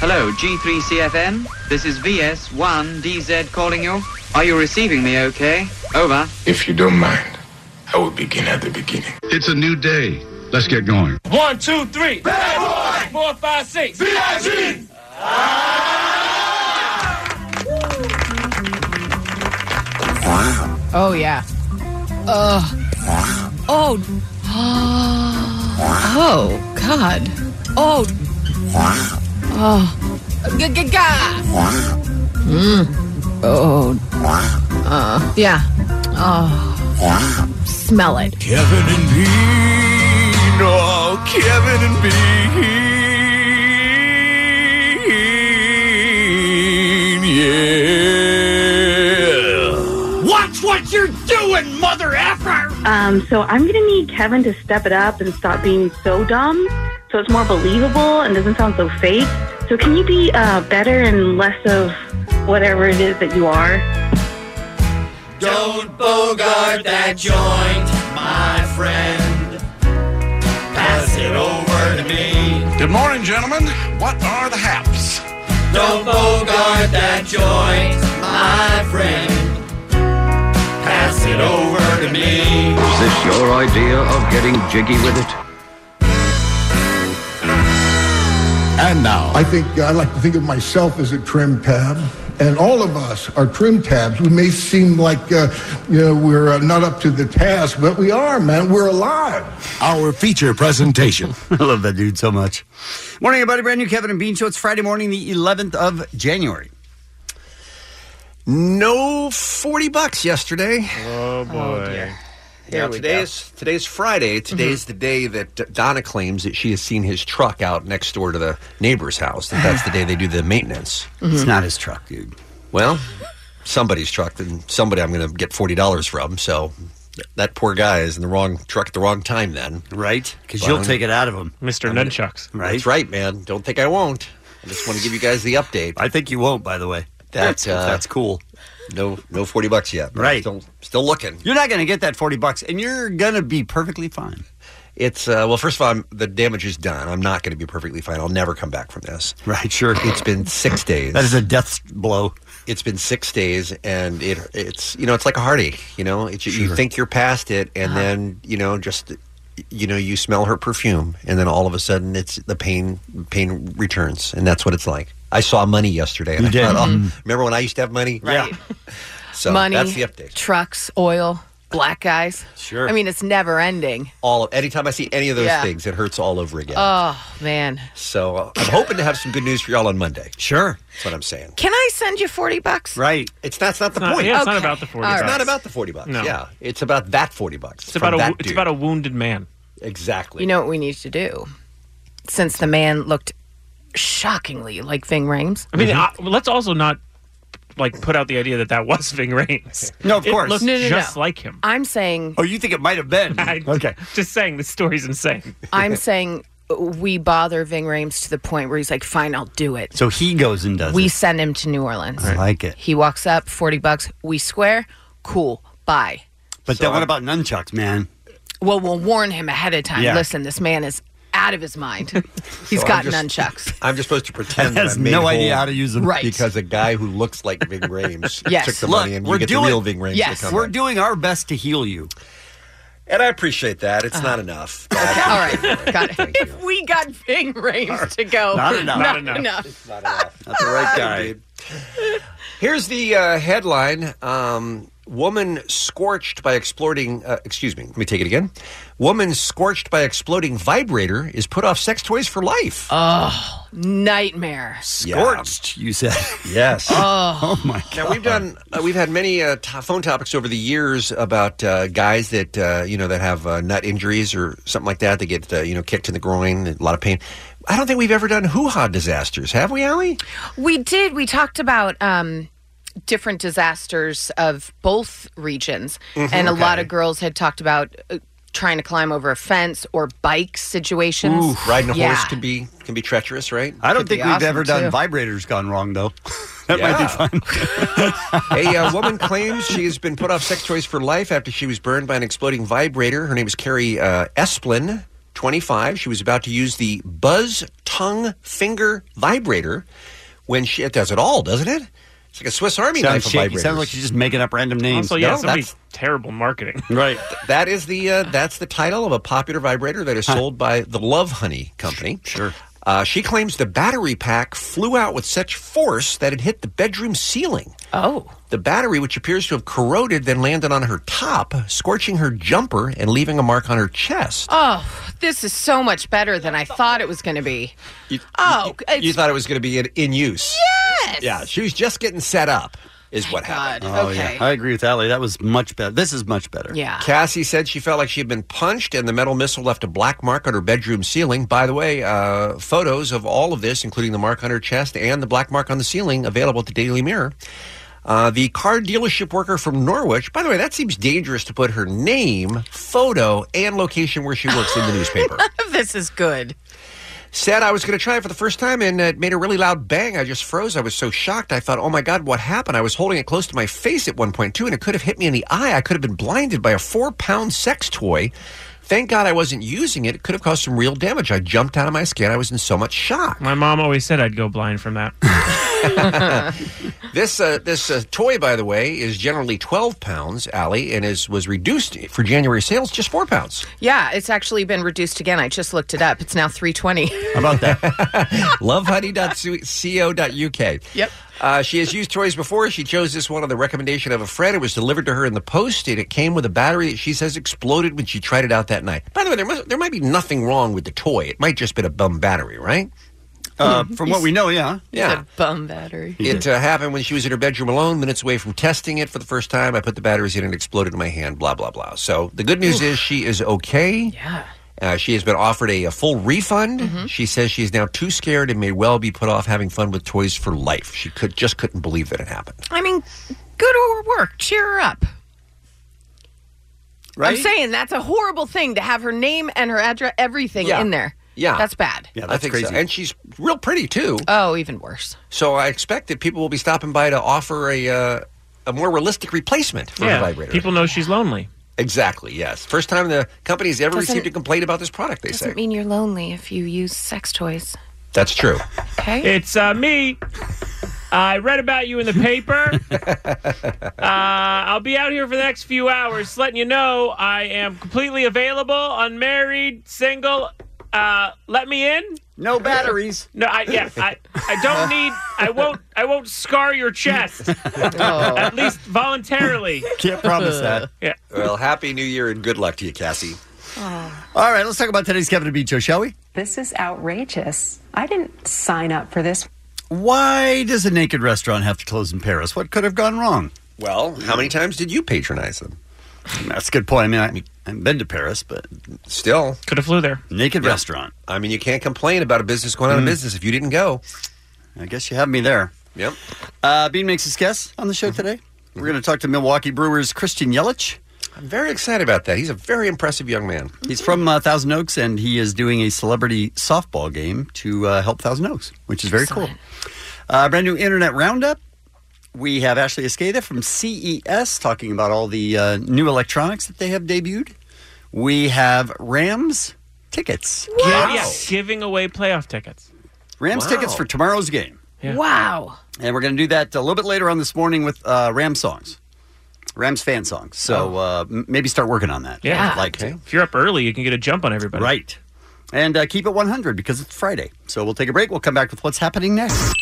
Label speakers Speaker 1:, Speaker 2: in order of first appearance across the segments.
Speaker 1: Hello, G3CFN. This is VS1DZ calling you. Are you receiving me okay? Over.
Speaker 2: If you don't mind, I will begin at the beginning.
Speaker 3: It's a new day. Let's get going.
Speaker 4: One, two, three. Bad boy. Four, five, six. VIG.
Speaker 5: Oh yeah. Oh. Oh. Oh God. Oh. Oh. Ga ga ga. Mm. Oh. Uh. Yeah. Oh. Smell it.
Speaker 6: Kevin and Bean, oh, Kevin and Bean, yeah. Watch what you're doing, mother effer!
Speaker 7: Um, so I'm gonna need Kevin to step it up and stop being so dumb, so it's more believable and doesn't sound so fake. So can you be uh, better and less of whatever it is that you are?
Speaker 6: Don't bogart that joint, my friend. Pass it over to me.
Speaker 3: Good morning, gentlemen. What are the haps?
Speaker 6: Don't bogart that joint, my friend. Pass it over to me. Is this your idea of getting jiggy with it?
Speaker 3: And now,
Speaker 8: I think I like to think of myself as a trim tab, and all of us are trim tabs. We may seem like uh, you know we're uh, not up to the task, but we are, man. We're alive.
Speaker 3: our feature presentation.
Speaker 9: I love that dude so much. Morning, everybody. Brand new Kevin and Bean Show. It's Friday morning, the 11th of January. No 40 bucks yesterday.
Speaker 10: Oh, Yeah, today's today's Friday. Today's the day that D- Donna claims that she has seen his truck out next door to the neighbor's house. That that's the day they do the maintenance.
Speaker 9: It's not his truck, dude.
Speaker 10: Well, somebody's truck, and somebody I'm going to get forty dollars from. So that poor guy is in the wrong truck at the wrong time. Then
Speaker 9: Right? Because
Speaker 10: Well,
Speaker 9: you'll take it out of him.
Speaker 4: Mr. Nunchucks.
Speaker 9: Right?
Speaker 10: that's right, man. Don't think I won't. I just want to give you guys the update.
Speaker 9: I think you won't, by the way.
Speaker 10: That, uh,
Speaker 9: that's cool.
Speaker 10: No, no forty bucks yet. but
Speaker 9: Right.
Speaker 10: Still, still looking.
Speaker 9: You're not going to get that 40 bucks, and you're going to be perfectly fine.
Speaker 10: It's uh, well. First of all, I'm, the damage is done. I'm not going to be perfectly fine. I'll never come back from this.
Speaker 9: Right, sure.
Speaker 10: It's been six days.
Speaker 9: That is a death blow.
Speaker 10: it's been six days and it it's you know it's like a heartache you know it's, you think you're past it and
Speaker 9: Uh-huh.
Speaker 10: then you know just you know you smell her perfume and then all of a sudden it's the pain pain returns and that's what it's like i saw money yesterday and
Speaker 9: You
Speaker 10: I
Speaker 9: did. Mm-hmm.
Speaker 10: thought, oh, remember when i used to have money
Speaker 9: Right.
Speaker 10: so
Speaker 5: Money.
Speaker 10: that's the update
Speaker 5: Trucks, oil, black guys.
Speaker 9: Sure.
Speaker 5: I mean, it's never ending.
Speaker 10: all of, anytime i see any of those
Speaker 5: Yeah.
Speaker 10: things it hurts all over again
Speaker 5: Oh man.
Speaker 10: so uh, i'm hoping to have some good news for y'all on monday
Speaker 9: Sure.
Speaker 10: that's what i'm saying
Speaker 5: Can I send you forty bucks?
Speaker 9: Right.
Speaker 10: it's that's not the
Speaker 4: Uh,
Speaker 10: point
Speaker 4: yeah, it's not
Speaker 5: Okay.
Speaker 4: about the 40
Speaker 5: All
Speaker 4: bucks.
Speaker 5: right.
Speaker 10: it's not about the 40 bucks
Speaker 4: No.
Speaker 10: yeah it's about that 40 bucks
Speaker 4: It's about, a,
Speaker 10: that
Speaker 4: wo- it's
Speaker 10: dude.
Speaker 4: about a wounded man.
Speaker 10: exactly
Speaker 5: You know what we need to do? Since the man looked shockingly like Ving Rhames.
Speaker 4: I mean,
Speaker 9: Mm-hmm.
Speaker 4: I- let's also not like put out the idea that that was Ving Rhames.
Speaker 9: No, of
Speaker 4: It
Speaker 9: course.
Speaker 4: looked
Speaker 5: No, no, no.
Speaker 4: just like him.
Speaker 5: I'm saying
Speaker 9: Oh, you think it might have been?
Speaker 4: I- Just saying, the story's insane.
Speaker 5: I'm saying we bother Ving Rhames to the point where he's like, fine, I'll do it.
Speaker 9: So he goes and does
Speaker 5: We
Speaker 9: it.
Speaker 5: send him to New Orleans.
Speaker 9: I like it.
Speaker 5: He walks up, 40 bucks. We square. Cool. Bye.
Speaker 9: But then what about nunchucks, man?
Speaker 5: Well, we'll warn him ahead of time.
Speaker 9: Yeah.
Speaker 5: Listen, this man is out of his mind. He's
Speaker 10: So
Speaker 5: got
Speaker 10: I'm just-
Speaker 5: nunchucks.
Speaker 10: I'm just supposed to pretend that
Speaker 9: Has
Speaker 10: I'm made
Speaker 9: no
Speaker 10: whole
Speaker 9: idea how to use them.
Speaker 5: Right.
Speaker 10: because a guy who looks like Ving Rhames
Speaker 5: Yes.
Speaker 10: took the
Speaker 9: Look,
Speaker 10: money and
Speaker 9: we're
Speaker 10: you get
Speaker 9: doing-
Speaker 10: the real Ving Rhames
Speaker 5: Yes.
Speaker 10: to come
Speaker 9: We're
Speaker 10: in.
Speaker 9: doing our best to heal you.
Speaker 10: and I appreciate that. It's
Speaker 5: Uh-huh.
Speaker 10: not enough. but I
Speaker 5: All
Speaker 10: appreciate
Speaker 5: right. Got it. If we got Ving Rhames to go,
Speaker 9: Not enough.
Speaker 4: Not enough.
Speaker 10: it's not enough.
Speaker 9: Not the right
Speaker 10: Here's the uh, headline. Um, Woman scorched by exploding. Uh, excuse me. Let me take it again. Woman scorched by exploding vibrator is put off sex toys for life.
Speaker 5: Oh, nightmare.
Speaker 10: Scorched, you said. Yes.
Speaker 5: Oh.
Speaker 10: my god. Now we've done uh, we've had many uh, to phone topics over the years about uh, guys that uh, you know that have uh, nut injuries or something like that. They get uh, you know kicked in the groin, a lot of pain. I don't think we've ever done hoo ha disasters, have we, Allie?
Speaker 5: We did. We talked about um, different disasters of both regions,
Speaker 10: Mhm,
Speaker 5: and a lot
Speaker 10: okay.
Speaker 5: of girls had talked about uh, trying to climb over a fence or bike situations.
Speaker 10: riding a
Speaker 5: Yeah.
Speaker 10: horse can be can be treacherous, right?
Speaker 9: I don't think we've ever done
Speaker 10: vibrator.
Speaker 9: vibrators gone wrong though. that might be fun.
Speaker 10: A uh, woman claims she has been put off sex toys for life after she was burned by an exploding vibrator. Her name is Carrie uh, Esplin, 25. She was about to use the Buzz Tongue Finger Vibrator when she, it does it all, doesn't it? It's like a Swiss Army
Speaker 9: Sounds
Speaker 10: knife of
Speaker 9: shaky.
Speaker 10: vibrators.
Speaker 9: Sounds like she's just making up random names.
Speaker 10: Also, yeah, somebody's
Speaker 4: terrible marketing.
Speaker 9: Right.
Speaker 10: That is the uh, that's the title of a popular vibrator that is sold by the Love Honey company. Sure. Uh, she claims the battery pack flew out with such force that it hit the bedroom ceiling.
Speaker 5: Oh.
Speaker 10: The battery, which appears to have corroded, then landed on her top, scorching her jumper and leaving a mark on her chest.
Speaker 5: Oh, this is so much better than I thought it was going to be. oh, it's-
Speaker 10: You thought it was going to be in, in use.
Speaker 5: Yes.
Speaker 10: Yeah, she was just getting set up, is what happened.
Speaker 9: Oh yeah, I agree with Allie. That was much better. This is much better.
Speaker 5: Yeah.
Speaker 10: Cassie said she felt like she had been punched, and the metal missile left a black mark on her bedroom ceiling. By the way, uh, photos of all of this, including the mark on her chest and the black mark on the ceiling, available at the Daily Mirror. Uh, the car dealership worker from Norwich, by the way, that seems dangerous to put her name, photo, and location where she works in the newspaper.
Speaker 5: this is good.
Speaker 10: Said I was going to try it for the first time, and it made a really loud bang. I just froze. I was so shocked. I thought, oh my God, what happened? I was holding it close to my face at one point, too, and it could have hit me in the eye. I could have been blinded by a four pound sex toy. Thank God I wasn't using it. It could have caused some real damage. I jumped out of my skin. I was in so much shock.
Speaker 4: My mom always said I'd go blind from that.
Speaker 10: This uh, this uh, toy, by the way, is generally 12 pounds, Allie, and is was reduced for January sales just four pounds.
Speaker 5: Yeah, it's actually been reduced again. I just looked it up. It's now 320.
Speaker 10: How about that? Lovehoney.co.uk.
Speaker 5: Yep.
Speaker 10: Uh, she has used toys before. She chose this one on the recommendation of a friend. It was delivered to her in the post, and it came with a battery that she says exploded when she tried it out that night. By the way, there must, there might be nothing wrong with the toy. It might just been a bum battery, right?
Speaker 9: Uh, from what we know, yeah.
Speaker 10: Yeah.
Speaker 5: It's a bum battery.
Speaker 10: It uh, happened when she was in her bedroom alone, minutes away from testing it for the first time. I put the batteries in and it exploded in my hand, blah, blah, blah. So the good news is she is okay.
Speaker 5: Yeah.
Speaker 10: Uh, she has been offered a, a full refund. She says she is now too scared and may well be put off having fun with toys for life. She could just couldn't believe that it happened.
Speaker 5: I mean, good or work. Cheer her up.
Speaker 10: Right?
Speaker 5: I'm saying that's a horrible thing to have her name and her address, everything
Speaker 10: Yeah.
Speaker 5: in there.
Speaker 10: Yeah.
Speaker 5: That's bad.
Speaker 10: Yeah, I think so. And she's real pretty too.
Speaker 5: Oh, even worse.
Speaker 10: So I expect that people will be stopping by to offer a uh, a more realistic replacement for
Speaker 4: Yeah,
Speaker 10: the vibrator.
Speaker 4: people know she's lonely.
Speaker 10: Exactly. Yes. First time the company has ever
Speaker 5: Doesn't-
Speaker 10: received a complaint about this product. They say
Speaker 5: Doesn't mean you're lonely if you use sex toys.
Speaker 10: that's true.
Speaker 5: Okay.
Speaker 4: It's uh, me. I read about you in the paper. Uh, I'll be out here for the next few hours, letting you know I am completely available, unmarried, single. Uh, let me in.
Speaker 9: No batteries.
Speaker 4: No, I yeah, I, I don't need. I won't. I won't scar your chest. At least voluntarily.
Speaker 9: Oh. Can't promise that.
Speaker 4: Yeah.
Speaker 10: Well, happy New Year and good luck to you, Cassie.
Speaker 9: All right, let's talk about today's Kevin and Bean show, shall we?
Speaker 11: This is outrageous. I didn't sign up for this.
Speaker 9: Why does a naked restaurant have to close in Paris? What could have gone wrong?
Speaker 10: Well, how many times did you patronize them?
Speaker 9: That's a good point. I mean, I, I haven't been to Paris, but
Speaker 10: still
Speaker 4: could have flew there.
Speaker 9: Naked restaurant. Hmm.
Speaker 10: I mean, you can't complain about a business going out of business if you didn't go.
Speaker 9: I guess you have me there.
Speaker 10: Yep. Mm-hmm.
Speaker 9: Uh, Bean makes his guess on the show today. We're going to talk to Milwaukee Brewers Christian Yelich.
Speaker 10: I'm very excited about that. He's a very impressive young man.
Speaker 9: He's from uh, Thousand Oaks, and he is doing a celebrity softball game to uh, help Thousand Oaks, which is very cool. Uh, brand new internet roundup. We have Ashley Escada from CES talking about all the uh, new electronics that they have debuted. We have Rams tickets.
Speaker 4: Yeah, yeah, giving away playoff tickets.
Speaker 9: Rams
Speaker 4: Wow.
Speaker 9: tickets for tomorrow's game.
Speaker 5: Wow.
Speaker 9: And we're going to do that a little bit later on this morning with uh, Rams songs, Rams fan songs. So uh, m- maybe start working on that.
Speaker 4: Oh. Yeah.
Speaker 9: I'd like to.
Speaker 4: If you're up early, you can get a jump on everybody.
Speaker 9: Right. And uh, keep it 100 because it's Friday. So we'll take a break. We'll come back with what's happening next.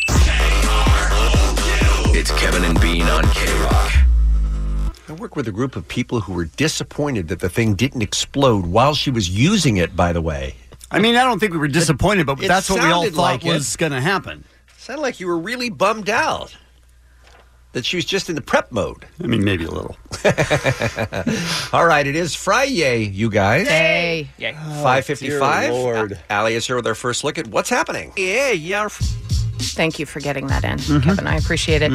Speaker 6: It's Kevin and Bean on K Rock.
Speaker 10: I work with a group of people who were disappointed that the thing didn't explode while she was using it, by the way.
Speaker 9: I mean, I don't think we were disappointed, but
Speaker 10: It
Speaker 9: that's what we all
Speaker 10: sounded
Speaker 9: thought
Speaker 10: like it.
Speaker 9: was going to happen.
Speaker 10: Sounded like you were really bummed out that she was just in the prep mode.
Speaker 9: I mean, maybe a little.
Speaker 10: All right, it is Friday, you guys.
Speaker 5: Hey.
Speaker 10: Five fifty-five.
Speaker 5: Oh, dear
Speaker 10: Lord, Allie is here with our first look at what's happening.
Speaker 5: Yeah, yeah. Thank you for getting that in,
Speaker 10: Mm-hmm.
Speaker 5: Kevin. I appreciate it.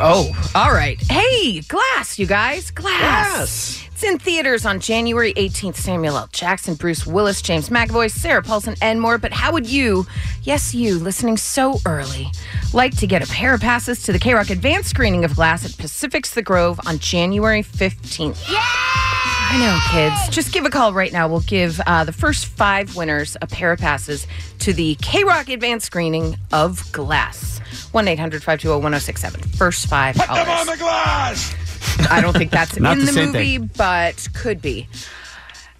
Speaker 5: Oh, all right. Hey, Glass, you guys. Glass. It's in theaters on January 18th. Samuel L. Jackson, Bruce Willis, James McAvoy, Sarah Paulson, and more. But how would you, yes, you, listening so early, like to get a pair of passes to the K Rock Advanced screening of Glass at Pacific's The Grove on January 15th? I know, kids. Just give a call right now. We'll give uh, the first five winners a pair of passes to the K Rock Advanced Screening of Glass. 1 800 520 1067. First five. Put them on the glass! I don't think that's in
Speaker 12: Not
Speaker 5: the,
Speaker 12: the same
Speaker 5: movie,
Speaker 12: thing.
Speaker 5: but could be.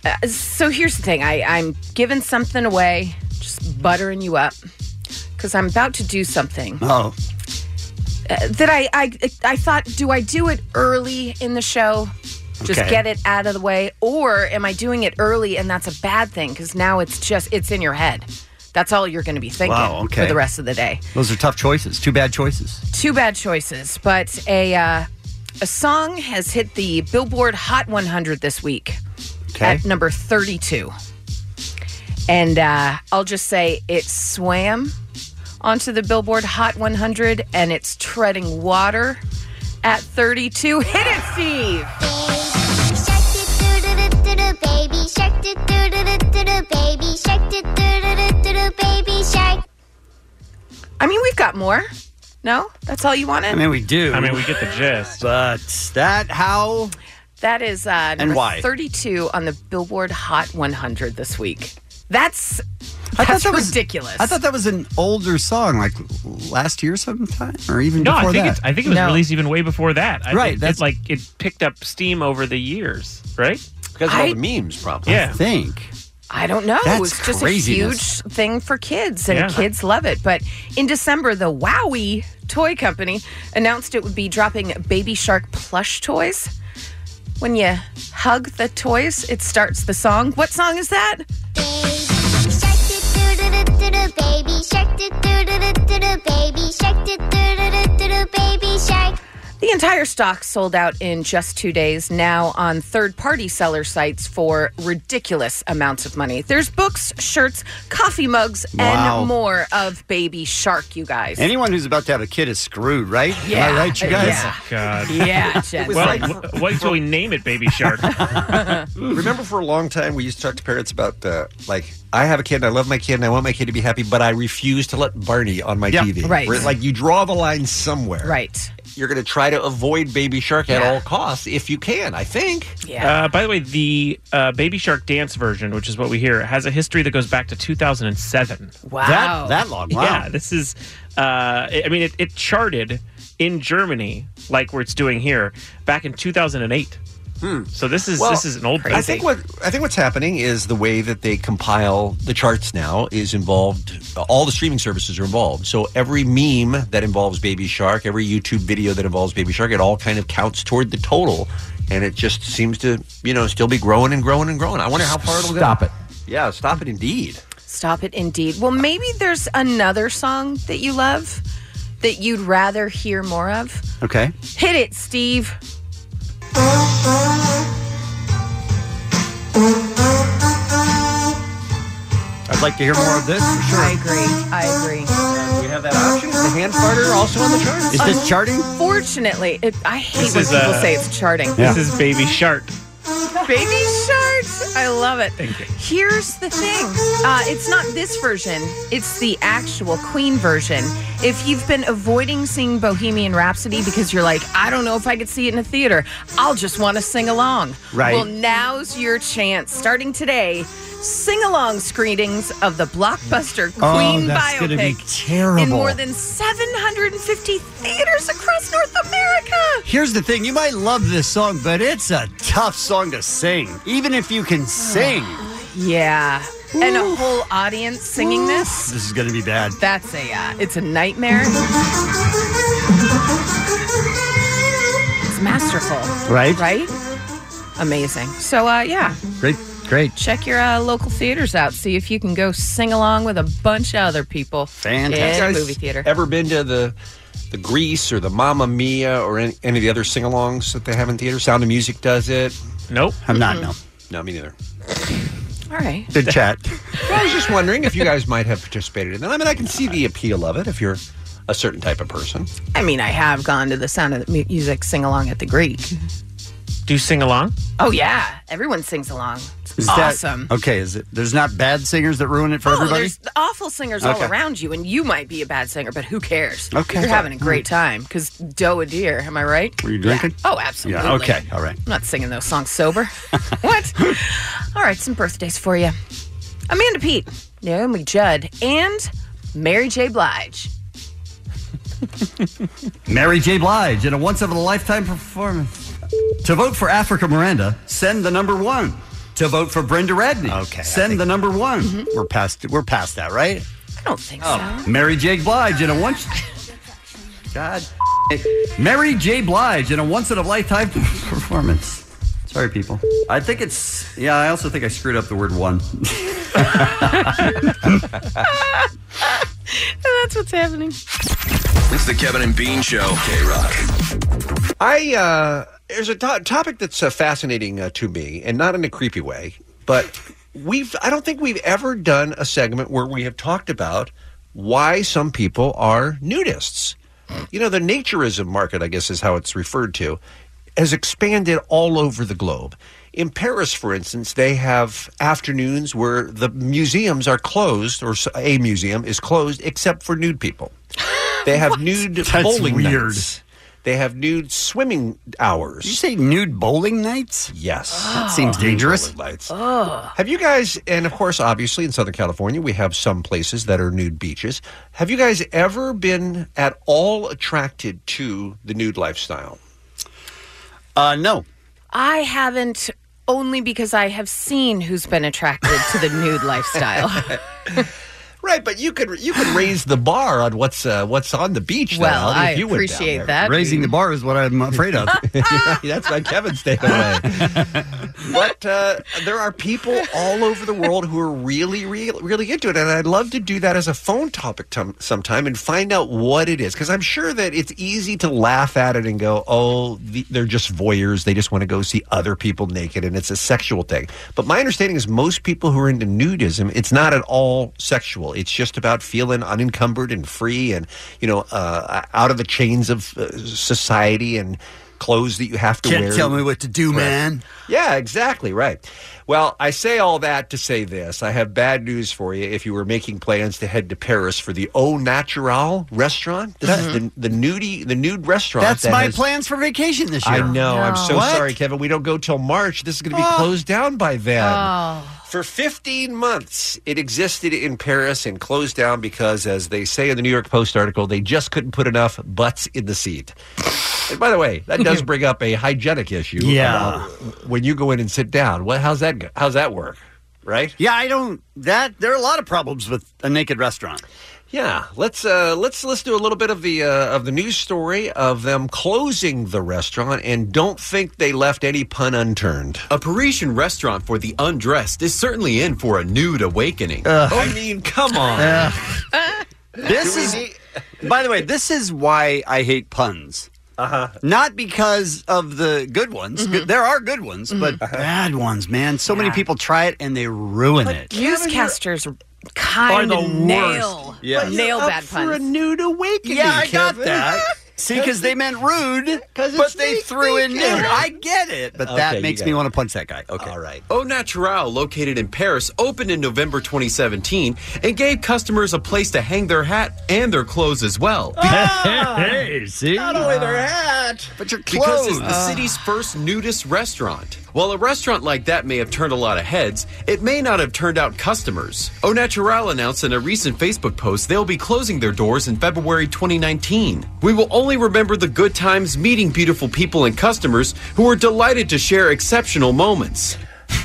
Speaker 5: Uh, so here's the thing I, I'm giving something away, just buttering you up, because I'm about to do something
Speaker 9: Oh,
Speaker 5: uh, that I, I I thought, do I do it early in the show? Just
Speaker 13: Okay.
Speaker 5: get it out of the way, or am I doing it early and that's a bad thing because now it's just it's in your head. That's all you're going to be thinking
Speaker 9: Wow, okay.
Speaker 5: for the rest of the day.
Speaker 9: those are tough choices. Two bad choices.
Speaker 5: Two bad choices, but a uh, a song has hit the Billboard Hot 100 this week
Speaker 9: Okay.
Speaker 5: at number 32, and uh, I'll just say it swam onto the Billboard Hot 100 and it's treading water at 32. Hit it, Steve.
Speaker 14: Baby shark, do do do do do do. Baby shark, do do do do do do. Baby shark.
Speaker 5: I mean, we've got more. No, that's all you wanted.
Speaker 9: I mean, we do.
Speaker 4: I mean, we get the gist.
Speaker 9: But that how?
Speaker 5: That is uh,
Speaker 9: And
Speaker 5: number
Speaker 9: why?
Speaker 5: 32 on the Billboard Hot 100 this week. That's
Speaker 9: I thought
Speaker 5: that's
Speaker 9: that was-
Speaker 5: ridiculous.
Speaker 9: I thought that was an older song, like last year sometime, or even
Speaker 4: No, I
Speaker 9: before
Speaker 4: think
Speaker 9: that.
Speaker 4: it's, I think it was released even way before that. I
Speaker 9: Right,
Speaker 4: think
Speaker 9: that's-
Speaker 4: it's like it picked up steam over the years, right?
Speaker 10: Because
Speaker 5: of all I- the
Speaker 10: memes, probably.
Speaker 4: Yeah,
Speaker 9: I think.
Speaker 5: I don't know.
Speaker 4: That's
Speaker 5: it's just
Speaker 4: craziness.
Speaker 5: a huge thing for kids, and
Speaker 4: Yeah.
Speaker 5: kids love it. But in December, the Wowie Toy Company announced it would be dropping Baby Shark plush toys. When you hug the toys, it starts the song. What song is that?
Speaker 14: Do do do do do. Baby shark, do do do do do do. Baby shark, do do do do do do. Baby shark.
Speaker 5: The entire stock sold out in just two days, now on third party seller sites for ridiculous amounts of money. There's books, shirts, coffee mugs,
Speaker 9: Wow.
Speaker 5: and more of Baby Shark, you guys.
Speaker 9: Anyone who's about to have a kid is screwed, right? Am
Speaker 5: Yeah.
Speaker 9: I right, you guys?
Speaker 5: Yeah.
Speaker 4: Oh, God.
Speaker 5: Yeah, Jen.
Speaker 4: well, w- wait till we name it Baby Shark.
Speaker 5: Mm.
Speaker 10: Remember, for a long time, we used to talk to parents about uh, like, I have a kid, and I love my kid, and I want my kid to be happy, but I refuse to let Barney on my
Speaker 5: Yeah,
Speaker 10: TV.
Speaker 5: right.
Speaker 10: Where, like, you draw the line somewhere.
Speaker 5: Right.
Speaker 10: You're going to try to avoid Baby Shark at
Speaker 4: Yeah.
Speaker 10: all costs if you can. I think.
Speaker 4: Uh, by the way, the uh, Baby Shark dance version, which is what we hear, has a history that goes back to 2007.
Speaker 5: Wow. That- that long? Wow.
Speaker 4: Yeah, this is, uh, I I mean, it, it charted in Germany, like where it's doing here, back in 2008. So this is
Speaker 10: Hmm. Well,
Speaker 4: this is an old
Speaker 10: I think what I think what's happening is the way that they compile the charts now is involved. All the streaming services are involved. So every meme that involves Baby Shark, every YouTube video that involves Baby Shark, it all kind of counts toward the total, and it just seems to you know still be growing and growing and growing. I wonder how far it'll go.
Speaker 5: Stop
Speaker 10: it. Yeah, stop it indeed.
Speaker 5: Stop it indeed. Well, maybe there's another song that you love that you'd rather hear more of.
Speaker 9: Okay.
Speaker 5: Hit it, Steve.
Speaker 9: I'd like to hear more of this. For sure.
Speaker 5: I agree. I agree.
Speaker 9: we have that option. Is the hand farter also on the chart? Is this charting?
Speaker 5: Fortunately, it, I hate
Speaker 4: This
Speaker 5: when
Speaker 4: is,
Speaker 5: people
Speaker 4: uh,
Speaker 5: say it's charting.
Speaker 4: This is Baby Shark.
Speaker 5: Baby sharks. I love it. Here's the thing. Uh, it's not this version. It's the actual Queen version. If you've been avoiding seeing Bohemian Rhapsody because you're like, I don't know if I could see it in a theater. I'll just want to sing along.
Speaker 13: Right.
Speaker 5: Well, now's your chance. Starting today, sing-along screenings of the blockbuster
Speaker 13: Oh,
Speaker 5: Queen
Speaker 13: that's
Speaker 5: biopic
Speaker 13: gonna be terrible.
Speaker 5: in more than 750 theaters across North America.
Speaker 9: Here's the thing you might love this song, but it's a tough song to sing, even if you can sing.
Speaker 5: Yeah. And a whole audience singing this.
Speaker 9: This is going to be bad.
Speaker 5: That's a uh, it's a nightmare. It's It's masterful.
Speaker 9: Right?
Speaker 5: Right? Amazing. So, uh, yeah,
Speaker 9: Great, great.
Speaker 5: check your uh, local theaters out. See if you can go sing along with a bunch of other people in a
Speaker 10: Guys,
Speaker 5: movie theater.
Speaker 10: Ever been to the the Grease or the Mamma Mia or any, any of the other sing-alongs that they have in theater? Sound of Music does it.
Speaker 4: Nope,
Speaker 9: I'm not. No,
Speaker 10: no, me neither.
Speaker 5: All right.
Speaker 9: Good chat.
Speaker 10: I was just wondering if you guys might have participated in that. I mean, I can see the appeal of it if you're a certain type of person.
Speaker 5: I mean, I have gone to the Sound of the Mu- Music sing along at the Greek.
Speaker 4: Do you sing along?
Speaker 5: Oh, yeah. Everyone sings along. It's
Speaker 9: Is that-
Speaker 5: awesome.
Speaker 9: okay, is it? There's not bad singers that ruin it for
Speaker 5: Oh,
Speaker 9: everybody.
Speaker 5: there's awful singers
Speaker 9: Okay.
Speaker 5: all around you, and you might be a bad singer, but who cares?
Speaker 9: Okay.
Speaker 5: You're having a great time because Doe a Deer, am I right?
Speaker 9: Were you drinking?
Speaker 5: Oh, absolutely.
Speaker 9: Yeah. Okay. All right.
Speaker 5: I'm not singing those songs sober. what? All right, some birthdays for you Amanda Pete, Naomi Judd, and Mary J. Blige.
Speaker 9: Mary J. Blige in a once of a lifetime performance. To vote for Africa Miranda, send the number one. To vote for Brenda Radney, okay, send the number one. We're past we're past that, right?
Speaker 5: Mm-hmm. I don't think so.
Speaker 9: Mary J. Blige in a once. God. it. Mary J. Blige in a once in a lifetime performance. Sorry, people. I think it's yeah. I also think I screwed up the word one.
Speaker 5: That's what's happening.
Speaker 6: It's the Kevin and Bean Show. K Rock.
Speaker 10: I uh, there's a to- topic that's uh, fascinating uh, to me, and not in a creepy way, but we've I don't think we've ever done a segment where we have talked about why some people are nudists. You know, the naturism market, I guess, is how it's referred to, has expanded all over the globe. In Paris, for instance, they have afternoons where the museums are closed, or s- a museum is closed, except for nude people. They have nude
Speaker 9: That's
Speaker 10: bowling
Speaker 9: weird.
Speaker 10: nights. They have nude swimming hours.
Speaker 9: Did you say nude bowling nights?
Speaker 10: Yes.
Speaker 9: That seems dangerous.
Speaker 5: Oh.
Speaker 10: Have you guys, and of course, obviously in Southern California, we have some places that are nude beaches. Have you guys ever been at all attracted to the nude lifestyle?
Speaker 9: Uh, no.
Speaker 5: I haven't only because I have seen who's been attracted to the nude lifestyle.
Speaker 10: Right, but you could you could raise the bar on what's uh, what's on the beach. though,
Speaker 5: Well,
Speaker 10: Allie, if
Speaker 5: I
Speaker 10: you went down
Speaker 5: appreciate
Speaker 10: there.
Speaker 5: that, Raising
Speaker 9: the bar is what I'm afraid of.
Speaker 10: that's why Kevin's taken away. but uh, there are people all over the world who are really, really, really into it, and I'd love to do that as a phone topic tom- sometime and find out what it is, because I'm sure that it's easy to laugh at it and go, "Oh, the- they're just voyeurs; they just want to go see other people naked, and it's a sexual thing." But my understanding is most people who are into nudism, it's not at all sexual. It's just about feeling unencumbered and free, and you know, uh, out of the chains of uh, society and clothes that you have to
Speaker 9: Can't
Speaker 10: wear.
Speaker 9: tell me what to do,
Speaker 10: Right.
Speaker 9: man.
Speaker 10: Yeah, exactly right. Well, I say all that to say this. I have bad news for you if you were making plans to head to Paris for the Au Naturel restaurant. This is the, the nudie the nude restaurant.
Speaker 9: Mm-hmm. That's
Speaker 10: that
Speaker 9: my
Speaker 10: has-
Speaker 9: plans for vacation this year.
Speaker 10: I know. I'm so
Speaker 9: What?
Speaker 10: sorry, Kevin. We don't go till March. This is going to be
Speaker 9: Oh.
Speaker 10: closed down by then.
Speaker 9: Oh.
Speaker 10: For 15 months, it existed in Paris and closed down because, as they say in the New York Post article, they just couldn't put enough butts in the seat. And by the way, that does bring up a hygienic issue.
Speaker 9: Yeah.
Speaker 10: about When you go in and uh, sit down, what? How's that? go- How's that work? Right?
Speaker 9: Yeah, I don't. That there are a lot of problems with a naked restaurant.
Speaker 10: Yeah, let's uh, let's let's do a little bit of the uh, of the news story of them closing the restaurant, and don't think they left any pun unturned.
Speaker 12: A Parisian restaurant for the undressed is certainly in for a nude awakening.
Speaker 10: I mean, come on.
Speaker 9: This is, by the way, this is why I hate puns. Uh-huh. Not because of the good ones.
Speaker 5: Mm-hmm.
Speaker 9: Good- There are good ones, but
Speaker 10: Uh-huh.
Speaker 9: bad ones, man. So many people try it and they ruin it.
Speaker 5: Newscasters kind
Speaker 9: Are
Speaker 5: of
Speaker 9: the
Speaker 5: nail,
Speaker 9: worst. Yeah. But you're
Speaker 5: nail
Speaker 9: up
Speaker 5: bad
Speaker 9: for
Speaker 5: puns.
Speaker 9: a
Speaker 10: nude awakening.
Speaker 9: Yeah, I got that. See, because they meant rude, but they threw in nude. I get it, but that makes me want to punch that guy. Okay.
Speaker 12: All right. Au Naturel, Oh, located in Paris, opened in November 2017 and gave customers a place to hang their hat and their clothes as well.
Speaker 9: hey, see? Not only their hat, Ah. but your
Speaker 12: Because it's
Speaker 9: clothes.
Speaker 12: the city's first nudist restaurant. While a restaurant like that may have turned a lot of heads, it may not have turned out customers. Au Naturel announced in a recent Facebook post they'll be closing their doors in February 2019. We will only remember the good times meeting beautiful people and customers who were delighted to share exceptional moments.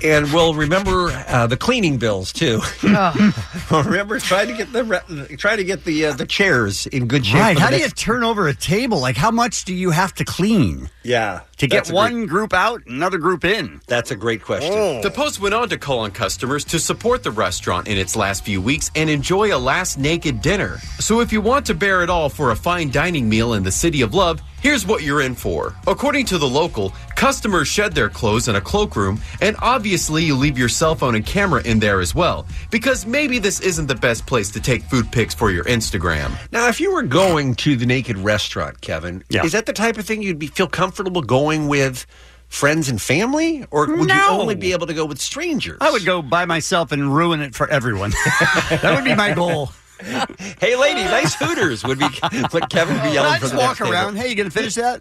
Speaker 10: and we'll remember uh, the cleaning bills too.
Speaker 9: Oh.
Speaker 10: remember, try to get the re- try to get the uh, the chairs in good shape.
Speaker 9: Right.
Speaker 10: for the
Speaker 9: How do you
Speaker 10: next-
Speaker 9: turn over a table? Like, how much do you have to clean?
Speaker 10: yeah
Speaker 9: To get
Speaker 10: that's a great-
Speaker 9: one group out, another group in.
Speaker 10: That's a great question.
Speaker 9: Oh.
Speaker 12: The Post went on to call on customers to support the restaurant in its last few weeks and enjoy a last naked dinner. So, if you want to bear it all for a fine dining meal in the City of Love, here's what you're in for. According to the local, customers shed their clothes in a cloakroom, and obviously, you leave your cell phone and camera in there as well, because maybe this isn't the best place to take food pics for your Instagram.
Speaker 10: Now, if you were going to the Naked Restaurant, Kevin, is that the type of thing you'd be feel comfortable going with friends and family, or would you
Speaker 9: No.
Speaker 10: only be able to go with strangers?
Speaker 9: I would go by myself and ruin it for everyone. that would be my goal.
Speaker 10: Hey, lady, nice Hooters would be what Kevin would be yelling
Speaker 9: I
Speaker 10: from
Speaker 9: just
Speaker 10: the
Speaker 9: walk
Speaker 10: next table.
Speaker 9: around. Hey, you gonna finish that?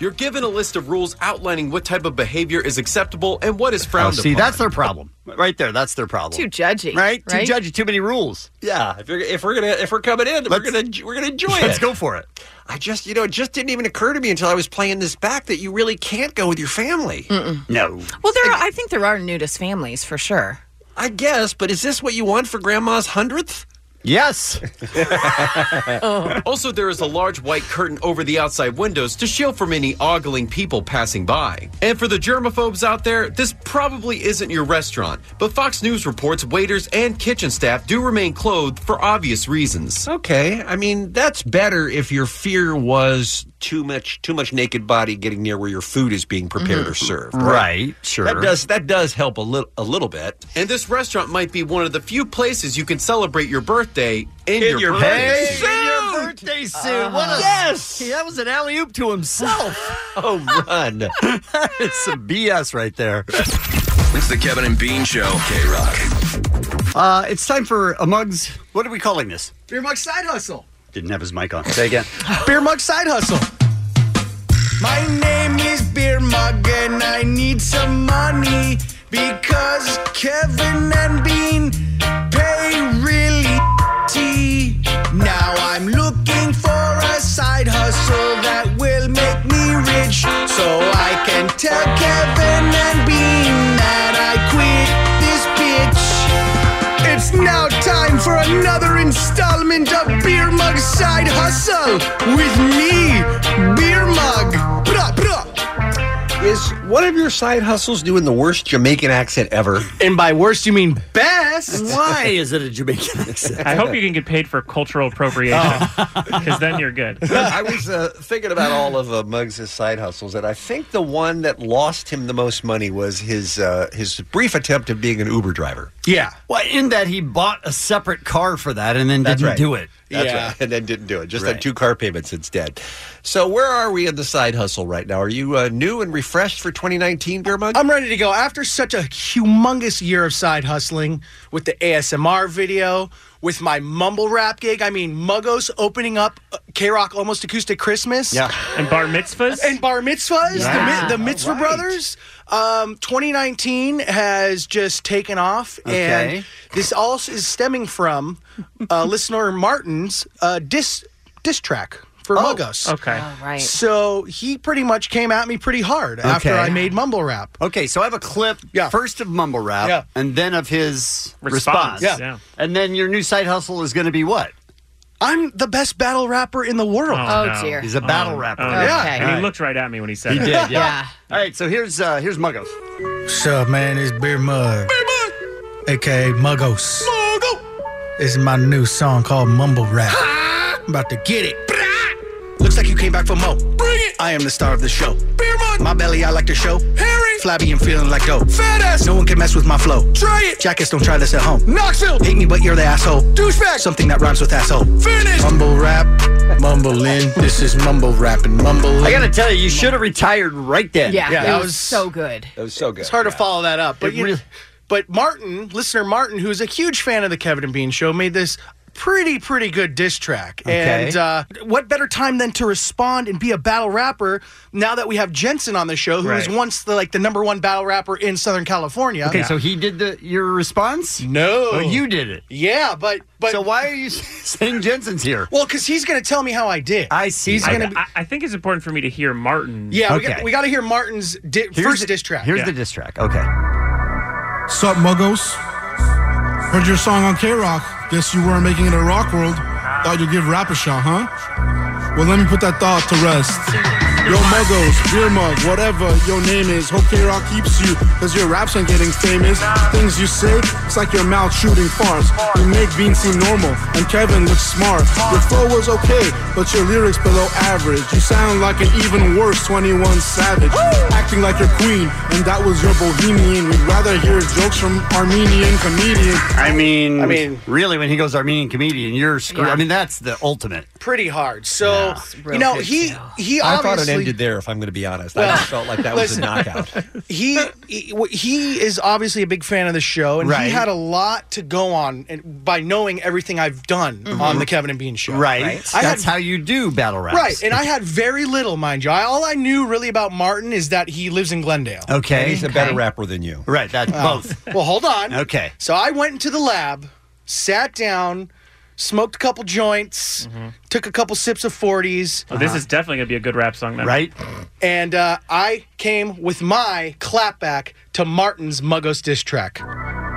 Speaker 12: You're given a list of rules outlining what type of behavior is acceptable and what is
Speaker 9: Oh,
Speaker 12: frowned
Speaker 9: see,
Speaker 12: upon.
Speaker 9: that's their problem. Right there, that's their problem.
Speaker 5: Too judgy.
Speaker 9: right?
Speaker 5: right?
Speaker 9: Too judgy. Too many rules.
Speaker 10: Yeah, if, you're, if we're gonna if we're coming in, we're gonna we're gonna enjoy it.
Speaker 9: Let's go for it.
Speaker 10: I just you know it just didn't even occur to me until I was playing this back that you really can't go with your family.
Speaker 9: No,
Speaker 5: Well, there are, I think there are nudist families for sure.
Speaker 10: I guess. But is this what you want for Grandma's hundredth?
Speaker 9: Yes.
Speaker 12: Also, there is a large white curtain over the outside windows to shield from any ogling people passing by. And for the germaphobes out there, this probably isn't your restaurant, but Fox News reports waiters and kitchen staff do remain clothed for obvious reasons.
Speaker 10: Okay, I mean that's better if your fear was too much too much naked body getting near where your food is being prepared
Speaker 5: Mm-hmm.
Speaker 10: or served.
Speaker 9: Right, sure.
Speaker 10: That does that does help a little a little bit.
Speaker 12: And this restaurant might be one of the few places you can celebrate your birthday in, your,
Speaker 9: your
Speaker 12: birthday
Speaker 9: birthday
Speaker 12: suit.
Speaker 9: Your birthday suit. what a
Speaker 10: yes.
Speaker 9: that was an alley oop to himself.
Speaker 10: oh, run!
Speaker 9: it's some BS right there.
Speaker 6: It's the Kevin and Bean Show. K Rock.
Speaker 9: Uh, it's time for a mugs. What are we calling this?
Speaker 13: Beer mug side hustle.
Speaker 9: Didn't have his mic on. Say again.
Speaker 13: Beer mug side hustle. My name is Beer Mug and I need some money because Kevin and Bean pay really tea. Now I'm looking for a side hustle that will make me rich so I can tell Kevin and Bean that I quit this bitch. It's now time for another installment of Beer Mug Side Hustle with me, Beer Mug. Bruh, bruh.
Speaker 10: Is one of your side hustles doing the worst Jamaican accent ever?
Speaker 13: And by worst, you mean best.
Speaker 9: Why is it a Jamaican accent?
Speaker 4: I hope you can get paid for cultural appropriation
Speaker 13: Oh.
Speaker 4: because then you're good.
Speaker 10: I was uh, thinking about all of uh, Muggs' side hustles, and I think the one that lost him the most money was his uh, his brief attempt of being an Uber driver.
Speaker 13: Yeah.
Speaker 9: Well, in that he bought a separate car for that and then didn't do it.
Speaker 10: That's
Speaker 9: yeah.
Speaker 10: right. And then didn't do it. Just
Speaker 9: Right.
Speaker 10: had two car payments instead. So where are we in the side hustle right now? Are you uh, new and refreshed for 2019, Beer Mug?
Speaker 13: I'm ready to go. After such a humongous year of side hustling with the ASMR video, with my mumble rap gig, I mean, Muggos opening up K Rock Almost Acoustic Christmas.
Speaker 9: Yeah.
Speaker 4: And bar mitzvahs?
Speaker 13: And bar mitzvahs,
Speaker 4: Yeah.
Speaker 13: the, mi- the Mitzvah Brothers. Um, 2019 has just taken off.
Speaker 9: Okay.
Speaker 13: And this all is stemming from uh, listener Martin's uh, diss, diss track for Muggos.
Speaker 4: Oh, Okay.
Speaker 5: Right.
Speaker 13: So he pretty much came at me pretty hard after
Speaker 9: Okay.
Speaker 13: I made mumble rap.
Speaker 9: Okay, so I have a clip
Speaker 13: Yeah.
Speaker 9: first of mumble rap
Speaker 13: Yeah.
Speaker 9: and then of his response.
Speaker 4: Response, Yeah. yeah.
Speaker 9: And then your new side hustle is going to be what?
Speaker 13: I'm the best battle rapper in the world.
Speaker 5: Oh, dear.
Speaker 9: He's a battle rapper.
Speaker 4: Oh,
Speaker 13: Yeah.
Speaker 5: Okay.
Speaker 4: And he looked right at me when he said
Speaker 9: He
Speaker 4: it.
Speaker 9: did, yeah.
Speaker 5: Yeah.
Speaker 9: All right, so here's uh here's Muggos.
Speaker 13: What's up, man? It's Beer Mug. AKA Muggos. This is my new song called Mumble Rap. I'm about to get it. Looks like you came back for Mo. Bring it! I am the star of the show. Beer Mug! My belly, I like to show. Harry! Flabby and feeling like dope. Fat ass! No one can mess with my flow. Try it! Jackets, don't try this at home. Knoxville! Hate me, but you're the asshole. Douchebag! Something that rhymes with asshole. Finish! Mumble rap, mumble in. This is mumble rapping, mumble
Speaker 9: I got to tell you, you should have retired right then.
Speaker 5: Yeah,
Speaker 13: Yeah,
Speaker 5: it
Speaker 13: that
Speaker 5: was,
Speaker 13: was-
Speaker 5: so good.
Speaker 10: That was so good.
Speaker 13: It's hard to follow that up, but
Speaker 9: It
Speaker 13: you,
Speaker 9: really-
Speaker 13: but Martin, listener Martin, who's a huge fan of the Kevin and Bean Show, made this
Speaker 15: pretty, pretty good diss track.
Speaker 12: Okay.
Speaker 15: And uh, what better time than to respond and be a battle rapper now that we have Jensen on the show, who was
Speaker 9: Right.
Speaker 15: once the, like the number one battle rapper in Southern California.
Speaker 9: Okay, so he did the your response?
Speaker 15: No,
Speaker 9: oh, you did it.
Speaker 15: Yeah, but but
Speaker 9: so why are you saying Jensen's here?
Speaker 15: Well, because he's going to tell me how I did.
Speaker 9: I see.
Speaker 15: He's
Speaker 4: I,
Speaker 15: going to. Be-
Speaker 4: I, I think it's important for me to hear Martin.
Speaker 15: yeah, we got, we got to hear Martin's di-
Speaker 4: Here's
Speaker 15: first
Speaker 4: the-
Speaker 15: diss track.
Speaker 4: here's the
Speaker 9: diss track. Okay.
Speaker 16: Sup, muggos? Heard your song on K Rock. Guess you weren't making it a rock world. Thought you'd give rap a shot, huh? Well, let me put that thought to rest. Yo, muggos, beer mug, whatever your name is. Hope K Rock keeps you, cause your raps ain't getting famous. Things you say, it's like your mouth shooting farts. You make Bean seem normal, and Kevin looks smart. Your flow was okay, but your lyrics below average. You sound like an even worse 21 Savage. Acting like your queen, and that was your bohemian. We'd rather hear jokes from Armenian comedian.
Speaker 9: I mean,
Speaker 16: I mean-
Speaker 9: really, when he goes Armenian comedian, you're screwed. I mean, that's the ultimate.
Speaker 15: pretty hard. So you know he he
Speaker 10: I
Speaker 15: obviously
Speaker 10: thought it ended there. If I'm going to be honest, I
Speaker 15: Well,
Speaker 10: just felt like that was a
Speaker 15: listen.
Speaker 10: knockout.
Speaker 15: he, he he is obviously a big fan of the show, and he
Speaker 10: Right.
Speaker 15: had a lot to go on and by knowing everything I've done on the Kevin and Bean show.
Speaker 9: Right.
Speaker 15: I
Speaker 9: That's
Speaker 15: had,
Speaker 9: how you do battle raps.
Speaker 15: Right, and I had very little, mind you. I, all I knew really about Martin is that he lives in Glendale.
Speaker 9: Okay.
Speaker 15: And
Speaker 9: And he's a better Okay.
Speaker 10: rapper than you.
Speaker 9: Right. That
Speaker 15: Oh.
Speaker 9: both.
Speaker 15: Well, hold on.
Speaker 9: Okay.
Speaker 15: So I went into the lab, sat down, smoked a couple joints,
Speaker 9: Mm-hmm.
Speaker 15: took a couple sips of Uh-huh. 40s.
Speaker 4: Oh, this is definitely going to be a good rap song, then.
Speaker 9: Right?
Speaker 15: And uh, I came with my clapback to Martin's Muggos diss track.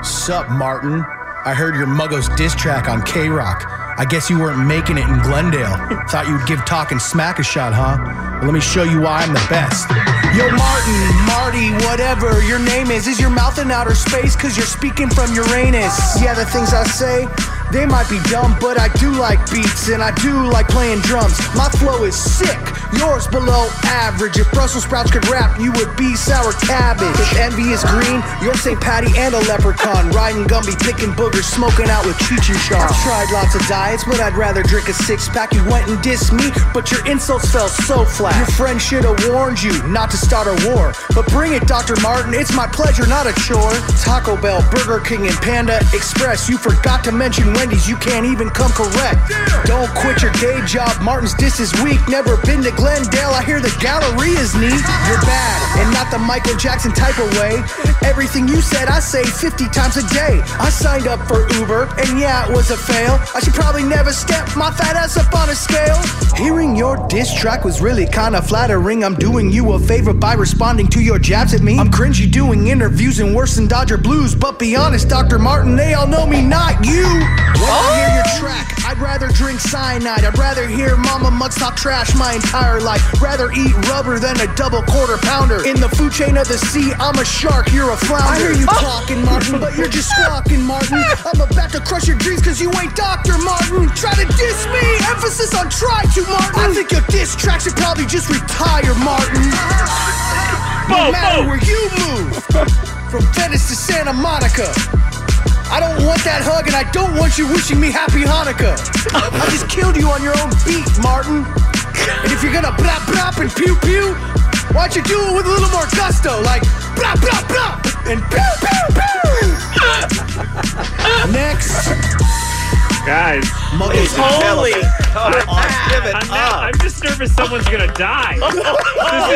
Speaker 12: Sup, Martin? I heard your Muggos diss track on K Rock. I guess you weren't making it in Glendale. Thought you'd give Talking Smack a shot, huh? Well, let me show you why I'm the best.
Speaker 13: Yo, Martin, Marty, whatever your name is, is your mouth in outer space? Cause you're speaking from Uranus. Yeah, the things I say, they might be dumb, but I do like beats and I do like playing drums. My flow is sick, yours below average. If Brussels sprouts could rap, you would be sour cabbage. If envy is green, you're St. Patty and a leprechaun. Riding Gumby, picking boogers, smoking out with Choo Choo Shaw. I've tried lots of diets, but I'd rather drink a six pack. You went and dissed me, but your insults fell so flat. Your friend should have warned you not to start a war. But bring it, Dr. Martin, it's my pleasure, not a chore. Taco Bell, Burger King, and Panda Express. You forgot to mention Wendy's, you can't even come correct. Don't quit your day job, Martin's diss is weak. Never been to Glendale, I hear the gallery is neat. You're bad, and not the Michael Jackson type of way. Everything you said, I say 50 times a day. I signed up for Uber, and yeah, it was a fail. I should probably never step my fat ass up on a scale. Hearing your diss track was really kinda flattering. I'm doing you a favor by responding to your jabs at me. I'm cringy doing interviews and worse than Dodger Blues, but be honest, Dr. Martin, they all know me, not you. Wanna hear your track? I'd rather drink cyanide. I'd rather hear Mama Mugs talk trash my entire life. Rather eat rubber than a double quarter pounder. In the food chain of the sea, I'm a shark, you're a flounder. I hear you talking, Martin, but you're just squawking, Martin. I'm about to crush your dreams because you ain't Dr. Martin. Try to diss me, emphasis on try to, Martin. I think your diss track should probably just retire, Martin. No matter where you move, from Venice to Santa Monica. I don't want that hug, and I don't want you wishing me happy Hanukkah. I just killed you on your own beat, Martin. And if you're gonna blop blop and pew pew, why don't you do it with a little more gusto, like blop blop blop and pew pew pew? Next.
Speaker 4: Guys,
Speaker 13: Muggles
Speaker 4: holy!
Speaker 13: and Come on, give it
Speaker 4: I'm, not- I'm just nervous someone's gonna die. this,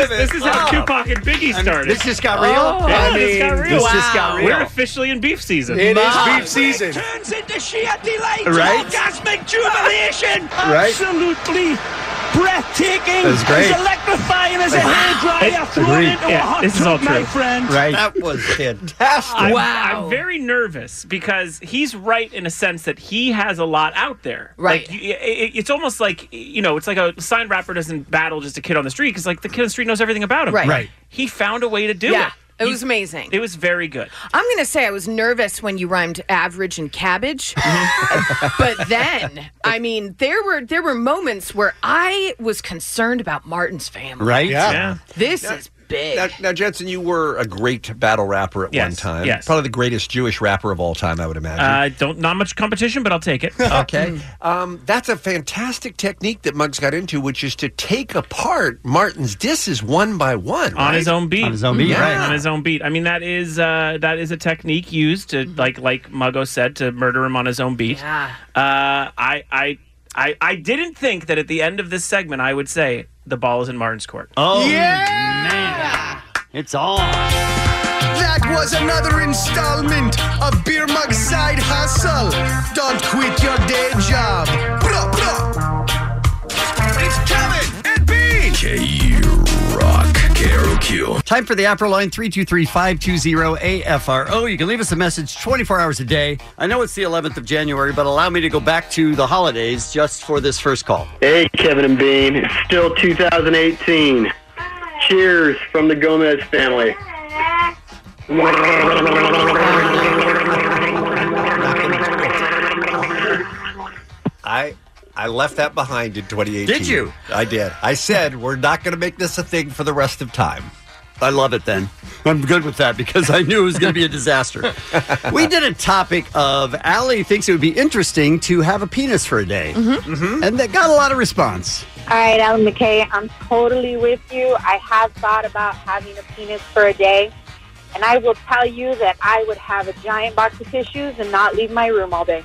Speaker 4: is, this is how
Speaker 13: Give it
Speaker 4: Tupac and Biggie started.
Speaker 13: this just got real?
Speaker 4: Oh,
Speaker 13: I
Speaker 4: yeah, this got
Speaker 13: mean,
Speaker 4: real.
Speaker 13: this just got real.
Speaker 4: We're officially in beef season.
Speaker 13: It is My- beef
Speaker 15: season.
Speaker 13: Turns into sheer delight,
Speaker 4: Right?
Speaker 13: orgasmic jubilation,
Speaker 4: Right?
Speaker 13: absolutely breathtaking,
Speaker 9: That's great.
Speaker 13: as electrifying as a hairdryer thrown into a hot tub, my friend.
Speaker 9: That was
Speaker 4: I'm,
Speaker 9: fantastic.
Speaker 4: I'm very nervous because he's right in a sense that he has a lot out there.
Speaker 9: Right.
Speaker 4: Like, y- it- it's almost like, you know, it's like a signed rapper doesn't battle just a kid on the street because, like, the kid on the street knows everything about him.
Speaker 5: Right. Right.
Speaker 4: He found a way to do
Speaker 5: yeah,
Speaker 4: it.
Speaker 5: it was amazing.
Speaker 4: It was very good.
Speaker 5: I'm going to say I was nervous when you rhymed average and cabbage. but then, I mean, there were there were moments where I was concerned about Martin's family.
Speaker 9: Right? Yeah. Yeah.
Speaker 5: This is big.
Speaker 10: Now, now, Jensen, you were a great battle rapper at one
Speaker 4: Yes,
Speaker 10: time.
Speaker 4: yes.
Speaker 10: Probably the greatest Jewish rapper of all time, I would imagine.
Speaker 4: Uh, don't not much competition, but I'll take it.
Speaker 10: okay.
Speaker 5: Mm-hmm.
Speaker 10: Um, that's a fantastic technique that Muggs got into, which is to take apart Martin's disses one by one.
Speaker 4: on his
Speaker 10: right?
Speaker 4: own beat.
Speaker 10: Yeah.
Speaker 4: On his own beat. I mean, that is uh, that is a technique used to like like Muggo said to murder him on his own beat.
Speaker 17: Ah.
Speaker 5: Yeah.
Speaker 4: Uh, I I I I didn't think that at the end of this segment I would say the ball is in Martin's court.
Speaker 9: Oh,
Speaker 4: man,
Speaker 9: it's on.
Speaker 13: That was another installment of Beer Mug Side Hustle. Don't quit your day job. Blah, blah. It's Kevin and Bean.
Speaker 9: K Rock KROQ. Time for the Afro line 323-520-AFRO. You can leave us a message 24 hours a day. I know it's the 11th of January, but allow me to go back to the holidays just for this first call.
Speaker 6: Hey, Kevin and Bean. It's still 2018. Cheers from the Gomez family.
Speaker 10: I I left that behind in 2018.
Speaker 9: Did you?
Speaker 10: I did. I said we're not going to make this a thing for the rest of time.
Speaker 9: I love it then. I'm good with that because I knew it was going to be a disaster. we did a topic of Allie thinks it would be interesting to have a penis for a day. And that got a lot of response.
Speaker 18: All right, Alan McKay, I'm totally with you. I have thought about having a penis for a day, and I will tell you that I would have a giant box of tissues and not leave my room all day.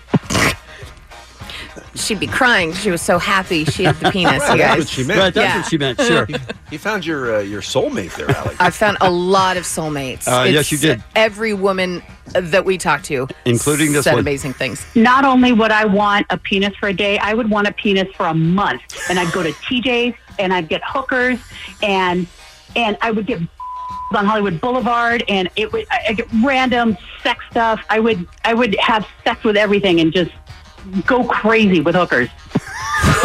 Speaker 5: She'd be crying. She was so happy she had the penis,
Speaker 10: Right,
Speaker 5: you
Speaker 10: that's
Speaker 5: guys.
Speaker 10: what she meant.
Speaker 5: Right, that's Yeah.
Speaker 9: what she meant, sure.
Speaker 10: you, you found your uh, your soulmate there, Allie.
Speaker 5: I found a lot of soulmates.
Speaker 10: Uh, yes, you did.
Speaker 5: Every woman that we talked to,
Speaker 9: Including this
Speaker 5: said
Speaker 9: one.
Speaker 5: amazing things.
Speaker 19: Not only would I want a penis for a day, I would want a penis for a month. And I'd go to TJ's and I'd get hookers and and I would get on Hollywood Boulevard and it would I I'd get random sex stuff. I would I would have sex with everything and just go crazy with hookers.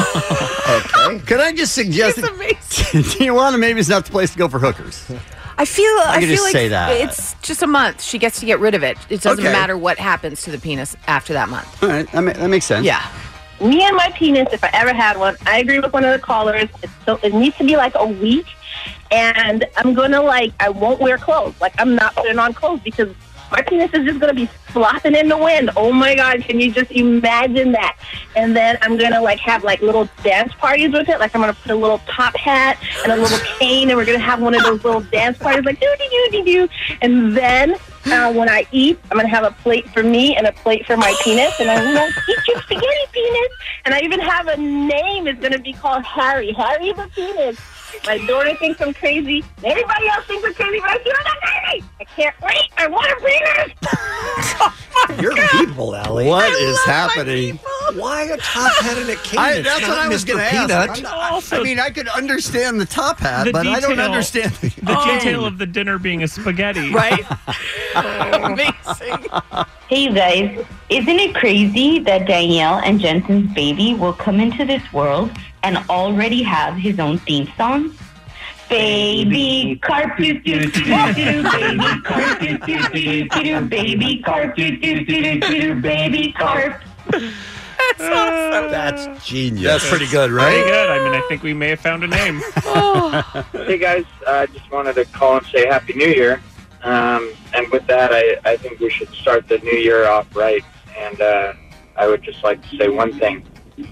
Speaker 9: Okay. Could I just suggest that, do you want to maybe it's not the place to go for hookers?
Speaker 5: I feel.
Speaker 9: I
Speaker 5: I,
Speaker 9: could
Speaker 5: feel
Speaker 9: just
Speaker 5: like
Speaker 9: say that.
Speaker 5: it's just a month. She gets to get rid of it. It doesn't
Speaker 9: Okay.
Speaker 5: matter what happens to the penis after that month.
Speaker 9: All right, that, ma- that makes sense.
Speaker 5: Yeah.
Speaker 19: Me and my penis, if I ever had one, I agree with one of the callers. It's so it needs to be like a week, and I'm gonna like I won't wear clothes. Like I'm not putting on clothes because my penis is just gonna be flopping in the wind. Oh my god, can you just imagine that? And then I'm gonna like have like little dance parties with it. Like I'm gonna put a little top hat and a little cane, and we're gonna have one of those little dance parties like doo doo doo doo. And then uh, when I eat, I'm gonna have a plate for me and a plate for my penis, and I'm gonna eat your spaghetti penis. And I even have a name. It's gonna be called Harry. Harry the penis. My daughter thinks I'm crazy. Everybody else thinks I'm crazy, but I feel like I'm crazy. I can't wait. I want a penis.
Speaker 9: You're people, Allie. What is happening?
Speaker 10: Why a top hat and a cane?
Speaker 9: I,
Speaker 10: It's
Speaker 9: that's
Speaker 10: not
Speaker 9: what I was
Speaker 10: Mr.
Speaker 9: going to ask.
Speaker 10: Peanut.
Speaker 9: I'm not- I- I mean, I could understand the top hat,
Speaker 4: The
Speaker 9: but I don't
Speaker 4: detail-
Speaker 9: understand the, Oh.
Speaker 4: The detail of the dinner being a spaghetti.
Speaker 5: Right.
Speaker 19: Amazing.
Speaker 7: Hey you guys, isn't it crazy that Danielle and Jensen's baby will come into this world and already have his own theme song? Baby carp doo doo doo doo baby carp doo doo doo doo doo baby carp doo doo doo doo doo baby carp.
Speaker 4: That's awesome.
Speaker 10: That's genius.
Speaker 9: That's pretty good, right?
Speaker 4: Pretty good. I mean, I think we may have found a name.
Speaker 17: hey guys, I uh, just wanted to call and say Happy New Year. Um, and with that, I, I think we should start the new year off right. And uh, I would just like to say one thing. All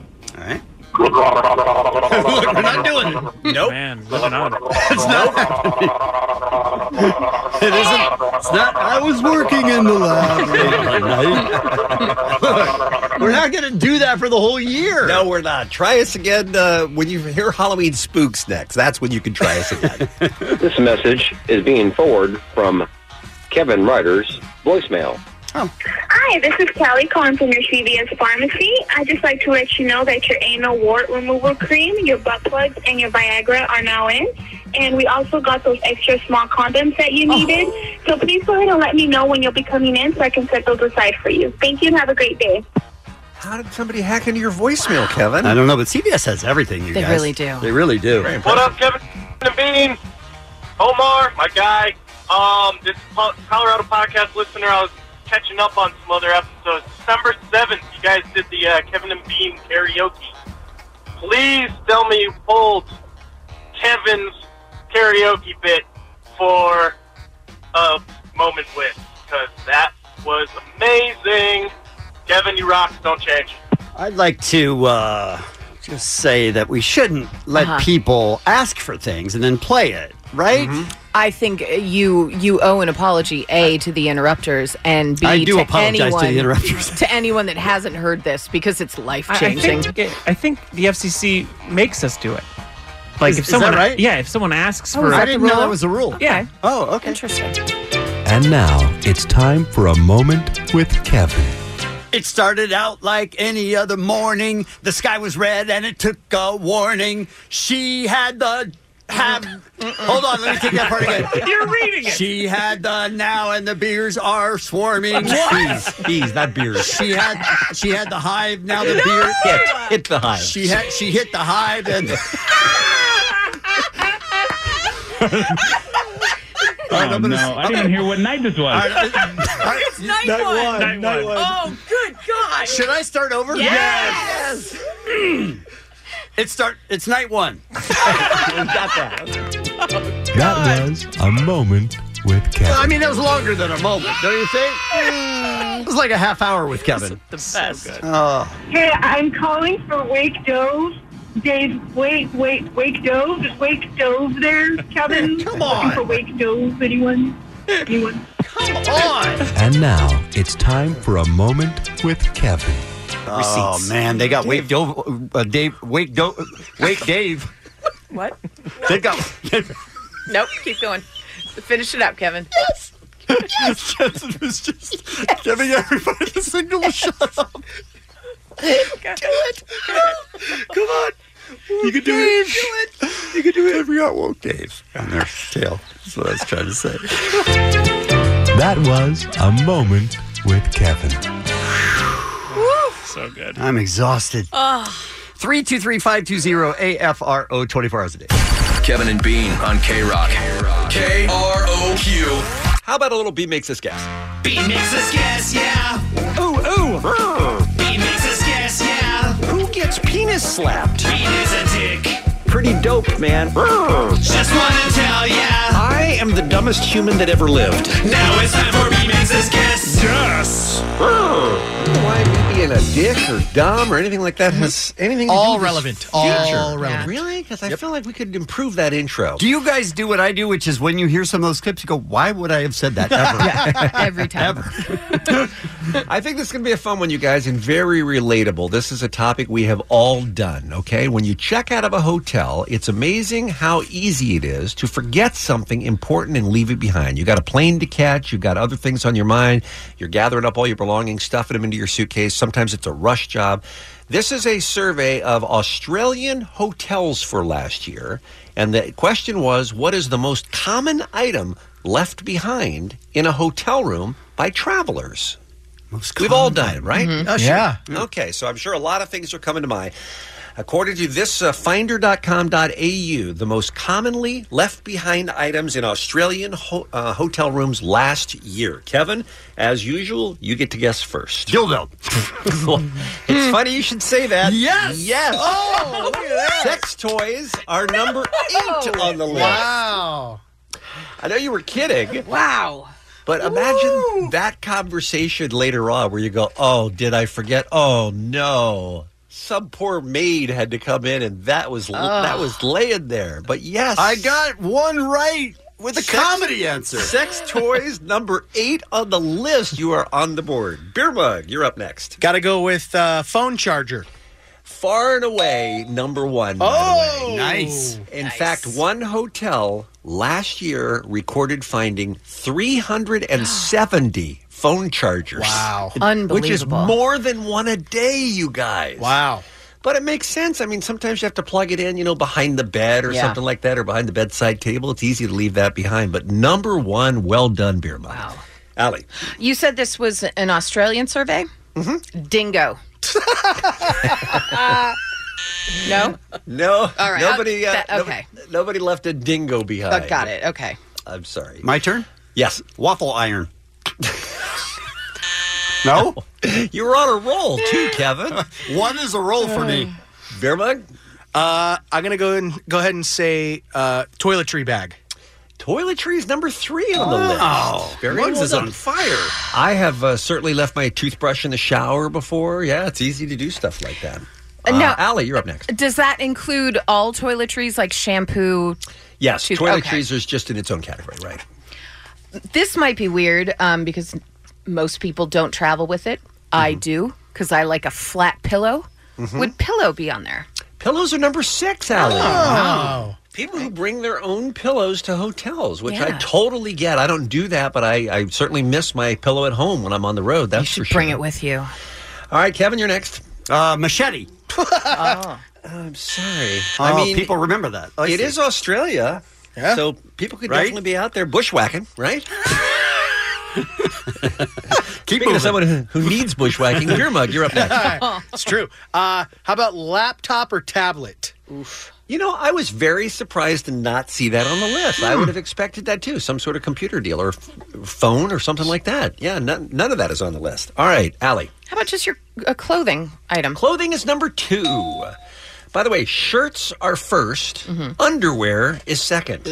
Speaker 9: right.
Speaker 17: Look, we're not
Speaker 9: doing it. Nope.
Speaker 4: Man, living on.
Speaker 9: it's not happening. it isn't. It's not. I was working in the lab late at night. Look, we're not going to do that for the whole year.
Speaker 10: No, we're not. Try us again uh, when you hear Halloween spooks next. That's when you can try us again.
Speaker 6: This message is being forwarded from Kevin Ryder's voicemail.
Speaker 7: Hi, this is Callie calling from your CVS pharmacy. I just like to let you know that your anal wart removal cream, your butt plugs, and your Viagra are now in. And we also got those extra small condoms that you needed. So please go ahead and let me know when you'll be coming in so I can set those aside for you. Thank you and have a great day.
Speaker 10: How did somebody hack into your voicemail, Kevin?
Speaker 9: I don't know, but CBS has everything. You
Speaker 7: They
Speaker 9: guys.
Speaker 7: really do.
Speaker 9: They really do.
Speaker 20: What up, Kevin and Bean? Omar, my guy. Um, this is Po- Colorado podcast listener. I was catching up on some other episodes. December seventh, you guys did the uh, Kevin and Bean karaoke. Please tell me you pulled Kevin's karaoke bit for a moment with because that was amazing. Kevin, you rock. Don't change.
Speaker 9: I'd like to uh, just say that we shouldn't let
Speaker 5: Uh-huh.
Speaker 9: people ask for things and then play it, right?
Speaker 5: Mm-hmm. I think you you owe an apology a to the interrupters and b
Speaker 9: I do
Speaker 5: to
Speaker 9: apologize to
Speaker 5: anyone
Speaker 9: the interrupters.
Speaker 5: to anyone that hasn't heard this because it's life
Speaker 4: I, I
Speaker 5: changing.
Speaker 4: think, I think the FCC makes us do it. Like
Speaker 9: Is-
Speaker 4: if
Speaker 9: is that
Speaker 4: someone,
Speaker 9: right?
Speaker 4: yeah, if someone asks
Speaker 9: Oh,
Speaker 4: for,
Speaker 9: is that
Speaker 4: it-
Speaker 9: the I didn't know rule? that was a rule.
Speaker 4: Yeah.
Speaker 9: Oh, okay.
Speaker 5: Interesting.
Speaker 7: And now it's time for a moment with Kevin.
Speaker 9: It started out like any other morning. The sky was red and it took a warning. She had the have. Hold on, let me take that part again.
Speaker 4: You're reading it.
Speaker 9: She had the now and the beers are swarming.
Speaker 15: What?
Speaker 9: Bees, bees, not beers. She had she had the hive. Now the beer hit, hit the hive. She had she hit the hive and.
Speaker 17: Oh, no. I didn't even hear what night this was.
Speaker 9: it's night,
Speaker 17: one. Night one.
Speaker 9: Oh, good God. Should I start over?
Speaker 15: Yes.
Speaker 9: Mm. It start. It's night one. Got that.
Speaker 7: That was a moment with Kevin.
Speaker 9: I mean, that was longer than a moment, don't you think? It was like a half hour with Kevin. The best. Oh,
Speaker 21: Hey, I'm calling for Wake Dove. Dave, wait, wait, Wake Dove. Is Wake Dove there, Kevin? Come on. for Wake Dove, anyone? Anyone? Come on.
Speaker 7: And now it's time for a moment with Kevin.
Speaker 9: oh man, they got Wake Dove, uh, Dave, Wake Dove, Wake Dave.
Speaker 5: What?
Speaker 9: They got.
Speaker 5: Nope. Keep going. Finish it up, Kevin. Yes.
Speaker 9: Yes. it was just giving everybody a signal to shut up.
Speaker 15: Do it. Come on. You can do it. Do it. You can do it.
Speaker 9: Every got woke Dave on their tail. That's what I was trying to say.
Speaker 7: That was a moment with Kevin.
Speaker 9: So good. I'm exhausted.
Speaker 15: Oh.
Speaker 9: 323 520 AFRO 24 hours a day.
Speaker 22: Kevin and Bean on K Rock. K R O Q.
Speaker 12: How about a little B makes us guess?
Speaker 15: B makes us guess, yeah. Ooh,
Speaker 10: Oh,
Speaker 15: ooh. B makes us guess, yeah. Who gets penis slapped? Bean is a dick.
Speaker 10: Pretty dope, man.
Speaker 15: Just
Speaker 22: Oh.
Speaker 15: wanna tell ya.
Speaker 10: I am the dumbest human that ever lived.
Speaker 15: Now it's time for B makes us guess. Yes.
Speaker 10: Why me being a dick or dumb or anything like that has anything to do
Speaker 9: All
Speaker 10: with
Speaker 9: relevant.
Speaker 10: this
Speaker 9: All
Speaker 10: future.
Speaker 9: relevant.
Speaker 10: Really? Because I feel like we could improve that intro.
Speaker 9: Do you guys do what I do, which is when you hear some of those clips, you go, why would I have said that ever?
Speaker 5: Every time.
Speaker 10: I think this is going to be a fun one, you guys, and very relatable. This is a topic we have all done, okay? When you check out of a hotel, it's amazing how easy it is to forget something important and leave it behind. You got a plane to catch, you've got other things on your mind, you're gathering up all your belongings, stuffing them into your suitcase. Sometimes it's a rush job. This is a survey of Australian hotels for last year, and the question was what is the most common item left behind in a hotel room by travelers? We've all done it, right?
Speaker 15: Mhm. Oh, sure. Yeah.
Speaker 10: Okay, so I'm sure a lot of things are coming to mind. According to this uh, finder.com.au, the most commonly left behind items in Australian ho- uh, hotel rooms last year. Kevin, as usual, you get to guess first.
Speaker 9: Dildo.
Speaker 10: it's funny you should say that.
Speaker 15: Yes.
Speaker 10: Yes.
Speaker 15: Oh, look at that.
Speaker 10: Sex toys are number eight on the list.
Speaker 15: Wow.
Speaker 10: I know you were kidding.
Speaker 5: Wow.
Speaker 10: But imagine that conversation later on where you go, Oh, did I forget? Oh no. Some poor maid had to come in and that was that
Speaker 9: Ugh.
Speaker 10: was laying there. But yes.
Speaker 9: I got one right with a comedy answer.
Speaker 10: Sex toys number eight on the list. You are on the board. Beer mug, you're up next.
Speaker 23: Got to go with uh, phone charger.
Speaker 10: Far and away, number one. by the way.
Speaker 23: Oh, Nice.
Speaker 10: In fact, one hotel last year recorded finding 370 phone chargers. Wow. Which is
Speaker 5: Unbelievable.
Speaker 10: more than one a day, you guys. Wow. But it makes sense. I mean, sometimes you have to plug it in, you know, behind the bed or
Speaker 5: Yeah.
Speaker 10: something like that, or behind the bedside table. It's easy to leave that behind. But number one, well done, Beer Mug. Wow. Allie.
Speaker 5: You said this was an Australian survey. Mm-hmm. Dingo. Uh, no.
Speaker 10: No.
Speaker 5: All right,
Speaker 10: Nobody,
Speaker 5: I'll-
Speaker 10: uh,
Speaker 5: that-
Speaker 10: no-
Speaker 5: okay.
Speaker 10: nobody left a dingo behind.
Speaker 5: Oh, got it. Okay.
Speaker 10: I'm sorry.
Speaker 9: My turn?
Speaker 10: Yes.
Speaker 9: Waffle iron. no?
Speaker 10: You were on a roll too, Kevin.
Speaker 9: One is a roll for me.
Speaker 10: Beer mug?
Speaker 23: Uh, I'm gonna go and go ahead and say uh, toiletry bag.
Speaker 10: Toiletry is number three on the
Speaker 13: Oh.
Speaker 10: list.
Speaker 9: Wow.
Speaker 10: Very
Speaker 9: Mugs
Speaker 10: well
Speaker 9: is
Speaker 10: done.
Speaker 9: on fire.
Speaker 10: I have uh, certainly left my toothbrush in the shower before. Yeah, it's easy to do stuff like that.
Speaker 5: Uh,
Speaker 10: Uh,
Speaker 5: now-
Speaker 10: Allie, you're up next.
Speaker 5: Does that include all toiletries like shampoo?
Speaker 10: Yes,
Speaker 5: Tooth-
Speaker 10: toiletries is just in its own category, right?
Speaker 5: This might be weird um, because most people don't travel with it.
Speaker 10: Mm-hmm.
Speaker 5: I do because I like a flat pillow.
Speaker 10: Mhm.
Speaker 5: Would Oh. pillow be on there?
Speaker 10: Pillows are number six, Allie. People who bring their own pillows to hotels, which I
Speaker 5: Yeah.
Speaker 10: totally get. I don't do that, but I, I certainly miss my pillow at home when I'm on the road. That's for sure.
Speaker 5: Bring it with you.
Speaker 10: All right, Kevin, you're next.
Speaker 9: Uh, machete.
Speaker 10: Oh. I'm sorry.
Speaker 9: Oh, people remember that. I
Speaker 10: it
Speaker 9: see.
Speaker 10: is Australia. So people could
Speaker 9: Right?
Speaker 10: definitely be out there bushwhacking, right? Keep
Speaker 9: moving.
Speaker 10: of someone who, who needs bushwhacking, beer mug, you're up next.
Speaker 2: it's true. Uh, how about laptop or tablet?
Speaker 10: You know, I was very surprised to not see that on the list.
Speaker 9: Hmm.
Speaker 10: I would have expected that too, some sort of computer deal or f- phone or something like that. Yeah, none, none of that is on the list. All right, Allie.
Speaker 5: How about just your a clothing item?
Speaker 10: Clothing is number two. By the way, shirts are 1st underwear is second.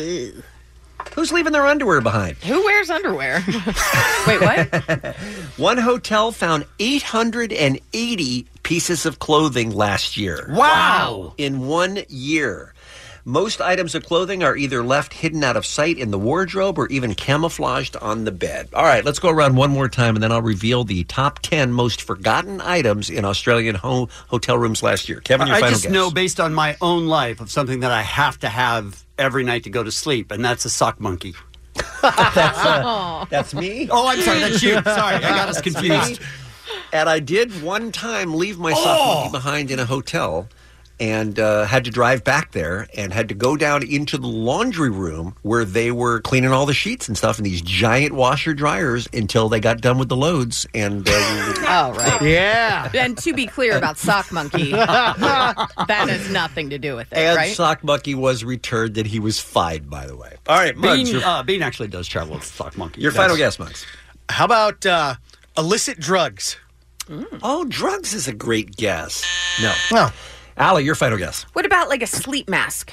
Speaker 10: Who's leaving their underwear behind?
Speaker 5: Who wears underwear? Wait, what?
Speaker 10: One hotel found 880 pieces of clothing last year.
Speaker 9: Wow.
Speaker 10: In one year. Most items of clothing are either left hidden out of sight in the wardrobe or even camouflaged on the bed. All right, let's go around one more time and then I'll reveal the top 10 most forgotten items in Australian home, hotel rooms last year. Kevin, your
Speaker 9: I
Speaker 10: final
Speaker 9: just
Speaker 10: guess.
Speaker 9: know based on my own life of something that I have to have every night to go to sleep, and that's a sock monkey.
Speaker 5: uh,
Speaker 10: That's me.
Speaker 9: Oh, I'm sorry, that's you. Sorry, I got us
Speaker 10: That's
Speaker 9: confused.
Speaker 10: me. And I did one time leave my sock
Speaker 9: Oh.
Speaker 10: monkey behind in a hotel and uh, had to drive back there and had to go down into the laundry room where they were cleaning all the sheets and stuff in these giant washer dryers until they got done with the loads. And uh, we-
Speaker 5: Oh, right.
Speaker 10: Yeah.
Speaker 5: And to be clear about Sock Monkey, that has nothing to do with it,
Speaker 10: and
Speaker 5: right?
Speaker 10: sock monkey was returned and he was fined, by the way. All right,
Speaker 9: Bean,
Speaker 10: Muggs, your,
Speaker 9: uh, Bean actually does travel with sock monkey.
Speaker 10: your
Speaker 9: Yes.
Speaker 10: final guess, Muggs.
Speaker 2: How about uh, illicit drugs?
Speaker 10: Oh, drugs is a great guess. No. No. Allie, your final guess.
Speaker 5: What about like a sleep mask?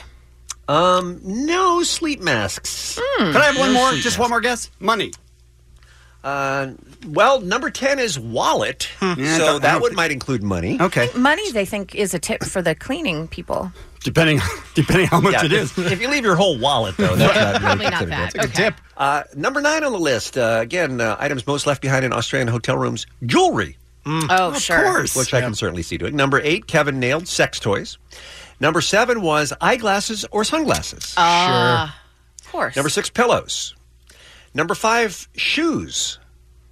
Speaker 10: Um, no sleep masks.
Speaker 5: Hmm.
Speaker 9: Can I have one
Speaker 10: No
Speaker 9: more?
Speaker 10: sleep
Speaker 9: Just one more guess. Money.
Speaker 10: Uh, well, number ten is wallet,
Speaker 9: Hmm. Yeah, I
Speaker 10: so
Speaker 9: don't- I
Speaker 10: that
Speaker 9: don't
Speaker 10: would might include money.
Speaker 9: Okay,
Speaker 5: Money, they think, is a tip for the cleaning people.
Speaker 9: depending depending how much
Speaker 10: Yeah,
Speaker 9: it is.
Speaker 10: If you leave your whole wallet, though, that's not
Speaker 5: Probably
Speaker 10: really
Speaker 5: not
Speaker 10: considered.
Speaker 5: bad.
Speaker 10: That's a good
Speaker 5: Okay.
Speaker 10: tip. Uh, number nine on the list. Uh, again, uh, items most left behind in Australian hotel rooms: jewelry.
Speaker 5: Oh, Of sure. course.
Speaker 10: which I can certainly see doing. Number eight, Kevin nailed sex toys. Number seven was eyeglasses or sunglasses.
Speaker 5: Ah, Of course.
Speaker 10: Number six, pillows. Number five, shoes,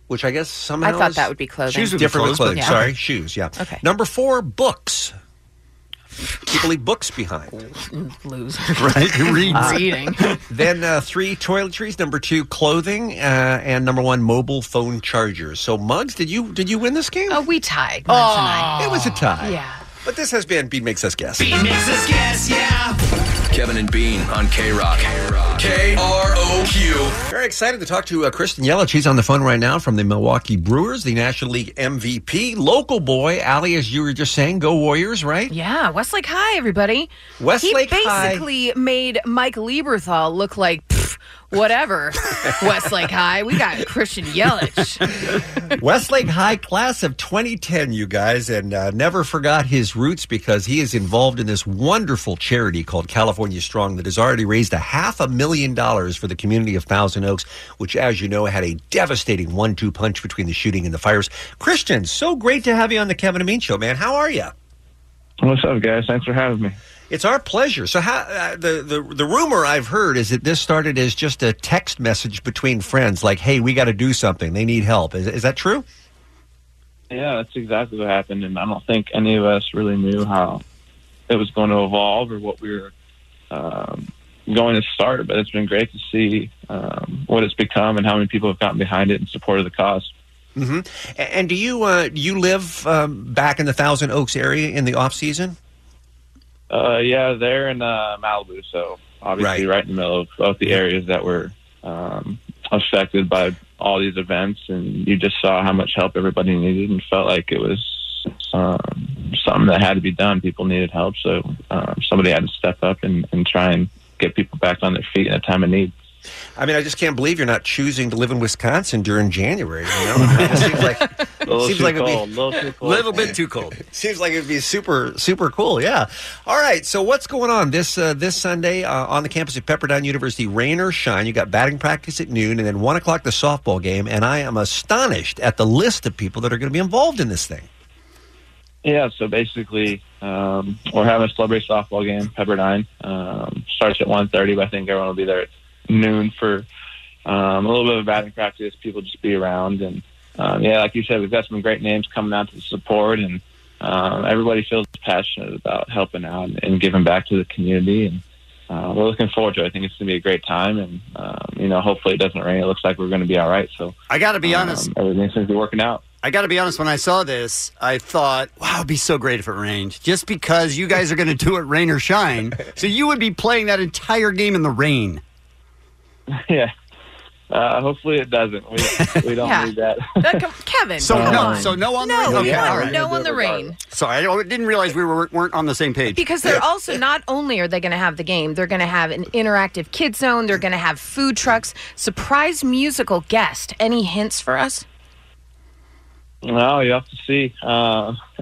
Speaker 10: which I guess somehow
Speaker 5: I thought
Speaker 10: is-
Speaker 5: that would be clothing.
Speaker 10: Shoes would
Speaker 5: Different
Speaker 10: be
Speaker 5: with
Speaker 10: clothes,
Speaker 5: clothing.
Speaker 10: Sorry,
Speaker 5: Yeah.
Speaker 10: shoes. Yeah.
Speaker 5: Okay.
Speaker 10: Number four, books. People leave books behind.
Speaker 5: Losers.
Speaker 10: Right, who reads?
Speaker 5: Mm, Reading.
Speaker 10: then uh, three toiletries. Number two, clothing, uh, and number one, mobile phone chargers. So, Muggs, did you did you win this game?
Speaker 5: Oh, we tied.
Speaker 10: Ah. it was a tie.
Speaker 5: Yeah.
Speaker 10: But this has been Bean makes us guess.
Speaker 22: guess, yeah. Kevin and Bean on K Rock. K R O Q.
Speaker 10: Very excited to talk to uh, Kristen Yelich. She's on the phone right now from the Milwaukee Brewers, the National League MVP, local boy. Ali, as you were just saying, go Warriors, right?
Speaker 5: Yeah, Westlake High, everybody.
Speaker 10: Westlake
Speaker 5: he
Speaker 10: High.
Speaker 5: basically made Mike Lieberthal look like pff, whatever. Westlake High, we got Christian Yelich.
Speaker 10: Westlake High class of 2010, you guys, and uh, never forgot his roots because he is involved in this wonderful charity called California Strong that has already raised a half a million dollars for the community of Thousand Oaks, which, as you know, had a devastating one two punch between the shooting and the fires. Christian, so great to have you on the Kevin and Bean Show, man. How are you?
Speaker 17: What's up, guys? Thanks for having me.
Speaker 10: It's our pleasure. So, how, uh, the, the the rumor I've heard is that this started as just a text message between friends, like, "Hey, we got to do something. They need help." Is, is that true?
Speaker 17: Yeah, that's exactly what happened, and I don't think any of us really knew how it was going to evolve or what we were um, going to start. But it's been great to see um, what it's become and how many people have gotten behind it in support of the cause.
Speaker 10: hmm And do you uh, do you live um, back in the Thousand Oaks area in the off season?
Speaker 17: Uh, yeah, they're in uh, Malibu, so obviously right. in the middle of both the areas that were um, affected by all these events, and you just saw how much help everybody needed, and felt like it was um, something that had to be done. People needed help, so um, somebody had to step up and, and try and get people back on their feet in a time of need.
Speaker 10: I mean, I just can't believe you're not choosing to live in Wisconsin during January. You know, it seems like seems like it'd be
Speaker 9: little bit too cold.
Speaker 10: Seems like it'd be super, super cool. Yeah. All right. So what's going on this uh, this Sunday uh, on the campus of Pepperdine University? Rain or shine, you got batting practice at noon, and then one o'clock the softball game. And I am astonished at the list of people that are going to be involved in this thing.
Speaker 17: Yeah, so basically, um, we're having a celebrity softball game, Pepperdine. Um, starts at 1.30, but I think everyone will be there at noon for um, a little bit of batting practice. People just be around. And, um, yeah, like you said, we've got some great names coming out to support, and um, everybody feels passionate about helping out and giving back to the community. And uh, we're looking forward to it. I think it's going to be a great time. And, um, you know, hopefully it doesn't rain. It looks like we're going to be all right. So
Speaker 9: I got to be honest.
Speaker 17: Everything seems to be working out.
Speaker 9: I got to be honest, when I saw this, I thought, wow, it'd be so great if it rained. Just because you guys are going to do it rain or shine. So you would be playing that entire game in the rain.
Speaker 17: Yeah. Uh, hopefully it doesn't. We, we don't
Speaker 5: Yeah.
Speaker 17: need that.
Speaker 5: That com- Kevin,
Speaker 9: So
Speaker 5: come
Speaker 9: no,
Speaker 5: on.
Speaker 9: so no on the
Speaker 5: no,
Speaker 9: rain? Okay,
Speaker 5: no,
Speaker 9: all right.
Speaker 5: no on the rain.
Speaker 9: Sorry, I don't- didn't realize we were, weren't on the same page.
Speaker 5: Because they're also not only are they going to have the game, they're going to have an interactive kid zone. They're going to have food trucks, surprise musical guest. Any hints for us?
Speaker 17: No, you have to see. Um,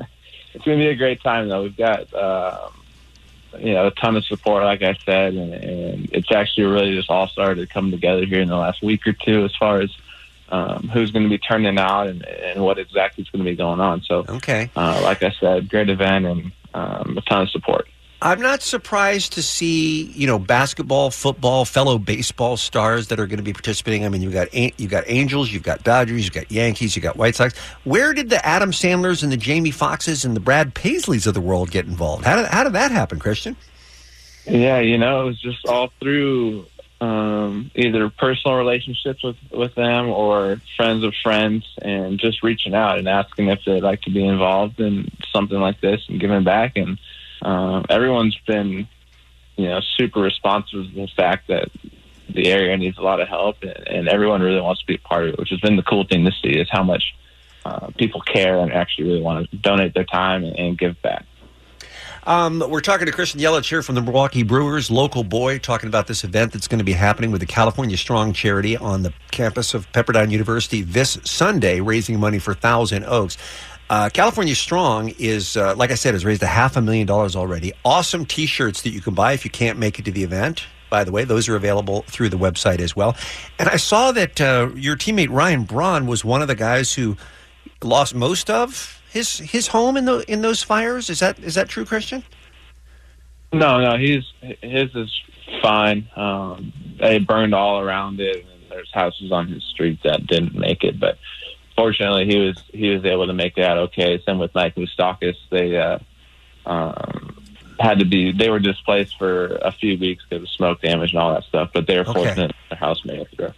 Speaker 17: it's going to be a great time, though. We've got um, you know a ton of support, like I said, and, and it's actually really just all started to come together here in the last week or two, as far as um, who's going to be turning out and, and what exactly is going to be going on. So,
Speaker 10: okay,
Speaker 17: uh, like I said, great event and um, a ton of support.
Speaker 10: I'm not surprised to see you know basketball, football, fellow baseball stars that are going to be participating. I mean, you got An- you got Angels, you've got Dodgers, you've got Yankees, you got White Sox. Where did the Adam Sandlers and the Jamie Foxes and the Brad Paisleys of the world get involved? How did how did that happen, Christian?
Speaker 17: Yeah, you know, it was just all through um, either personal relationships with with them or friends of friends, and just reaching out and asking if they'd like to be involved in something like this and giving back. And um, everyone's been, you know, super responsive to the fact that the area needs a lot of help, and, and everyone really wants to be a part of it, which has been the cool thing to see is how much uh, people care and actually really want to donate their time and, and give back.
Speaker 10: Um, we're talking to Christian Yelich here from the Milwaukee Brewers, local boy, talking about this event that's going to be happening with the California Strong Charity on the campus of Pepperdine University this Sunday, raising money for Thousand Oaks. Uh, California Strong is, uh, like I said, has raised a half a million dollars already. Awesome t shirts that you can buy if you can't make it to the event. By the way, those are available through the website as well. And I saw that uh, your teammate Ryan Braun was one of the guys who lost most of his his home in the in those fires. Is that is that true, Christian?
Speaker 17: No, no, he's his is fine. Um, they burned all around it, and there's houses on his street that didn't make it. But fortunately, he was he was able to make it out okay. Same with Mike Moustakis. They uh, um, had to be they were displaced for a few weeks because of smoke damage and all that stuff. But they were
Speaker 10: Okay.
Speaker 17: fortunate their house made it through.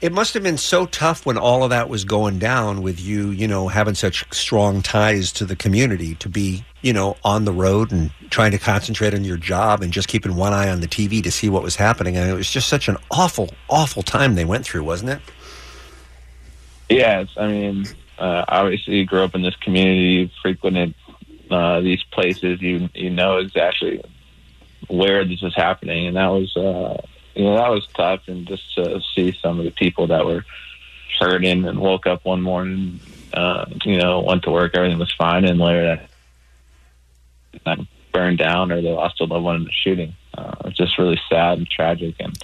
Speaker 10: It must have been so tough when all of that was going down with you, you know, having such strong ties to the community to be, you know, on the road and trying to concentrate on your job and just keeping one eye on the TV to see what was happening. And it was just such an awful, awful time they went through, wasn't it?
Speaker 17: Yes, I mean, uh, obviously, you grew up in this community, you frequented uh, these places, you you know exactly where this is happening, and that was uh, you know that was tough, and just to see some of the people that were hurting and woke up one morning, uh, you know, went to work, everything was fine, and later that, that burned down or they lost a loved one in the shooting. Uh, it's just really sad and tragic, and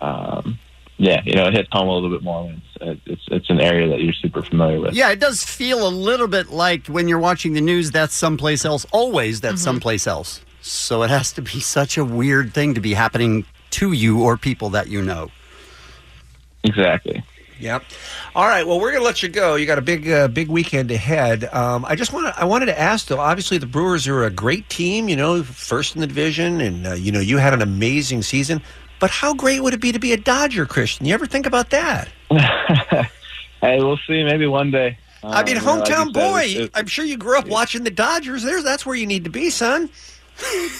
Speaker 17: um, yeah, you know, it hits home a little bit more when it's, it's it's an area that you're super familiar with.
Speaker 9: Yeah, it does feel a little bit like when you're watching the news, that's someplace else. Always that's someplace else. So it has to be such a weird thing to be happening to you or people that you know.
Speaker 17: Exactly.
Speaker 10: Yep. All right. Well, we're going to let you go. You got a big, uh, big weekend ahead. Um, I just want to, I wanted to ask though. Obviously, the Brewers are a great team. You know, first in the division, and uh, you know, you had an amazing season. But how great would it be to be a Dodger, Christian? You ever think about that?
Speaker 17: Hey, we'll see. Maybe one day.
Speaker 10: I mean,
Speaker 17: Um, you know, like you
Speaker 10: hometown
Speaker 17: said,
Speaker 10: boy.
Speaker 17: it's- it's-
Speaker 10: I'm sure you grew up watching the Dodgers. There's that's where you need to be, son.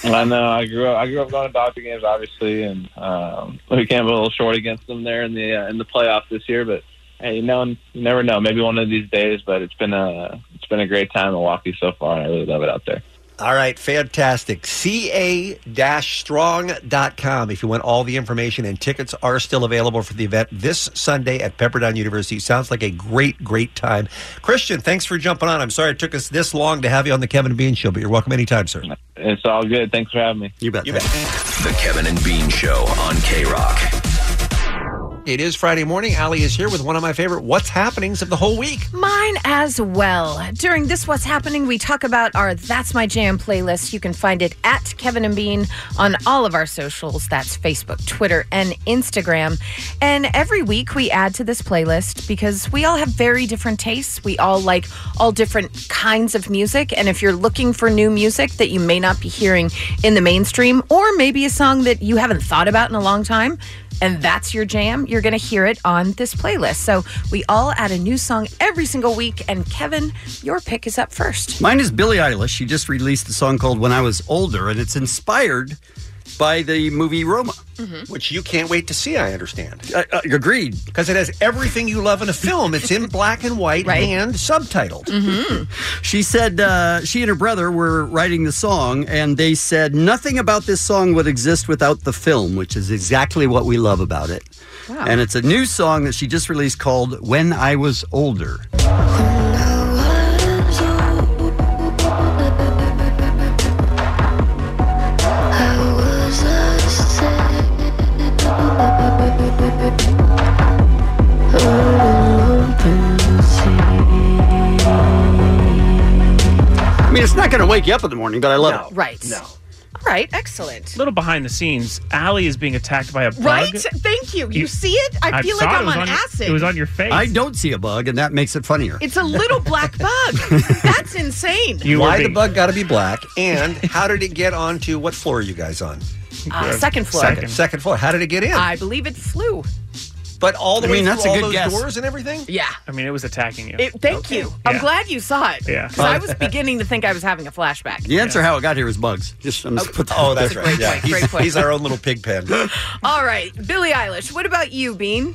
Speaker 17: I know. I grew up. I grew up going to Dodger games, obviously, and um, we came up a little short against them there in the uh, in the playoffs this year. But hey, you know, you never know. Maybe one of these days. But it's been a it's been a great time in Milwaukee so far, and I really love it out there.
Speaker 10: All right, fantastic. ca-strong.com if you want all the information and tickets are still available for the event this Sunday at Pepperdine University. Sounds like a great great time. Christian, thanks for jumping on. I'm sorry it took us this long to have you on the Kevin and Bean show, but you're welcome anytime, sir.
Speaker 17: It's all good. Thanks for having me.
Speaker 10: You bet. You bet.
Speaker 22: The Kevin and Bean Show on K Rock.
Speaker 10: It is Friday morning. Ali is here with one of my favorite what's happenings of the whole week.
Speaker 5: Mine as well. During this What's Happening, we talk about our That's My Jam playlist. You can find it at Kevin and Bean on all of our socials. That's Facebook, Twitter, and Instagram. And every week we add to this playlist because we all have very different tastes. We all like all different kinds of music. And if you're looking for new music that you may not be hearing in the mainstream, or maybe a song that you haven't thought about in a long time, and that's your jam, you're going to hear it on this playlist. So we all add a new song every single week. And Kevin, your pick is up first.
Speaker 9: Mine is Billie Eilish. She just released a song called When I Was Older, and it's inspired by the movie Roma.
Speaker 10: Which you can't wait to see, I understand.
Speaker 9: Uh, uh, agreed.
Speaker 10: Because it has everything you love in a film. It's in black and white and subtitled.
Speaker 9: she said uh, she and her brother were writing the song, and they said nothing about this song would exist without the film, which is exactly what we love about it.
Speaker 24: Wow.
Speaker 9: And it's a new song that she just released called When I Was Older. I mean, it's not going to wake you up in the morning, but I love it.
Speaker 5: Right. No. All right, excellent.
Speaker 4: A little behind the scenes, Allie is being attacked by a bug.
Speaker 5: Right? Thank you. You,
Speaker 4: You-
Speaker 5: see it? I, feel like I'm
Speaker 4: saw it. It was
Speaker 5: on,
Speaker 4: your-
Speaker 5: acid.
Speaker 4: it was on your face.
Speaker 9: I don't see a bug, and that makes it funnier.
Speaker 5: It's a little black bug. That's insane.
Speaker 10: Why the bug got to be black? And how did it get onto what floor are you guys on?
Speaker 5: Uh, second floor.
Speaker 10: Second, second floor. How did it get in?
Speaker 5: I believe it flew.
Speaker 10: but all the
Speaker 4: I
Speaker 10: way
Speaker 4: mean,
Speaker 10: through
Speaker 4: that's a
Speaker 10: all
Speaker 4: good
Speaker 10: those
Speaker 4: guess.
Speaker 10: doors and everything.
Speaker 5: Yeah.
Speaker 4: I mean, it was attacking you.
Speaker 5: It, thank you. I'm
Speaker 4: Yeah.
Speaker 5: glad you saw it.
Speaker 4: Yeah.
Speaker 5: Because I was beginning to think I was having a flashback.
Speaker 9: The answer how it got here is bugs. Just, I'm just put that
Speaker 10: Oh,
Speaker 9: out
Speaker 10: that's
Speaker 9: there.
Speaker 10: right. Yeah,
Speaker 5: great
Speaker 10: he's,
Speaker 5: point.
Speaker 10: he's our own little pig pen.
Speaker 5: All right, Billie Eilish. What about you, Bean?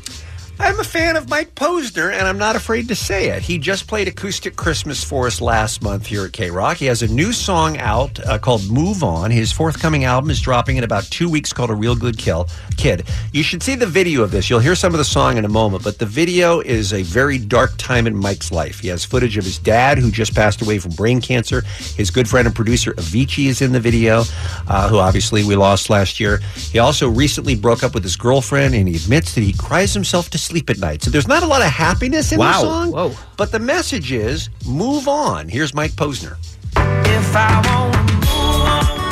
Speaker 10: I'm a fan of Mike Posner, and I'm not afraid to say it. He just played Acoustic Christmas for us last month here at K Rock. He has a new song out uh, called Move On. His forthcoming album is dropping in about two weeks called A Real Good Kill Kid. You should see the video of this. You'll hear some of the song in a moment, but the video is a very dark time in Mike's life. He has footage of his dad, who just passed away from brain cancer. His good friend and producer Avicii is in the video, uh, who obviously we lost last year. He also recently broke up with his girlfriend, and he admits that he cries himself to sleep at night. So there's not a lot of happiness in the
Speaker 15: Wow.
Speaker 10: song. But the message is move on. Here's Mike Posner.
Speaker 15: If I won't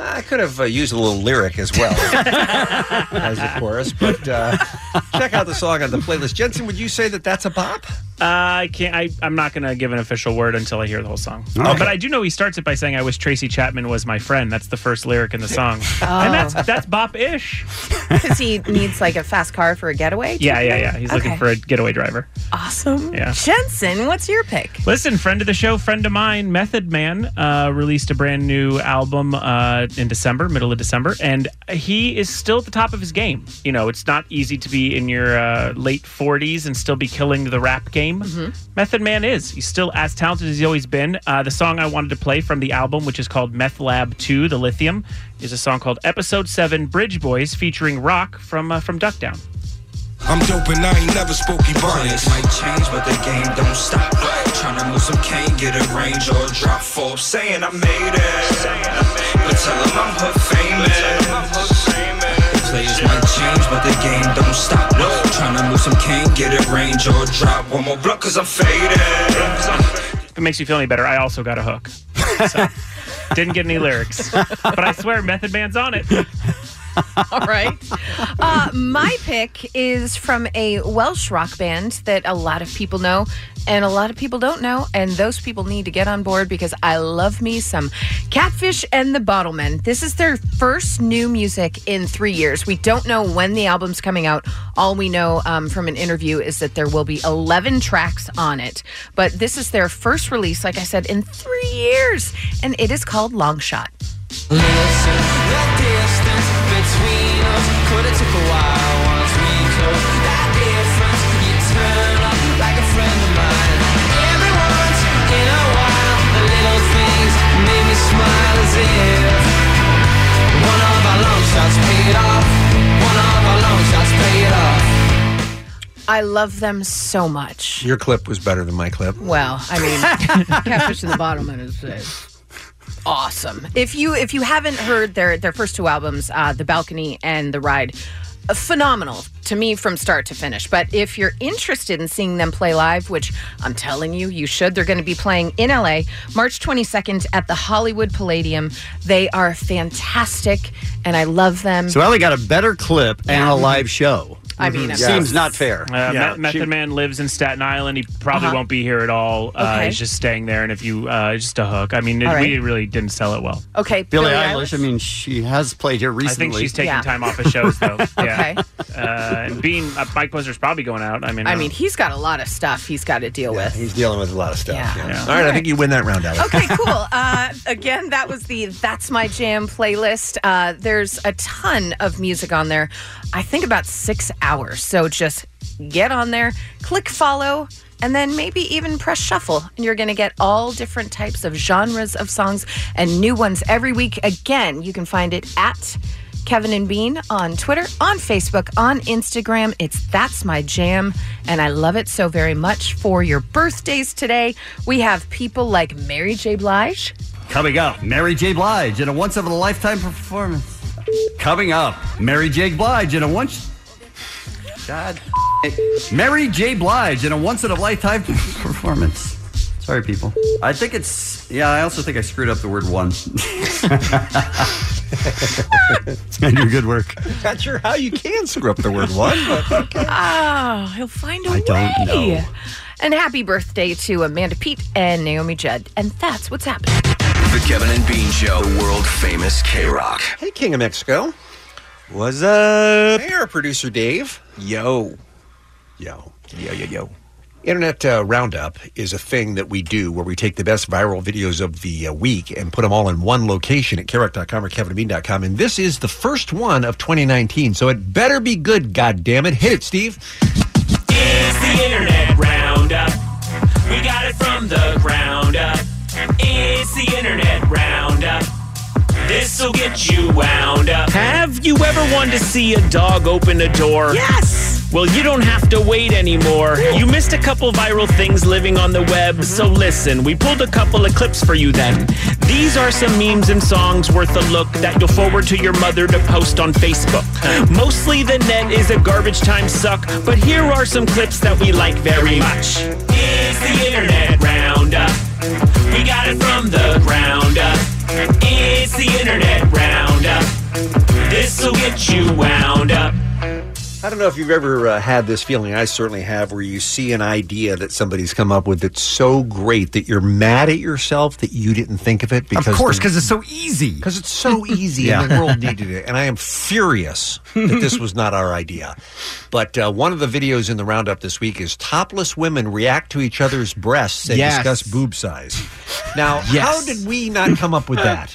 Speaker 10: I could have uh, used a little lyric as well as a chorus, but uh, check out the song on the playlist. Jensen, would you say that that's a bop?
Speaker 4: Uh, I can't. I, I'm not going to give an official word until I hear the whole song. Uh, But I do know he starts it by saying, "I wish Tracy Chapman was my friend." That's the first lyric in the song,
Speaker 5: Oh.
Speaker 4: and that's that's bop-ish.
Speaker 5: Because he needs like a fast car for a getaway. type
Speaker 4: Yeah, yeah,
Speaker 5: thing?
Speaker 4: yeah. He's
Speaker 5: Okay.
Speaker 4: looking for a getaway driver.
Speaker 5: awesome.
Speaker 4: Yeah.
Speaker 5: Jensen, what's your pick?
Speaker 4: Listen, friend of the show, friend of mine, Method Man, uh, released a brand new album uh, in December, middle of December, and he is still at the top of his game. You know, it's not easy to be in your uh, late 40s and still be killing the rap game. Method Man is. He's still as talented as he's always been. Uh, the song I wanted to play from the album, which is called Meth Lab 2, The Lithium, is a song called Episode 7 Bridge Boys featuring Rock from, uh, from Duckdown.
Speaker 25: I'm dope and I ain't never spoke Ebonics. Might change, but the game don't stop. Tryna move some cane, get a range or a drop for saying I made it. But tell 'em I'm her famous. The players might change, but the game don't stop. Tryna move some cane, get a range or a drop. One more block, cause I'm faded.
Speaker 4: If it makes you feel any better, I also got a hook. So, didn't get any lyrics, but I swear Method Man's on it. Uh,
Speaker 5: All right. Uh, my pick is from a Welsh rock band that a lot of people know and a lot of people don't know. And those people need to get on board because I love me some Catfish and the Bottlemen. This is their first new music in three years. We don't know when the album's coming out. All we know um, from an interview is that there will be 11 tracks on it. But this is their first release, like I said, in three years. And it is called Long Shot.
Speaker 25: Listen, the distance between us could have took a while once we closed that difference. You turn up like a friend of mine. Every once in a while, the little things make me smile as if one of our long shots paid off. One of our long shots paid off.
Speaker 5: I love them so much.
Speaker 10: Your clip was better than my clip.
Speaker 5: Well, I mean, Catfish in the Bottlemen is uh, awesome. If you if you haven't heard their their first two albums, uh, The Balcony and The Ride, uh, phenomenal to me from start to finish. But if you're interested in seeing them play live, which I'm telling you, you should. They're going to be playing in LA March 22nd at the Hollywood Palladium. They are fantastic, and I love them.
Speaker 9: So Ellie got a better clip and a live show.
Speaker 5: I mean,
Speaker 9: Mhm.
Speaker 5: I'm-
Speaker 9: seems not fair.
Speaker 4: Uh, Me- Method Man lives in Staten Island. He probably
Speaker 5: Uh-huh.
Speaker 4: won't be here at all. Uh,
Speaker 5: Okay.
Speaker 4: He's just staying there. And if you, uh, it's just a hook. I mean, it,
Speaker 5: All right.
Speaker 4: we really didn't sell it well.
Speaker 5: okay,
Speaker 9: Billie Eilish. I mean, she has played here recently.
Speaker 4: I think she's taking time off of shows, though. yeah. Uh, and being uh, Mike Buzzer's probably going out. I mean,
Speaker 9: uh,
Speaker 5: I mean, he's got a lot of stuff he's got to deal with.
Speaker 10: He's dealing with a lot of stuff.
Speaker 5: Yeah.
Speaker 10: yeah. All right, I think you win that round, Alex.
Speaker 5: Okay, cool. Uh, again, that was the That's My Jam playlist. Uh, there's a ton of music on there. I think about six hours. So just get on there, click follow, and then maybe even press shuffle. And you're going to get all different types of genres of songs and new ones every week. Again, you can find it at Kevin and Bean on Twitter, on Facebook, on Instagram. It's That's My Jam, and I love it so very much. For your birthdays today, we have people like Mary J. Blige.
Speaker 9: Coming up, Mary J. Blige in a once of a lifetime performance. Coming up, Mary J. Blige in a once. God. it. Mary J. Blige in a once in a lifetime performance. Sorry, people. I think it's. Yeah, I also think I screwed up the word one. I do good work.
Speaker 10: Not sure how you can screw up the word one. but-
Speaker 5: Oh, he'll find a way.
Speaker 10: don't know.
Speaker 5: And happy birthday to Amanda Pete and Naomi Judd. And that's what's happening.
Speaker 22: The Kevin and Bean Show, the world famous K Rock.
Speaker 10: Hey, King of Mexico. What's up? Hey, our producer Dave. Yo. Yo. Yo, yo, yo. Internet uh, Roundup is a thing that we do where we take the best viral videos of the uh, week and put them all in one location at KROC.com or KevinAmine.com. And this is the first one of 2019, so it better be good, God damn it! Hit it, Steve.
Speaker 25: It's the internet roundup. We got it from the ground up. It's the internet roundup. This'll get you wound up.
Speaker 4: Have you ever wanted to see a dog open a door? Yes! Well, you don't have to wait anymore. You missed a couple viral things living on the
Speaker 25: Mm-hmm.
Speaker 4: web, so listen, we pulled a couple of clips for you then. These are some memes and songs worth a look that you'll forward to your mother to post on Facebook. Mostly the net is a garbage time suck, but here are some clips that we like very much.
Speaker 25: It's the internet roundup. We got it from the ground up. It's the internet roundup. This'll get you wound up.
Speaker 10: I don't know if you've ever uh, had this feeling. I certainly have, where you see an idea that somebody's come up with that's so great that you're mad at yourself that you didn't think of it. Because
Speaker 9: of course,
Speaker 10: the-
Speaker 9: because it's so easy.
Speaker 10: Because it's so easy and the world needed it. And I am furious that this was not our idea. But uh, one of the videos in the roundup this week is topless women react to each other's breasts and
Speaker 15: Yes.
Speaker 10: discuss boob size. Now, how did we not come up with that?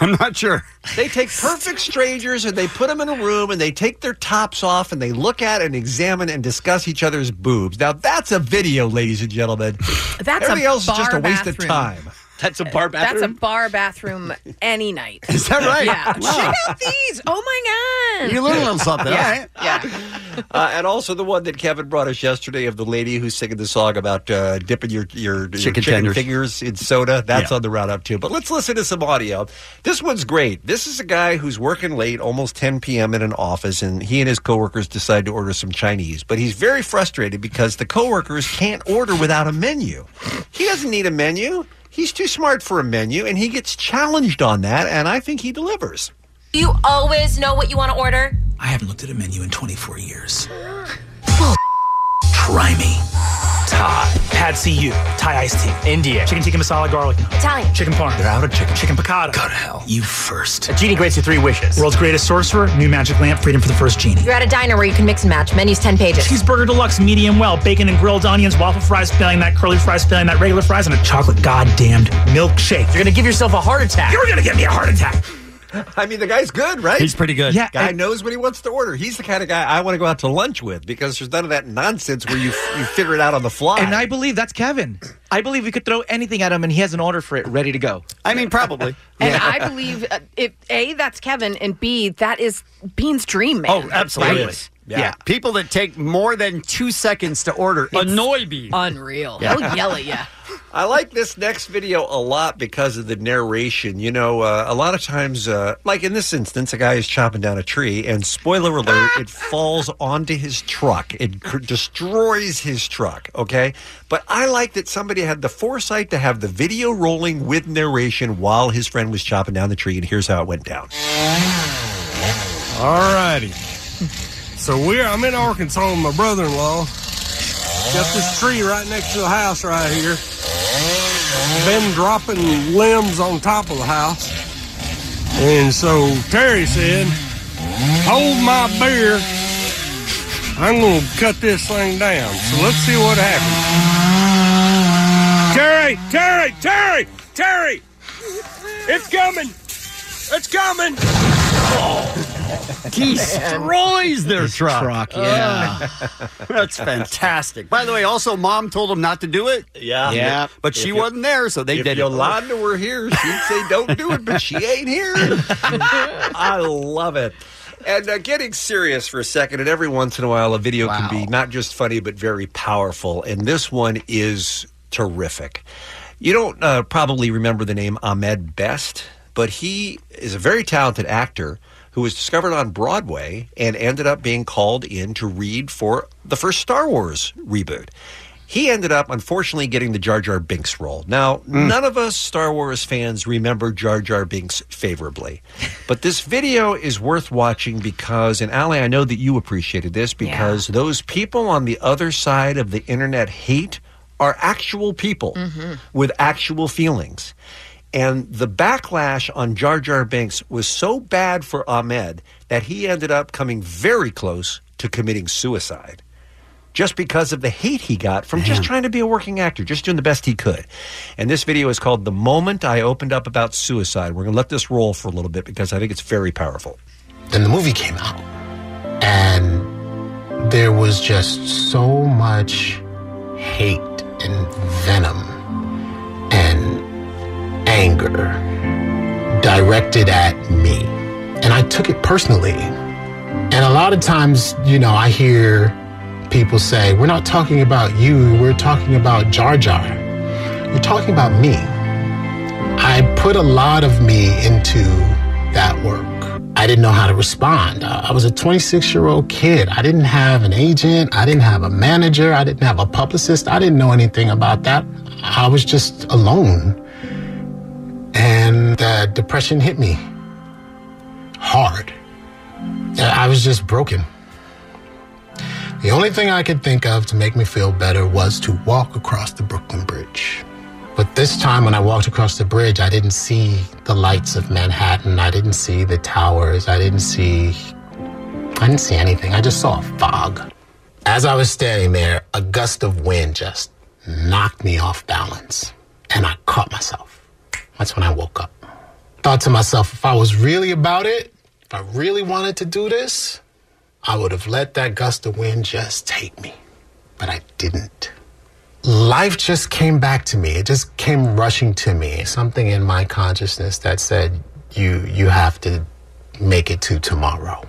Speaker 9: I'm not sure.
Speaker 10: They take perfect strangers and they put them in a room and they take their tops off and they look at and examine and discuss each other's boobs. Now, that's a video, ladies and gentlemen.
Speaker 5: That's
Speaker 10: Everything
Speaker 5: a
Speaker 10: else
Speaker 5: bar
Speaker 10: is just a waste
Speaker 5: bathroom.
Speaker 10: of time.
Speaker 9: That's a bar
Speaker 5: That's a bar bathroom any night.
Speaker 10: Is that right?
Speaker 5: Yeah.
Speaker 10: Wow.
Speaker 5: Check out these. Oh my God.
Speaker 10: You learn a little something,
Speaker 5: yeah.
Speaker 10: all right. uh, and also the one that Kevin brought us yesterday of the lady who's singing the song about uh, dipping your your your
Speaker 9: Chicken
Speaker 10: chicken,
Speaker 9: tenders.
Speaker 10: fingers in soda. That's
Speaker 9: Yeah.
Speaker 10: on the route up too. But let's listen to some audio. This one's great. This is a guy who's working late, almost 10 p.m. in an office, and he and his coworkers decide to order some Chinese. But he's very frustrated because the coworkers can't order without a menu. He doesn't need a menu. He's too smart for a menu, and he gets challenged on that. And I think he delivers.
Speaker 21: You always know what you want to order.
Speaker 4: I haven't looked at a menu in 24 years. Bull. Try me. Thai. Pad see you. Thai iced tea. India. Chicken tikka masala garlic.
Speaker 21: Italian.
Speaker 4: Chicken parm. They're out of chicken. Chicken piccata. Go to hell. You first. A genie grants you three wishes. World's greatest sorcerer. New magic lamp. Freedom for the first genie.
Speaker 21: You're at a diner where you can mix and match. Menu's 10 pages.
Speaker 4: Cheeseburger deluxe, medium well, bacon and grilled onions, waffle fries, failing that, curly fries, failing that, regular fries, and a chocolate goddamned milkshake. You're gonna give yourself a heart attack. You're gonna give me a heart attack.
Speaker 10: I mean, the guy's good, right?
Speaker 4: He's pretty good.
Speaker 10: Yeah, guy
Speaker 4: and-
Speaker 10: knows what he wants to order. He's the kind of guy I want to go out to lunch with because there's none of that nonsense where you you figure it out on the fly.
Speaker 26: And I believe that's Kevin. I believe we could throw anything at him and he has an order for it ready to go.
Speaker 9: I mean, probably.
Speaker 5: And I believe uh, if A, that's Kevin, and B, that is Bean's dream, man.
Speaker 9: Oh, absolutely.
Speaker 5: Right?
Speaker 9: Yeah. people that take more than two seconds to order annoy me.
Speaker 5: Unreal.
Speaker 9: Yeah.
Speaker 5: He'll yell at ya.
Speaker 10: I like this next video a lot because of the narration. You know, uh, a lot of times, uh, like in this instance, a guy is chopping down a tree, and spoiler alert, it falls onto his truck. It c- destroys his truck, okay? But I like that somebody had the foresight to have the video rolling with narration while his friend was chopping down the tree, and here's how it went down.
Speaker 25: All righty. So we're I'm in Arkansas with my brother-in-law. Got this tree right next to the house right here. Been dropping limbs on top of the house. And so Terry said, hold my beer. I'm going to cut this thing down. So let's see what happens. Terry, Terry, Terry, Terry. It's coming. It's coming.
Speaker 9: Destroys their truck.
Speaker 25: truck, yeah.
Speaker 9: That's fantastic. By the way, also, mom told him not to do it. Yeah.
Speaker 10: Yeah.
Speaker 9: But
Speaker 10: If
Speaker 9: she
Speaker 10: you-
Speaker 9: wasn't there, so they
Speaker 10: if
Speaker 9: did
Speaker 10: Yolanda
Speaker 9: it.
Speaker 10: were here, she'd say, don't do it, but she ain't here. I love it. And uh, getting serious for a second, and every once in a while, a video can be not just funny, but very powerful. And this one is terrific. You don't uh, probably remember the name Ahmed Best, but he is a very talented actor who was discovered on Broadway and ended up being called in to read for the first Star Wars reboot. He ended up, unfortunately, getting the Jar Jar Binks role. Now, none of us Star Wars fans remember Jar Jar Binks favorably, but this video is worth watching because, and Ali, I know that you appreciated this because those people on the other side of the internet hate are actual people
Speaker 25: Mm-hmm.
Speaker 10: Mm. with actual feelings. And the backlash on Jar Jar Binks was so bad for Ahmed that he ended up coming very close to committing suicide just because of the hate he got from just trying to be a working actor, just doing the best he could. And this video is called The Moment I Opened Up About Suicide. We're going to let this roll for a little bit because I think it's very powerful.
Speaker 14: Then the movie came out, and there was just so much hate and venom and anger directed at me. And I took it personally. And a lot of times, you know, I hear people say, We're not talking about you, we're talking about Jar Jar. You're talking about me. I put a lot of me into that work. I didn't know how to respond. Uh, I I was a 26 year old kid. I didn't have an agent. I didn't have a manager. I didn't have a publicist. I didn't know anything about that. I was just alone. And the depression hit me hard. Uh, I was just broken. The only thing I could think of to make me feel better was to walk across the Brooklyn Bridge. But this time, when I walked across the bridge, I didn't see the lights of Manhattan. I didn't see the towers. I didn't see. I didn't see anything. I just saw a fog. As I was standing there, a gust of wind just knocked me off balance, and I caught myself. That's when I woke up. Thought to myself, if I was really about it, if I really wanted to do this, I would have let that gust of wind just take me. But I didn't life just came back to me. It just came rushing to me. Something in my consciousness that said, "You, you have to make it to tomorrow."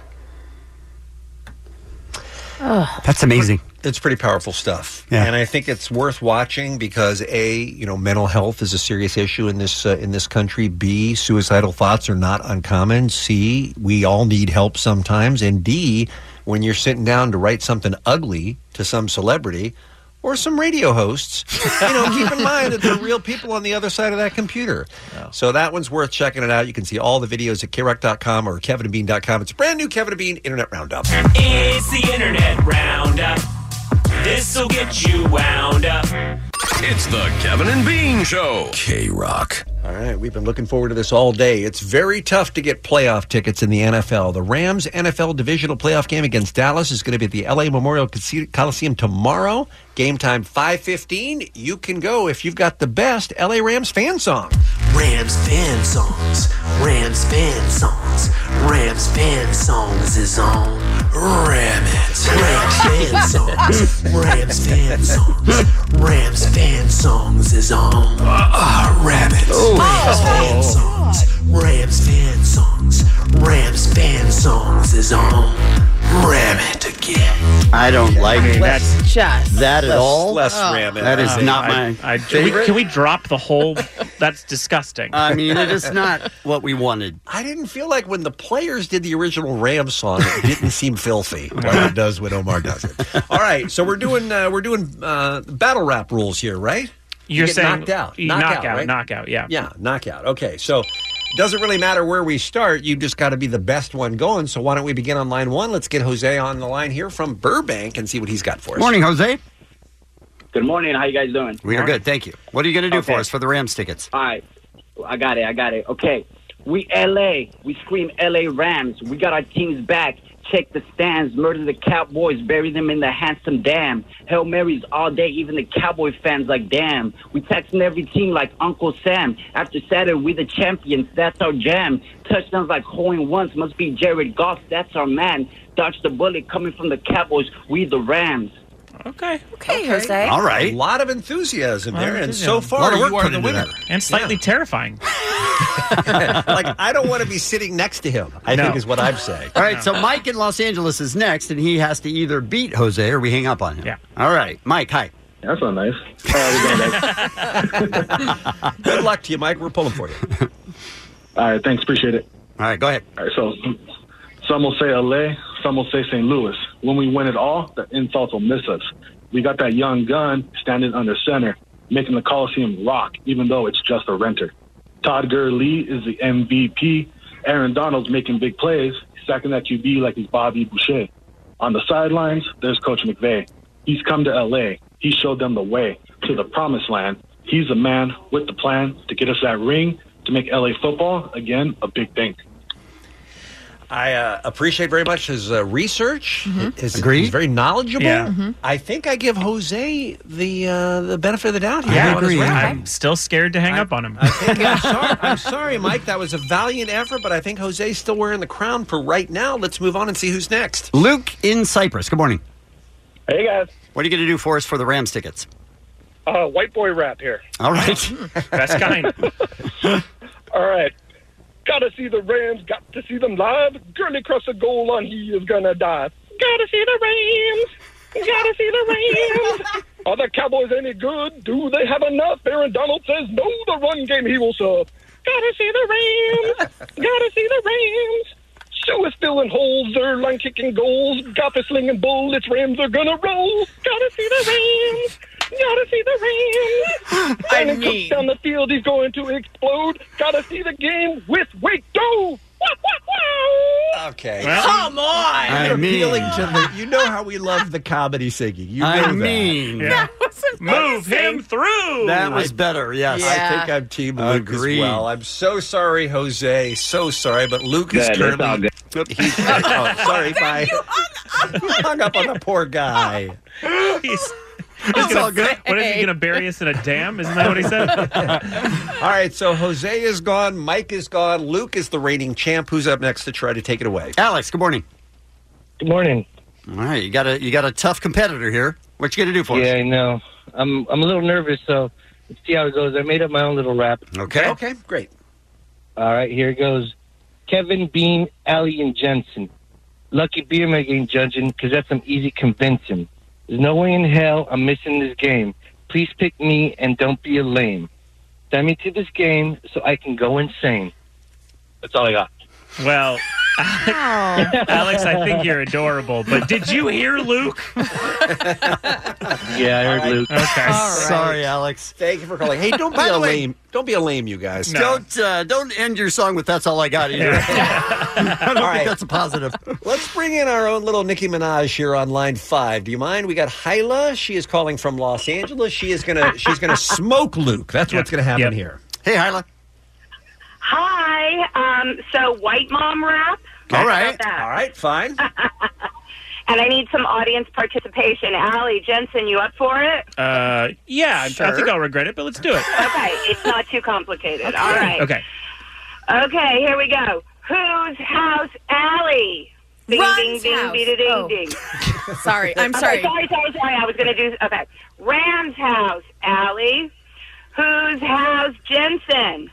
Speaker 9: That's amazing.
Speaker 10: It's pretty powerful stuff.
Speaker 9: Yeah.
Speaker 10: And I think it's worth watching because a, you know, mental health is a serious issue in this uh, in this country. B, suicidal thoughts are not uncommon. C, we all need help sometimes. And D, when you're sitting down to write something ugly to some celebrity, or some radio hosts, you know, keep in mind that there are real people on the other side of that computer. So that one's worth checking it out. You can see all the videos at krock.com or kevinandbean.com. It's a brand new Kevin and Bean Internet Roundup.
Speaker 27: It's the Internet Roundup. This'll get you wound up. It's the Kevin and Bean Show.
Speaker 10: K Rock. All right, we've been looking forward to this all day. It's very tough to get playoff tickets in the NFL. The Rams NFL divisional playoff game against Dallas is going to be at the LA Memorial Coliseum- Coliseum tomorrow. Game time 5:15. You can go if you've got the best LA Rams fan song.
Speaker 23: Rams fan songs. Rams fan songs. Rams fan songs is on. Ram it. Rams fan songs. Rams fan songs. Rams fan songs is on. Ah, ram it.
Speaker 9: Oh.
Speaker 23: Rams fan songs. Rams fan songs. Rams fan songs is on. Ram it again.
Speaker 9: I don't like
Speaker 5: Let's just
Speaker 9: that at
Speaker 5: let's-
Speaker 9: all.
Speaker 5: Oh.
Speaker 9: That is
Speaker 4: I-
Speaker 9: not
Speaker 4: I-
Speaker 9: my
Speaker 4: I- can, we,
Speaker 9: favorite.
Speaker 4: can we drop the whole? That's disgusting.
Speaker 9: I mean, it is not what we wanted.
Speaker 10: I didn't feel like when the players did the original Rams song, it didn't seem filthy like it does when Omar does it. All right, so we're doing uh, we're doing uh, battle rap rules here, right? You
Speaker 4: You're
Speaker 10: get
Speaker 4: saying
Speaker 10: knocked out,
Speaker 4: you knockout,
Speaker 10: right?
Speaker 4: knockout, yeah.
Speaker 10: yeah, knockout. Okay, so doesn't really matter where we start. You just got to be the best one going. So why don't we begin on line one? Let's get Jose on the line here from Burbank and see what he's got for us.
Speaker 9: Morning, Jose.
Speaker 28: Good morning. How you guys doing?
Speaker 9: We are good. Thank you. What are you going to do for
Speaker 28: Okay.
Speaker 9: us for the Rams tickets?
Speaker 28: All right. I got it. I got it. Okay. We LA. We scream LA Rams. We got our teams back. Check the stands. Murder the Cowboys. Bury them in the handsome dam. Hail Marys all day. Even the Cowboy fans like damn. We taxing every team like Uncle Sam. After Saturday, we the champions. That's our jam. Touchdowns like hoeing once. Must be Jared Goff. That's our man. Dodge the bullet coming from the Cowboys. We the Rams.
Speaker 4: Okay.
Speaker 5: Okay, Jose.
Speaker 10: All right. A lot of enthusiasm
Speaker 4: A lot
Speaker 10: there,
Speaker 4: of
Speaker 10: and so
Speaker 4: enthusiasm.
Speaker 10: far you are the winner.
Speaker 4: and slightly terrifying.
Speaker 10: like I don't want to be sitting next to him. I
Speaker 9: No.
Speaker 10: think is what I'm saying.
Speaker 9: All right, so Mike in Los Angeles is next, and he has to either beat Jose or we hang up on him. Yeah. All right, Mike. Hi.
Speaker 28: That's not nice.
Speaker 10: Good luck to you, Mike. We're pulling for you.
Speaker 28: All right, thanks. Appreciate it.
Speaker 9: All right, go ahead.
Speaker 28: All right, so some will say LA, some will say St. Louis. When we win it all, the insults will miss us. We got that young gun standing under center, making the Coliseum rock, even though it's just a renter. Todd Gurley is the MVP. Aaron Donald's making big plays, sacking that QB like he's Bobby Boucher. On the sidelines, there's Coach McVay. He's come to LA. He showed them the way to the promised land. He's the man with the plan to get us that ring to make LA football again a big thing.
Speaker 10: I uh, appreciate very much his uh, research. His,
Speaker 9: Agreed.
Speaker 10: He's very knowledgeable.
Speaker 9: Yeah. Mhm.
Speaker 10: I think I give Jose the uh, the benefit of the doubt here.
Speaker 4: Yeah,
Speaker 10: on his round.
Speaker 4: I'm still scared to hang up on him.
Speaker 10: I'm sorry, I'm sorry, Mike. That was a valiant effort, but I think Jose's still wearing the crown for right now. Let's move on and see who's next.
Speaker 9: Luke in Cyprus. Good morning.
Speaker 28: Hey guys.
Speaker 9: What are you going to do for us for the Rams tickets?
Speaker 28: Uh, white boy rap here.
Speaker 9: All right.
Speaker 10: hmm,
Speaker 28: Best kind.
Speaker 6: All right. Gotta see the Rams. Got to see them live. Gurley cross a goal line. He is gonna die. Gotta see the Rams. Gotta see the Rams. Are the Cowboys any good? Do they have enough? Aaron Donald says no. The run game he will serve. Gotta see the Rams. Gotta see the Rams. Show is filling holes. Their line kicking goals. Goff is slinging bullets. Rams are gonna roll. Gotta see the Rams. Gotta see the Rams. I Brandon Cook's down the field. He's going to explode. Gotta see the game with Wake Go.
Speaker 10: Okay.
Speaker 6: Come on.
Speaker 10: You're
Speaker 6: I
Speaker 10: Oh, appealing to the. You know how we love the comedy singing. You know
Speaker 9: I
Speaker 10: that.
Speaker 9: mean-
Speaker 10: Yeah.
Speaker 4: Move him through.
Speaker 9: That was
Speaker 10: I-
Speaker 9: better. Yes.
Speaker 10: I think I'm Team Luke as
Speaker 9: Agreed.
Speaker 10: well. I'm so sorry, Jose. So sorry, but Luke is
Speaker 9: Good, it's all
Speaker 10: currently. He's, oh, sorry,
Speaker 9: Damn,
Speaker 10: bye. You hung, up on the poor guy.
Speaker 4: He's,
Speaker 10: It's
Speaker 4: gonna,
Speaker 10: all good.
Speaker 4: What is he going to bury us in a dam? Isn't that what he said?
Speaker 10: All right, so Jose is gone. Mike is gone. Luke is the reigning champ. Who's up next to try to take it away?
Speaker 9: Alex, good morning.
Speaker 3: Good morning.
Speaker 9: All right, you got a you got a tough competitor here. What you going to do for us?
Speaker 3: Yeah, I know. I'm I'm a little nervous, so let's see how it goes. I made up my own little rap.
Speaker 9: Okay.
Speaker 10: Okay, great.
Speaker 3: All right, here it goes. Kevin, Bean, Allie, and Jensen. Lucky beer making judging because that's some easy convincing. There's no way in hell I'm missing this game. Please pick me and don't be a lame. Send me to this game so I can go insane.
Speaker 28: That's all I got.
Speaker 4: Well, Alex, I think you're adorable, but did you hear Luke?
Speaker 10: Yeah, I heard Luke.
Speaker 4: Okay.
Speaker 9: Sorry, Alex.
Speaker 10: Thank you for calling. Hey, don't be
Speaker 9: By
Speaker 10: a
Speaker 9: the way-
Speaker 10: lame. Don't be a lame, you guys.
Speaker 9: Don't uh, don't end your song with "That's all I got." Either. I don't think that's a positive.
Speaker 10: Let's bring in our own little Nicki Minaj here on line five. Do you mind? We got Hyla. She is calling from Los Angeles. She is gonna she's gonna smoke Luke. That's what's gonna happen here.
Speaker 9: Hey, Hyla.
Speaker 7: Hi. Um, so, white mom rap.
Speaker 10: All right.
Speaker 7: All
Speaker 10: right. Fine.
Speaker 7: and I need some audience participation. Allie Jensen, you up for it?
Speaker 4: Uh, yeah, I- I
Speaker 7: Sure.
Speaker 4: think I'll regret it, but let's do it.
Speaker 7: Okay, it's not too complicated. All right.
Speaker 4: Okay.
Speaker 7: Okay, here we go. Whose house, Allie? Ding,
Speaker 5: Run's
Speaker 7: ding,
Speaker 5: house.
Speaker 7: ding, ding, ding,
Speaker 5: Oh.
Speaker 7: ding.
Speaker 5: Sorry, I'm
Speaker 7: Okay,
Speaker 5: sorry.
Speaker 7: sorry, sorry, sorry. I was going to do. Okay. Ram's house, Allie. Whose house, Jensen?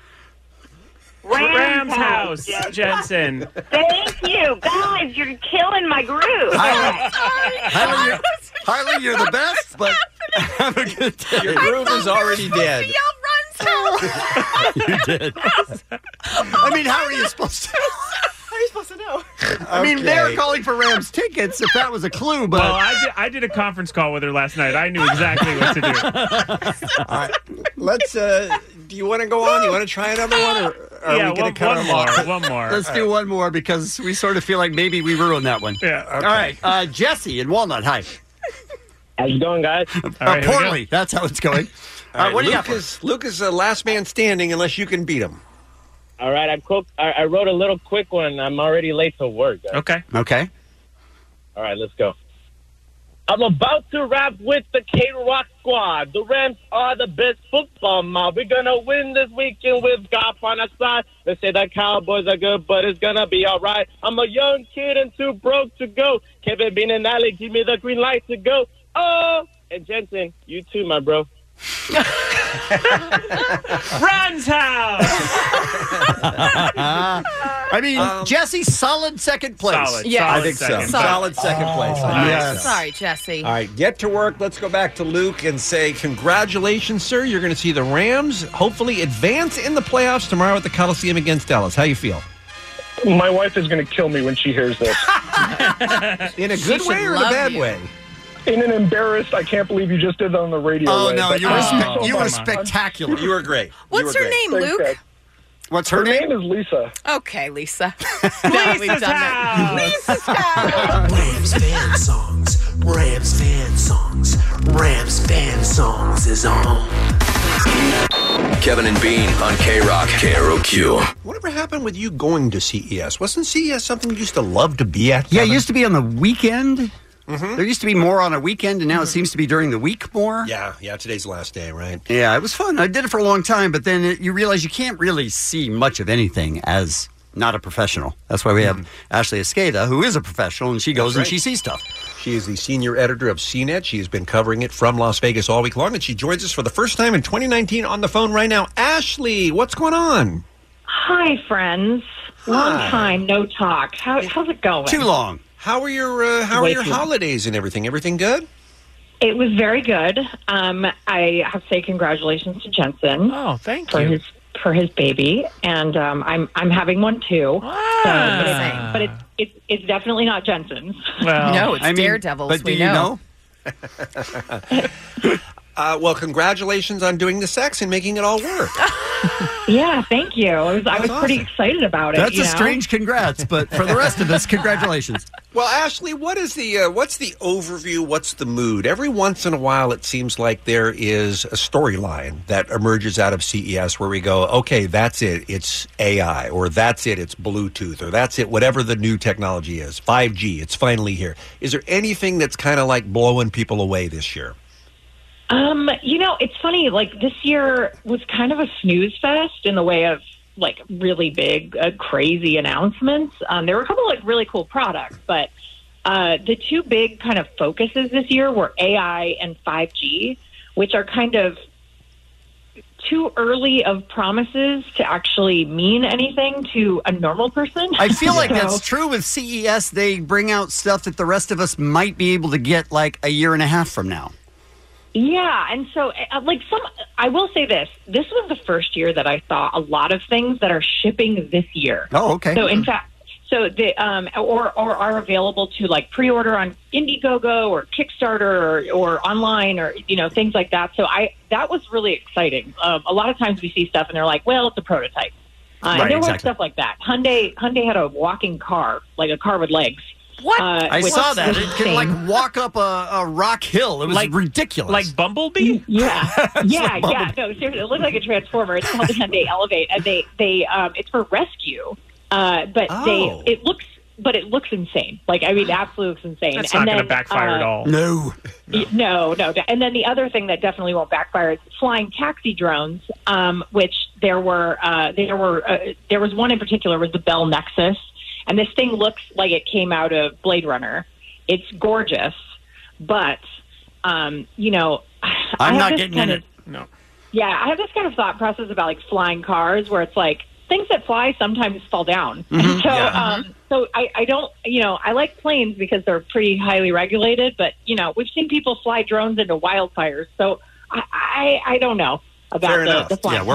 Speaker 7: Ram's,
Speaker 4: Ram's house,
Speaker 7: Jensen.
Speaker 4: Jensen.
Speaker 7: Thank you, guys. You're killing my groove.
Speaker 9: Hyla, Hyla, you're, Hyla, you're the best, but have a good day.
Speaker 7: Your groove
Speaker 9: is already dead. you did. I mean, how are you supposed to?
Speaker 6: How are you supposed to know?
Speaker 9: I mean, they were
Speaker 4: Okay.
Speaker 9: calling for Rams tickets if that was a clue, but
Speaker 4: Well, I did, I did a conference call with her last night. I knew exactly what to do.
Speaker 10: Let's. Uh, do you want to go on? You want to try another one, or are
Speaker 9: Yeah,
Speaker 10: we going
Speaker 9: one-
Speaker 10: to cut
Speaker 9: one
Speaker 10: them off?
Speaker 9: more, one more. Let's do one more because we sort of feel like maybe we ruined that one.
Speaker 4: Yeah.
Speaker 9: All right. Uh, Jesse in Walnut. Hi. How you going, guys?
Speaker 10: right, here we go.
Speaker 9: poorly. That's how it's going.
Speaker 10: All right,
Speaker 9: what do you
Speaker 10: Luke
Speaker 9: got for us?
Speaker 10: is Luke is the last man standing unless you can beat him.
Speaker 28: All right, I, cook, I, I wrote a little quick one. I'm already late to work. guys.
Speaker 4: Okay.
Speaker 9: Okay.
Speaker 28: All right, let's go. I'm about to rap with the K Rock squad. The Rams are the best football mob. We're gonna win this weekend with God on our side. They say the Cowboys are good, but it's gonna be all right. I'm a young kid and too broke to go. Kevin Bean and Alec, give me the green light to go. Oh, and Jensen, you too, my bro.
Speaker 4: Rams house.
Speaker 9: Uh, I mean, Jesse, solid second place.
Speaker 10: Um, Solid, Yes. solid
Speaker 9: I think
Speaker 10: second.
Speaker 9: so.
Speaker 10: Solid second place. I think so.
Speaker 5: Sorry, Jesse.
Speaker 10: All right, get to work. Let's go back to Luke and say, Congratulations, sir. You're going to see the Rams hopefully advance in the playoffs tomorrow at the Coliseum against Dallas. How you feel?
Speaker 28: My wife is going to kill me when she hears this.
Speaker 10: In a good way or in a bad way?
Speaker 28: In an embarrassed, I can't believe you just did that on the radio.
Speaker 9: Oh,
Speaker 28: way,
Speaker 9: no,
Speaker 28: but
Speaker 9: you
Speaker 28: thank
Speaker 9: were spe-
Speaker 28: so
Speaker 9: you were
Speaker 28: much.
Speaker 9: spectacular.
Speaker 10: You were great.
Speaker 5: What's her name,
Speaker 28: Thanks,
Speaker 5: Luke?
Speaker 28: guys.
Speaker 9: What's her,
Speaker 28: name? is Lisa.
Speaker 5: Okay, Lisa. no, we've done that. Lisa's
Speaker 6: Rams fan songs. Rams fan songs. Rams fan songs is on.
Speaker 22: Kevin and Bean on K Rock KROQ.
Speaker 10: Whatever happened with you going to CES? Wasn't E CES something you used to love to be at? Mm-hmm.
Speaker 9: Yeah, it used to be on the weekend. There used to be more on a weekend, and now it seems to be during the week more.
Speaker 10: Yeah, yeah, today's the last day, right?
Speaker 9: Yeah, it was fun. I did it for a long time, but then it, you realize you can't really see much of anything as not a professional. That's why we have
Speaker 10: Mm-hmm.
Speaker 9: Ashley Escada, who is a professional, and she goes and she sees stuff.
Speaker 10: She is the senior editor of CNET. She has been covering it from Las Vegas all week long, and she joins us for the first time in 2019 on the phone right now. Ashley, what's going on?
Speaker 21: Hi, friends. Long
Speaker 10: Hi.
Speaker 21: time no talk. How, how's it going?
Speaker 10: Too long. How are your uh, How
Speaker 21: Way
Speaker 10: are your
Speaker 21: too long.
Speaker 10: holidays and everything? Everything good?
Speaker 21: It was very good. Um, I have to say congratulations to Jensen.
Speaker 4: Oh, thank
Speaker 21: for
Speaker 4: you.
Speaker 21: His, for his baby, and um, I'm I'm having one too.
Speaker 4: Ah.
Speaker 21: So, but it, but it, it's it's definitely not Jensen's.
Speaker 4: Well,
Speaker 5: No, it's I mean, daredevils, but we do you know.
Speaker 10: Uh, well, congratulations on doing the sex and making it all work.
Speaker 21: yeah, thank you. I was, I was
Speaker 10: That's
Speaker 21: pretty
Speaker 10: awesome.
Speaker 21: excited about it.
Speaker 9: That's
Speaker 21: you
Speaker 9: a
Speaker 21: know?
Speaker 9: strange congrats, but for the rest of us, congratulations.
Speaker 10: Well, Ashley, what is the uh, what's the overview? What's the mood? Every once in a while, it seems like there is a storyline that emerges out of CES where we go, okay, that's it, it's AI, or that's it, it's Bluetooth, or that's it, whatever the new technology is, five G, it's finally here. Is there anything that's kind of like blowing people away this year?
Speaker 21: Um, you know, it's funny. Like this year was kind of a snooze fest in the way of like really big, uh, crazy announcements. Um, there were a couple like really cool products, but uh, the two big kind of focuses this year were AI and 5G, which are kind of too early of promises to actually mean anything to a normal person.
Speaker 9: I feel like
Speaker 21: So-
Speaker 9: that's true with CES. They bring out stuff that the rest of us might be able to get like a year and a half from now.
Speaker 21: Yeah, and so uh, like some, I will say this: this was the first year that I saw a lot of things that are shipping this year.
Speaker 9: Oh, okay.
Speaker 21: So in fact, So they um, or or are available to like pre-order on Indiegogo or Kickstarter or, or online or you know things like that. So I that was really exciting. Um, a lot of times we see stuff and they're like, well, it's a prototype. Uh, and
Speaker 9: Right,
Speaker 21: there was
Speaker 9: exactly.
Speaker 21: stuff like that. Hyundai Hyundai had a walking car, like a car with legs. Uh, What?
Speaker 9: I saw that. It could like walk up a, a rock hill. It was
Speaker 21: Like-
Speaker 9: ridiculous.
Speaker 21: like
Speaker 4: Bumblebee?
Speaker 21: Yeah. yeah,
Speaker 9: like
Speaker 21: yeah.
Speaker 9: Bumblebee.
Speaker 21: No, seriously, it looked like a transformer. It's called the Hyundai Elevate, and they they um, it's for rescue. Uh, but
Speaker 4: Oh.
Speaker 21: they it looks, but it looks insane. Like I mean, it absolutely looks insane.
Speaker 4: That's
Speaker 21: and
Speaker 4: not going
Speaker 21: then,
Speaker 4: to backfire
Speaker 21: uh,
Speaker 4: at all.
Speaker 9: No.
Speaker 21: y- No, no. de- And then the other thing that definitely won't backfire is flying taxi drones, um, which there were uh, there were uh, there was one in particular was the Bell Nexus, and this thing looks like it came out of Blade Runner. It's gorgeous, but um, you know, I
Speaker 9: I'm
Speaker 21: have
Speaker 9: not
Speaker 21: this
Speaker 9: getting in
Speaker 21: kind of-
Speaker 9: it.
Speaker 4: No.
Speaker 21: yeah, I have this kind of thought process about like flying cars where it's like things that fly sometimes fall down.
Speaker 9: Mhm,
Speaker 21: so
Speaker 9: yeah.
Speaker 21: um so I, I don't you know, I like planes because they're pretty highly regulated, but you know, we've seen people fly drones into wildfires. So I I, I don't know about
Speaker 10: Fair
Speaker 21: the,
Speaker 10: enough.
Speaker 21: the flying taxi.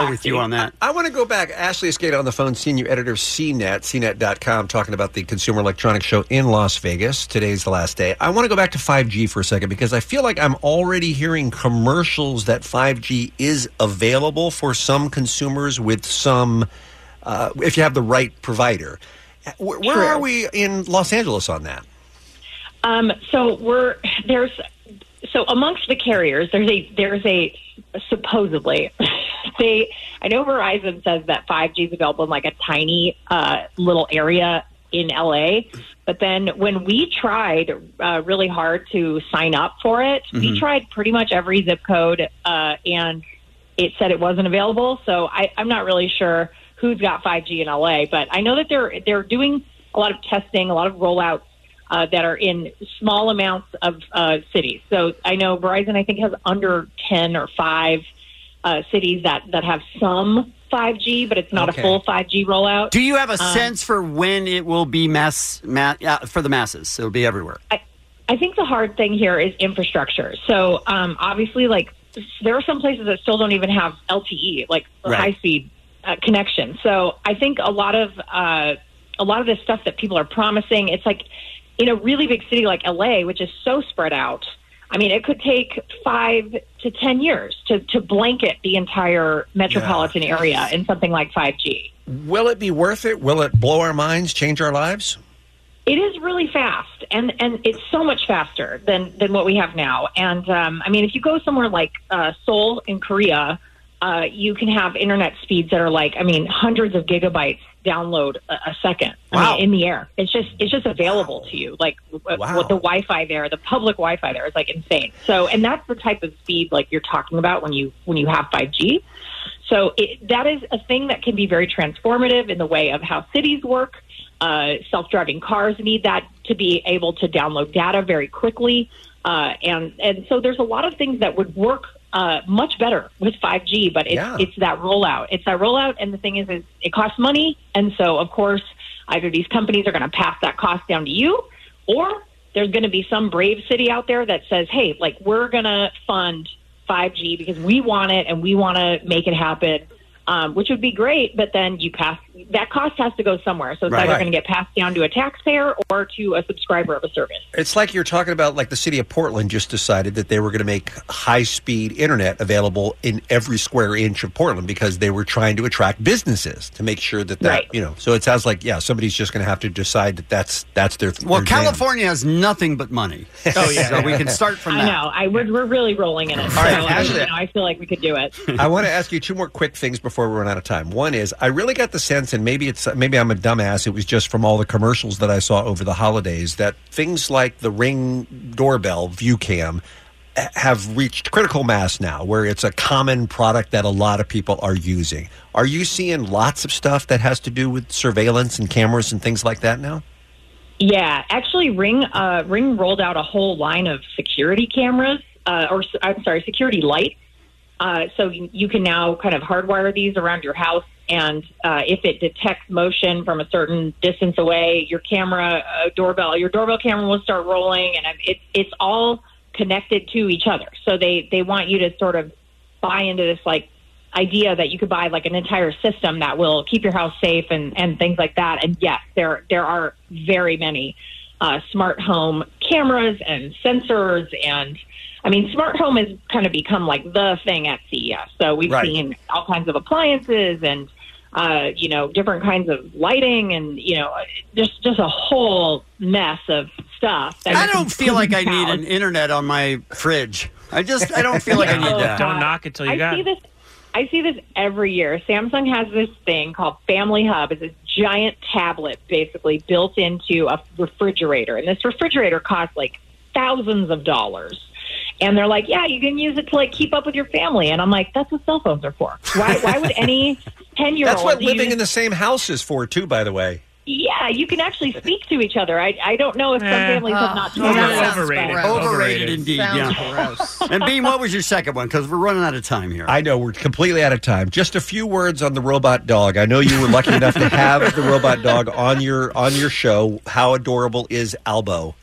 Speaker 9: that.
Speaker 10: I, want to go back. Ashley Escada on the phone, senior editor of CNET, CNET.com, talking about the Consumer Electronics Show in Las Vegas. Today's the last day. I want to go back to 5G for a second because I feel like I'm already hearing commercials that 5G is available for some consumers with some, uh, if you have the right provider. Where, Uh, where are we in Los Angeles on that?
Speaker 21: Um, so we're there's so amongst the carriers, there's a there's a supposedly they I know Verizon says that 5G is available in like a tiny uh, little area in LA, but then when we tried uh, really hard to sign up for it, we
Speaker 2: Mhm.
Speaker 21: tried pretty much every zip code uh, and it said it wasn't available. So I, I'm not really sure who's got 5G in LA, but I know that they're they're doing a lot of testing, a lot of rollouts uh, that are in small amounts of uh, cities. So I know Verizon, I think, has under 10 or 5 uh, cities that, that have some 5G, but it's not
Speaker 9: Okay.
Speaker 21: a full 5G rollout.
Speaker 9: Do you have a
Speaker 21: Um,
Speaker 9: sense for when it will be mass, ma- uh, for the masses? It'll be everywhere.
Speaker 21: I think the hard thing here is infrastructure. So um, obviously, like there are some places that still don't even have LTE, like
Speaker 2: Right.
Speaker 21: high speed uh, connection. So I think a lot of uh, a lot of this stuff that people are promising, it's like in a really big city like LA, which is so spread out. I mean, it could take five to ten years to, to blanket the entire metropolitan area in something like five G.
Speaker 10: Will it be worth it? Will it blow our minds, change our lives?
Speaker 21: It is really fast, and and it's so much faster than than what we have now. And um, I mean, if you go somewhere like uh, Seoul in Korea, uh, you can have internet speeds that are like I mean, hundreds of gigabytes download a, a second. I mean, in the air. It's just it's just available to you. Like w- what the Wi-Fi there, the public Wi-Fi there is like insane. So, and that's the type of speed like you're talking about when you when you have 5G. So it, that is a thing that can be very transformative in the way of how cities work. Uh, self-driving cars need that to be able to download data very quickly, uh, and and so there's a lot of things that would work uh, much better with 5G. But it's
Speaker 2: Yeah.
Speaker 21: it's that rollout. It's that rollout, and the thing is, is it costs money, and so of course either these companies are going to pass that cost down to you, or there's going to be some brave city out there that says, hey, like we're going to fund 5G because we want it and we want to make it happen, um, which would be great. But then you pass that cost has to go somewhere. So it's
Speaker 10: Right.
Speaker 21: either
Speaker 10: Right.
Speaker 21: going to get passed down to a taxpayer or to a subscriber of a service.
Speaker 10: It's like you're talking about, like the city of Portland just decided that they were going to make high speed internet available in every square inch of Portland because they were trying to attract businesses to make sure that that
Speaker 9: Right.
Speaker 10: you know. So it sounds like yeah, somebody's just going to have to decide that that's that's their.
Speaker 9: Well,
Speaker 10: their jam.
Speaker 9: California has nothing but money.
Speaker 10: Oh, yeah.
Speaker 9: so we can start from
Speaker 21: I
Speaker 9: that.
Speaker 21: know. I would, we're really rolling in it. so
Speaker 10: right,
Speaker 21: I,
Speaker 10: Ashley.
Speaker 21: you know, I feel like we could do it.
Speaker 10: I want to ask you two more quick things before we run out of time. One is I really got the sense, and maybe it's maybe I'm a dumbass. It was just from all the commercials that I saw over the holidays that things like the Ring doorbell view cam h- have reached critical mass now, where it's a common product that a lot of people are using. Are you seeing lots of stuff that has to do with surveillance and cameras and things like that now?
Speaker 21: Yeah, actually, Ring uh, Ring rolled out a whole line of security cameras, uh, or s- I'm sorry, security lights. Uh, so you you can now kind of hardwire these around your house, and uh, if it detects motion from a certain distance away, your camera uh, doorbell, your doorbell camera will start rolling, and um, it, it's all connected to each other. So they they want you to sort of buy into this like idea that you could buy like an entire system that will keep your house safe and, and things like that. And yes, there there are very many uh, smart home cameras and sensors and I mean, smart home has kind of become like the thing at CES. So we've
Speaker 2: Right.
Speaker 21: seen all kinds of appliances and uh, you know different kinds of lighting and you know just just a whole mess of stuff. that
Speaker 9: I
Speaker 21: you can
Speaker 9: don't feel like I
Speaker 21: house.
Speaker 9: need an internet on my fridge. I just I don't feel like I
Speaker 21: Oh,
Speaker 9: need that.
Speaker 21: God. I see this. I see this every year. Samsung has this thing called Family Hub. It's a giant tablet, basically built into a refrigerator, and this refrigerator costs like thousands of dollars. And they're like, "Yeah, you can use it to like keep up with your family." And I'm like, "That's what cell phones are for. Why? Why would any ten year old?"
Speaker 10: That's what living in the same house is for, too. By the way,
Speaker 21: Yeah, you can actually speak to each other. I, I don't know if some
Speaker 10: Eh.
Speaker 21: families have
Speaker 6: Oh,
Speaker 21: not. done that.
Speaker 9: Overrated. indeed. yeah. and Beam, what was your second one? Because we're running out of time here.
Speaker 10: I know we're completely out of time. Just a few words on the robot dog. I know you were lucky enough to have the robot dog on your on your show. How adorable is Albo?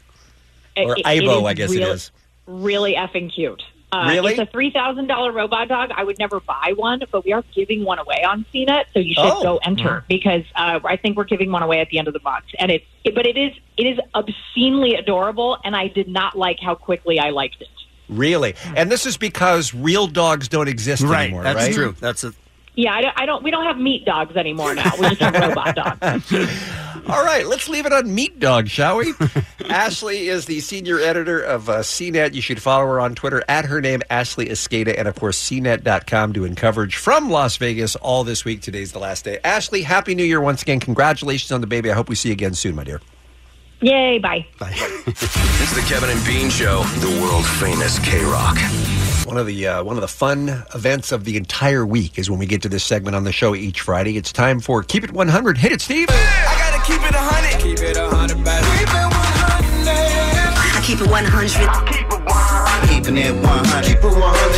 Speaker 10: Or Ibo,
Speaker 21: is
Speaker 10: I guess it is.
Speaker 21: Really effing cute. Uh,
Speaker 10: Really?
Speaker 21: It's a three thousand dollar robot dog. I would never buy one, but we are giving one away on CNET, so you should
Speaker 2: Oh.
Speaker 21: go enter
Speaker 2: Mm.
Speaker 21: because uh, I think we're giving one away at the end of the month. And it's it, but it is it is obscenely adorable, and I did not like how quickly I liked it.
Speaker 10: Really? And this is because real dogs don't exist
Speaker 9: Right,
Speaker 10: anymore,
Speaker 9: that's
Speaker 10: right?
Speaker 9: true. That's a
Speaker 21: Yeah, I don't, I don't. We don't have meat dogs anymore now. We just have robot dogs.
Speaker 10: All right, let's leave it on meat dog, shall we? Ashley is the senior editor of uh, CNET. You should follow her on Twitter at her name, Ashley Escada, and of course, CNET.com doing coverage from Las Vegas all this week. Today's the last day. Ashley, Happy New Year once again. Congratulations on the baby. I hope we see you again soon, my dear.
Speaker 21: Yay! Bye.
Speaker 22: It's the Kevin and Bean Show, the world famous K Rock.
Speaker 10: One of the uh, one of the fun events of the entire week is when we get to this segment on the show each Friday. It's time for Keep It 100. Hit it, Steve.
Speaker 25: I gotta keep it a hundred. Keep it a hundred, baby. Keep it one hundred. I keep it one hundred. Keeping it 100. Keep it 100.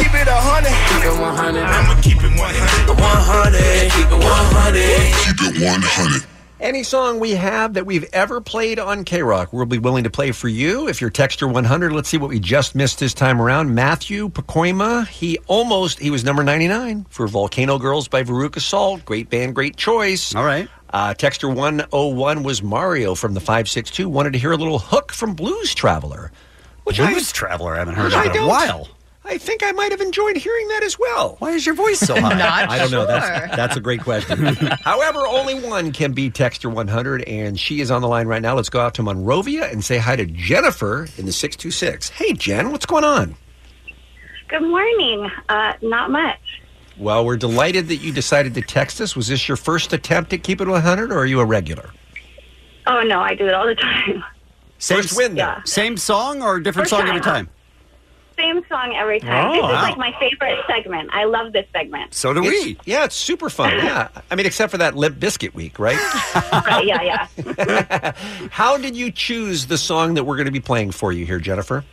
Speaker 25: Keep it 100. Keep it 100. I'ma keep it 100. 100. Keep it 100. Keep it 100.
Speaker 10: Any song we have that we've ever played on K Rock, we'll be willing to play for you. If you're Texter 100, let's see what we just missed this time around. Matthew Pacoima, he almost he was number 99 for Volcano Girls by Veruca Salt. Great band, great choice. All right. Uh, Texter 101 was Mario from the 562. Wanted to hear a little hook from Blues Traveler. Which
Speaker 9: Blues Traveler, I haven't heard
Speaker 10: which
Speaker 9: of
Speaker 10: I
Speaker 9: in a
Speaker 10: don't-
Speaker 9: while.
Speaker 10: I think I might have enjoyed hearing that as well.
Speaker 9: Why is your voice so high? Not
Speaker 10: I don't know.
Speaker 9: sure.
Speaker 10: That's, that's a great question. However, only one can be Texter 100, and she is on the line right now. Let's go out to Monrovia and say hi to Jennifer in the 626. Hey, Jen, what's going on?
Speaker 12: Good morning. Uh, not much.
Speaker 10: Well, we're delighted that you decided to text us. Was this your first attempt at Keep It 100, or are you a regular?
Speaker 12: Oh no, I do it all the time.
Speaker 9: Same,
Speaker 12: First win, though. Yeah.
Speaker 9: Same song or
Speaker 12: First
Speaker 9: different song
Speaker 12: time.
Speaker 9: every time?
Speaker 12: Same song every time.
Speaker 9: Oh,
Speaker 12: this
Speaker 9: wow.
Speaker 12: is like my favorite segment. I love this segment.
Speaker 9: So do
Speaker 10: It's-
Speaker 9: we.
Speaker 10: Yeah, it's super fun. Yeah. I mean, except for that Lip Biscuit week, right?
Speaker 12: Right, yeah, yeah.
Speaker 10: How did you choose the song that we're going to be playing for you here, Jennifer?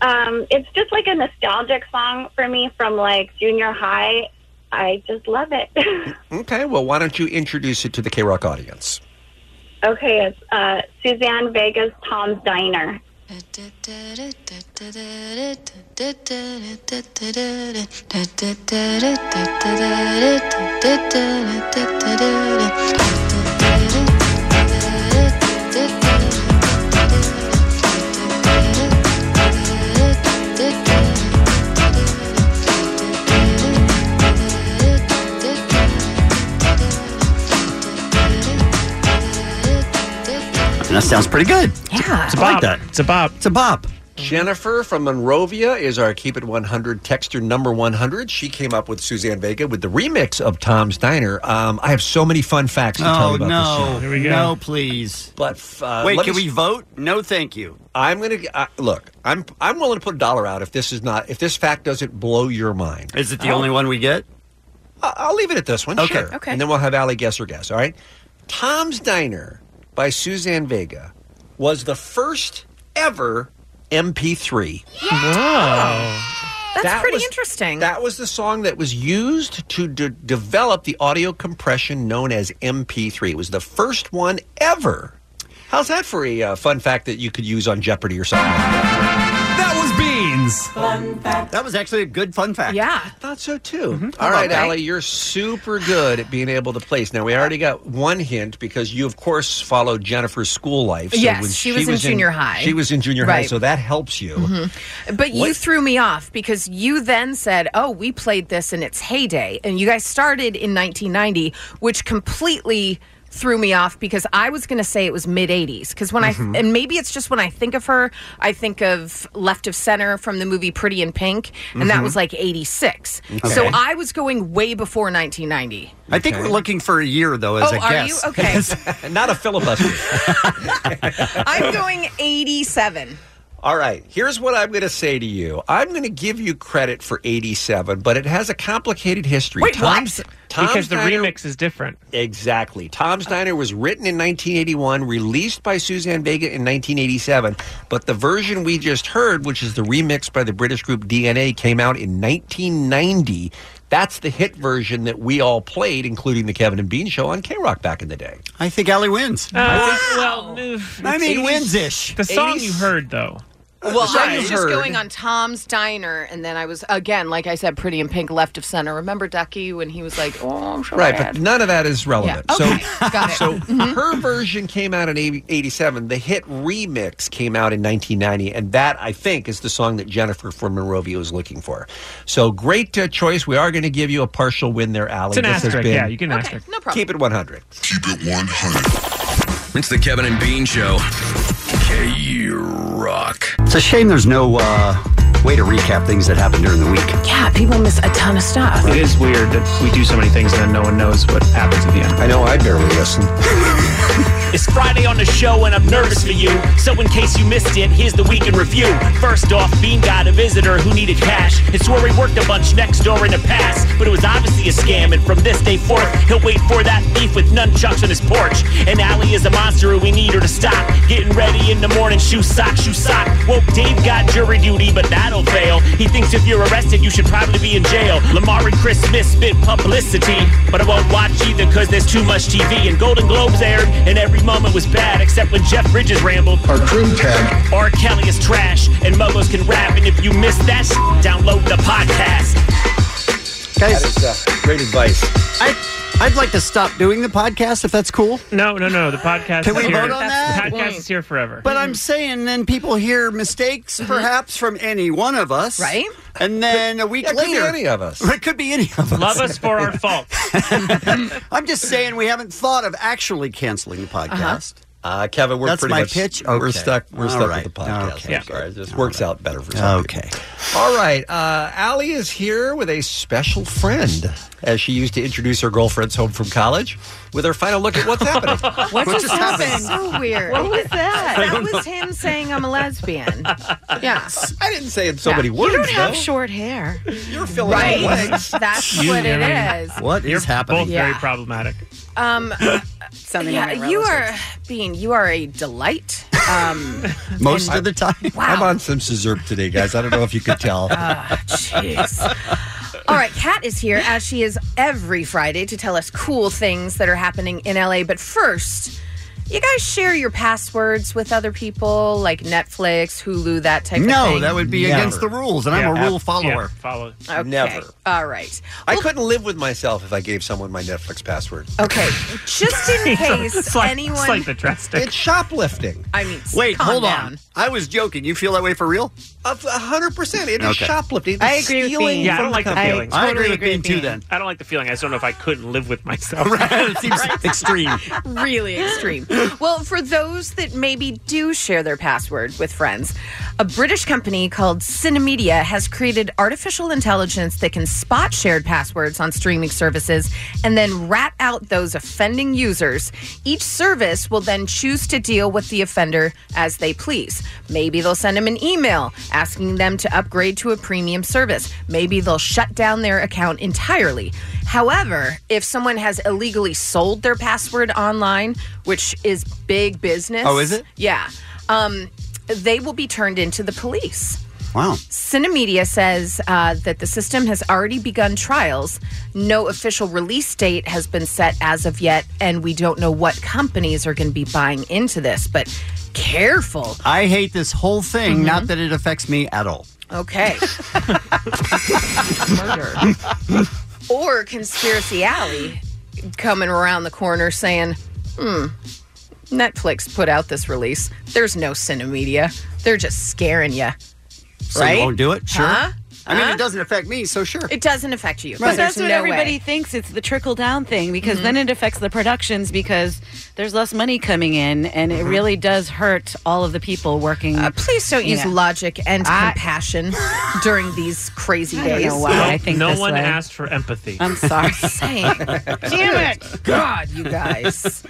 Speaker 12: Um, it's just like a nostalgic song for me from like junior high. I just love it.
Speaker 10: Okay, well, why don't you introduce it to the K Rock audience?
Speaker 12: okay, it's uh, Suzanne Vega's Tom's Diner.
Speaker 9: And that sounds pretty good.
Speaker 5: Yeah.
Speaker 9: It's like that.
Speaker 10: It's a bop. It's a bop. Mm-hmm. Jennifer from Monrovia is our Keep It 100 texter number 100. She came up with Suzanne Vega with the remix of Tom's Diner. Um, I have so many fun facts to tell
Speaker 9: Oh
Speaker 10: you about this
Speaker 9: no!
Speaker 10: show.
Speaker 9: No, please.
Speaker 10: But uh,
Speaker 9: wait,
Speaker 10: let
Speaker 9: can
Speaker 10: me-
Speaker 9: we vote? No, thank you.
Speaker 10: I'm gonna uh, look. I'm I'm willing to put a dollar out if this is not if this fact doesn't blow your mind.
Speaker 9: Is it the only one we get?
Speaker 10: I- I'll leave it at this one.
Speaker 9: Okay.
Speaker 10: Sure.
Speaker 9: Okay.
Speaker 10: And then we'll have Allie guess or guess. All right. Tom's Diner by Suzanne Vega was the first ever MP3. Wow.
Speaker 5: That's pretty
Speaker 10: interesting. That was the song that was used to de- develop the audio compression known as MP3. It was the first one ever. How's that for a uh, fun fact that you could use on Jeopardy or something? Like that?
Speaker 22: That was Bean.
Speaker 9: Friends. Fun fact. That was actually a good fun fact. Mm-hmm.
Speaker 5: Yeah.
Speaker 10: I thought so too. All right, Allie, you're super good at being able to place. Now, we already got one hint because you, of course, followed Jennifer's school life.
Speaker 5: Yes, she was in junior high.
Speaker 10: She was in junior high,
Speaker 5: Right.
Speaker 10: so that helps you.
Speaker 5: Mhm. But you
Speaker 10: What-
Speaker 5: threw me off because you then said, "Oh, we played this in its heyday," and you guys started in 1990, which completely threw me off because I was going to say it was mid 80s because when
Speaker 9: Mm-hmm.
Speaker 17: Mhm.
Speaker 5: I and maybe it's just when I think of her, I think of Left of Center from the movie Pretty in Pink, and that
Speaker 9: Mhm.
Speaker 5: was like 86. So
Speaker 9: Okay.
Speaker 5: I was going way before 1990.
Speaker 9: I think we're looking for a year, though, as
Speaker 5: Oh,
Speaker 9: a
Speaker 5: are
Speaker 9: guess.
Speaker 5: you? Okay.
Speaker 10: Not a filibuster.
Speaker 5: I'm going 87.
Speaker 10: All right, here's what I'm going to say to you. I'm going to give you credit for 87, but it has a complicated history.
Speaker 4: Wait, what?
Speaker 10: Tom's
Speaker 4: Because the
Speaker 10: Diner-
Speaker 4: remix is different.
Speaker 10: Exactly. Tom's Diner was written in 1981, released by Suzanne Vega in 1987, but the version we just heard, which is the remix by the British group DNA, came out in 1990. That's the hit version that we all played, including the Kevin and Bean show on K Rock back in the day.
Speaker 9: I think Allie wins.
Speaker 4: Uh, well,
Speaker 9: I mean, wins-ish.
Speaker 4: The song
Speaker 9: 80s.
Speaker 4: you heard, though.
Speaker 5: Well,
Speaker 4: The song
Speaker 5: I was
Speaker 4: you
Speaker 5: just
Speaker 4: heard.
Speaker 5: going on Tom's Diner, and then I was again, like I said, pretty in pink, left of center. Remember Ducky when he was like, "Oh, I'm so
Speaker 10: Right,
Speaker 5: mad."
Speaker 10: but none of that is relevant.
Speaker 5: Yeah.
Speaker 10: So
Speaker 5: Got it. Mm-hmm.
Speaker 10: So her version came out in 80- 87. The hit remix came out in 1990. And that, I think, is the song that Jennifer from Monrovia was looking for. So great uh, choice. We are going to give you a partial win there, Allie.
Speaker 4: It's an
Speaker 10: This has
Speaker 4: asterisk.
Speaker 10: been-
Speaker 4: Yeah, you can asterisk.
Speaker 5: No problem.
Speaker 10: Keep it 100.
Speaker 22: Keep it 100. It's the Kevin and Bean Show. K Rock.
Speaker 9: It's a shame there's no uh, way to recap things that happened during the week.
Speaker 5: Yeah, people miss a ton of stuff.
Speaker 11: It is weird that we do so many things and then no one knows what happens at the end.
Speaker 10: I know I barely listen.
Speaker 2: It's Friday on the show and I'm nervous for you. So in case you missed it, here's the week in review. First off, Bean got a visitor who needed cash. And swore he worked a bunch next door in the past. But it was obviously a scam, and from this day forth, he'll wait for that thief with nunchucks on his porch. And Allie is a monster who we need her to stop. Getting ready in the morning, shoe sock, shoe sock. Woke Dave got jury duty, but that'll fail. He thinks if you're arrested, you should probably be in jail. Lamar and Chris Smith spit publicity, but I won't watch either because there's too much TV. And Golden Globes aired, and every moment was bad except when Jeff Bridges rambled. Our crew tag. R. Kelly is trash, and Muggles can rap. And if you missed that, sh- download the podcast.
Speaker 9: Guys,
Speaker 10: uh, great advice.
Speaker 9: I, I'd like to stop doing the podcast if that's cool.
Speaker 4: No, no, no. The podcast
Speaker 9: Can
Speaker 4: is
Speaker 9: we
Speaker 4: here.
Speaker 9: vote on that?
Speaker 4: The podcast is here forever.
Speaker 9: But I'm saying then people hear mistakes
Speaker 4: Mm-hmm.
Speaker 9: perhaps from any one of us. Right. And then a week
Speaker 4: Yeah, it could be
Speaker 9: later.
Speaker 4: any of us.
Speaker 9: It could be any of us.
Speaker 4: Love us for our faults.
Speaker 9: I'm just saying we haven't thought of actually canceling the
Speaker 4: Uh-huh.
Speaker 9: podcast.
Speaker 10: Uh, Kevin, we're
Speaker 9: That's
Speaker 10: pretty
Speaker 9: my
Speaker 10: much
Speaker 9: pitch.
Speaker 10: We're
Speaker 9: Okay.
Speaker 10: stuck. We're
Speaker 9: All
Speaker 10: stuck
Speaker 9: right.
Speaker 10: with the podcast.
Speaker 9: Okay.
Speaker 10: I'm sorry. It just works out better for some people.
Speaker 9: Okay.
Speaker 10: All right. Uh, Allie is here with a special friend, as she used to introduce her girlfriends home from college, with her final look at what's happening.
Speaker 5: What just happened? So weird. What was that?
Speaker 10: I
Speaker 5: That
Speaker 10: don't
Speaker 5: was him saying I'm a lesbian. Yeah.
Speaker 10: I didn't say in so
Speaker 5: Yeah.
Speaker 10: many words.
Speaker 5: You don't have
Speaker 10: though.
Speaker 5: short hair.
Speaker 10: You're
Speaker 4: filling
Speaker 5: right.
Speaker 4: in the blanks.
Speaker 5: That's
Speaker 4: You-
Speaker 5: what
Speaker 4: I
Speaker 5: it
Speaker 4: mean,
Speaker 5: is.
Speaker 9: What is
Speaker 4: You're
Speaker 9: happening?
Speaker 4: Both very
Speaker 5: Yeah.
Speaker 4: problematic.
Speaker 5: Um,
Speaker 4: Sounding
Speaker 5: yeah,
Speaker 4: like my
Speaker 5: you are being. You are a delight. Um,
Speaker 10: Most
Speaker 5: and-
Speaker 10: of the
Speaker 9: time.
Speaker 10: I'm on some Zerp today, guys. I don't know if you could tell.
Speaker 4: Ah,
Speaker 5: jeez. All right, Kat is here as she is every Friday to tell us cool things that are happening in LA. But first, you guys share your passwords with other people, like Netflix, Hulu, that type of
Speaker 9: No,
Speaker 5: thing.
Speaker 9: that would be
Speaker 10: Never.
Speaker 9: against the rules, and I'm a
Speaker 10: Yeah,
Speaker 9: rule
Speaker 10: ab-
Speaker 9: follower.
Speaker 10: yeah,
Speaker 4: follow.
Speaker 5: Okay.
Speaker 10: Never.
Speaker 5: All right.
Speaker 10: I couldn't live with myself if I gave someone my Netflix password.
Speaker 5: Okay. Just in case anyone.
Speaker 10: It's shoplifting.
Speaker 5: I mean, s-
Speaker 9: Wait,
Speaker 5: calm
Speaker 9: hold
Speaker 5: down.
Speaker 9: on. I was joking. You feel that way for real?
Speaker 10: A hundred percent. It is
Speaker 9: Okay.
Speaker 10: shoplifting.
Speaker 9: I agree with
Speaker 10: Stealing
Speaker 9: Bean.
Speaker 4: Yeah, I
Speaker 10: from
Speaker 4: don't like the
Speaker 10: company.
Speaker 4: feeling. I don't like the feeling. I just don't know if I couldn't live with myself.
Speaker 9: it seems extreme.
Speaker 5: really extreme. Well, for those that maybe do share their password with friends, a British company called Cinemedia has created artificial intelligence that can spot shared passwords on streaming services and then rat out those offending users. Each service will then choose to deal with the offender as they please. Maybe they'll send them an email asking them to upgrade to a premium service. Maybe they'll shut down their account entirely. However, if someone has illegally sold their password online, which is big business.
Speaker 9: Oh, is it?
Speaker 5: Yeah. Um, they will be turned into the police.
Speaker 9: Wow.
Speaker 5: Cinemedia says uh, that the system has already begun trials. No official release date has been set as of yet, and we don't know what companies are going to be buying into this, but careful.
Speaker 15: Mm-hmm.
Speaker 9: I hate this whole thing. Not that it affects me at all.
Speaker 5: Okay. Murder. Or Conspiracy Alley coming around the corner saying, hmm, Netflix put out this release. There's no Cinemedia. They're just scaring you.
Speaker 9: So
Speaker 5: right?
Speaker 9: you won't do it? Sure.
Speaker 5: Huh?
Speaker 9: I mean,
Speaker 5: Huh?
Speaker 9: it doesn't affect me, so sure.
Speaker 5: It doesn't affect you.
Speaker 15: But that's
Speaker 5: There's
Speaker 15: what
Speaker 5: no
Speaker 15: everybody
Speaker 5: way.
Speaker 15: thinks. It's the trickle down thing because
Speaker 5: Mm-hmm.
Speaker 15: then it affects the productions because there's less money coming in and it
Speaker 10: Mm-hmm.
Speaker 5: Mhm.
Speaker 15: really does hurt all of the people working.
Speaker 5: Uh,
Speaker 15: Ah.
Speaker 5: Please don't use logic and compassion during these crazy
Speaker 15: I
Speaker 5: days.
Speaker 15: don't know why I think
Speaker 4: no
Speaker 15: this
Speaker 4: one
Speaker 15: way.
Speaker 4: asked for empathy.
Speaker 15: I'm sorry.
Speaker 5: Dang. Damn it. God, you guys.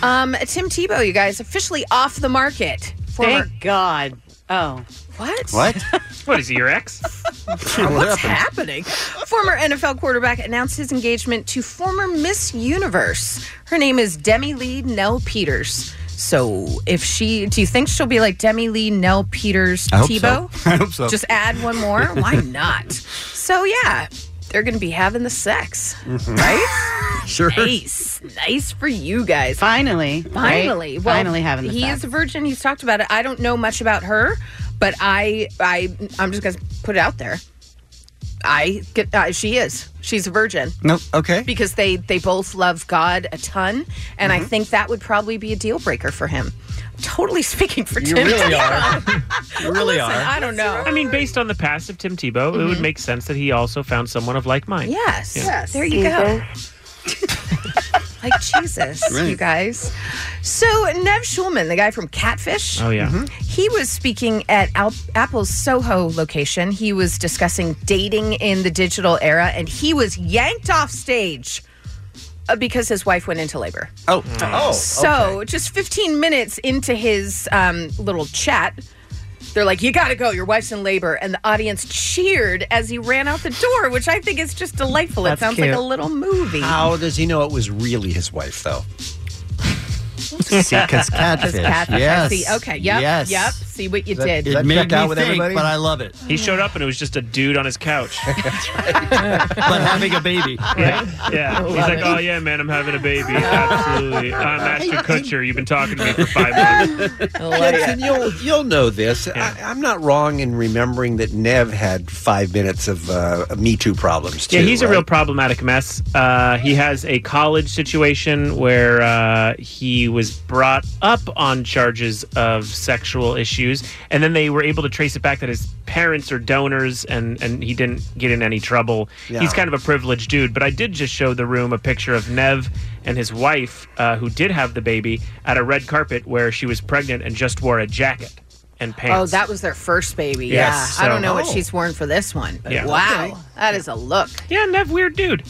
Speaker 5: Um, Tim Tebow, you guys, officially off the market.
Speaker 15: Thank God. Oh.
Speaker 5: What?
Speaker 4: what is he, your ex?
Speaker 5: What's happening? Former NFL quarterback announced his engagement to former Miss Universe. Her name is Demi Lee Nell Peters. So, if she, do you think she'll be like Demi Lee Nell Peters
Speaker 6: I hope
Speaker 5: Tebow?
Speaker 6: so. I hope so.
Speaker 5: Just add one more. Why not? So, yeah, they're going to be having the sex, right?
Speaker 15: Sure.
Speaker 5: Nice, nice for you guys.
Speaker 15: Finally,
Speaker 5: finally,
Speaker 15: right?
Speaker 5: Well,
Speaker 15: Finally having the
Speaker 5: He
Speaker 15: sex.
Speaker 5: is a virgin. He's talked about it. I don't know much about her, but I, I, I'm just going to put it out there. I get. Uh, she is. She's a virgin.
Speaker 9: Nope. Okay.
Speaker 5: Because they they both love God a ton, and
Speaker 4: Mm-hmm.
Speaker 5: I think that would probably be a deal breaker for him. Totally speaking for
Speaker 4: You
Speaker 5: Tim.
Speaker 4: really are.
Speaker 5: you really Listen, are. I don't know.
Speaker 4: I mean, based on the past of Tim Tebow, it would
Speaker 5: Mhm.
Speaker 4: make sense that he also found someone of like mind.
Speaker 5: Yes.
Speaker 4: Yeah.
Speaker 5: There you go. like Jesus,
Speaker 4: Right.
Speaker 5: you guys. So Nev Schulman, the guy from Catfish. mm-hmm.
Speaker 6: Oh, yeah.
Speaker 15: Mm-hmm.
Speaker 6: Mhm.
Speaker 5: He was speaking at Al- Apple's Soho location. He was discussing dating in the digital era, and he was yanked off stage uh, because his wife went into labor.
Speaker 9: Oh. Oh.
Speaker 5: Mm. So just 15 minutes into his um, little chat, they're like, "You got to go. Your wife's in labor," and the audience cheered as he ran out the door, which I think is just delightful. it
Speaker 10: That's
Speaker 5: sounds like
Speaker 10: cute.
Speaker 5: a little movie.
Speaker 10: How does he know it was really his wife, though?
Speaker 9: See, 'cause catfish.
Speaker 5: Because catfish. I
Speaker 9: Yes.
Speaker 5: see. Okay. Yep.
Speaker 9: Yes.
Speaker 5: Yep. See what you did.
Speaker 9: That- that It made checked out me with think, everybody? but I love it.
Speaker 4: He showed up and it was just a dude on his couch.
Speaker 9: but having a baby.
Speaker 4: Yeah. He's like, oh, yeah, man, I'm having a baby. Absolutely. I'm Ashton Kutcher. You've been talking to me for five months.
Speaker 10: Jensen, you'll you'll know this. I, I'm not wrong in remembering that Nev had five minutes of uh, Me Too problems too.
Speaker 4: yeah, he's a
Speaker 10: right?
Speaker 4: real problematic mess. Uh, he has a college situation where uh, he was brought up on charges of sexual issues, and then they were able to trace it back that his parents are donors, and and he didn't get in any trouble.
Speaker 20: Yeah.
Speaker 4: He's kind of a privileged dude. But I did just show the room a picture of Nev and his wife, uh, who did have the baby, at a red carpet where she was pregnant and just wore a jacket and pants.
Speaker 5: Oh, that was their first baby.
Speaker 4: Yes,
Speaker 5: yeah. I don't
Speaker 4: so-
Speaker 5: know what
Speaker 4: Oh.
Speaker 5: she's worn for this one, but
Speaker 4: Yeah.
Speaker 5: wow,
Speaker 4: Okay.
Speaker 5: that is a look. uh,
Speaker 4: Yeah, Nev, weird dude.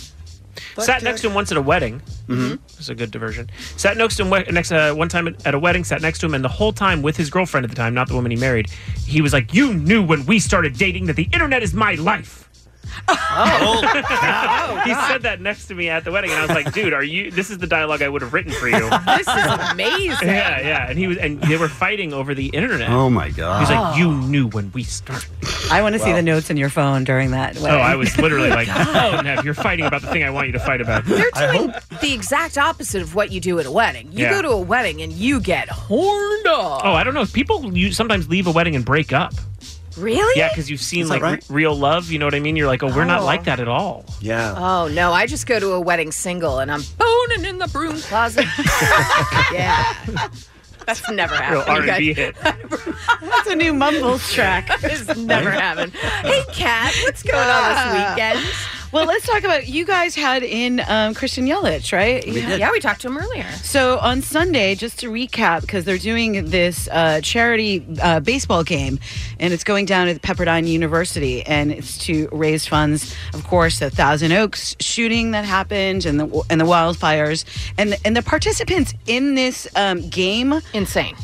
Speaker 4: sat next to him once at a wedding. Mm-hmm. It was a good diversion. Sat next to him we- next uh, one time at, at a wedding. Sat next to him, and the whole time with his girlfriend at the time, not the woman he married, he was like, "You knew when we started dating that the internet is my life."
Speaker 9: Oh.
Speaker 4: he said that next to me at the wedding, and I was like, "Dude, are you? This is the dialogue I would have written for you."
Speaker 5: This is amazing.
Speaker 4: yeah, yeah. And he was, and they were fighting over the internet.
Speaker 9: Oh my god.
Speaker 4: He's like, "You knew when we started."
Speaker 15: I want to see
Speaker 4: Wow.
Speaker 15: the notes in your phone during that.
Speaker 4: Oh, I was literally like, "Oh, Nev, you're fighting about the thing I want you to fight about."
Speaker 5: They're doing the exact opposite of what you do at a wedding. You
Speaker 4: Yeah.
Speaker 5: go to a wedding and you get horned up.
Speaker 4: Oh, I don't know. People you sometimes leave a wedding and break up.
Speaker 5: Really?
Speaker 4: Yeah, because you've seen
Speaker 5: Is that
Speaker 4: like
Speaker 5: right?
Speaker 4: re- real love. You know what I mean? You're like, oh, we're not
Speaker 5: Oh.
Speaker 4: like that at all.
Speaker 10: Yeah.
Speaker 5: Oh no, I just go to a wedding single and I'm boning in the broom closet. yeah. That's never
Speaker 4: Real
Speaker 5: happened.
Speaker 4: R and B
Speaker 5: you guys.
Speaker 4: hit.
Speaker 5: That's a new mumbles track. it's never happened. Hey Kat, what's going on this weekend?
Speaker 15: Ah. Well, let's talk about you guys had in um, Christian Yelich, right?
Speaker 5: We did. Yeah, we talked to him earlier.
Speaker 15: So on Sunday, just to recap, because they're doing this uh, charity uh, baseball game, and it's going down at Pepperdine University, and it's to raise funds, of course, the Thousand Oaks shooting that happened, and the and the wildfires, and the, and the participants in this um, game
Speaker 5: insane.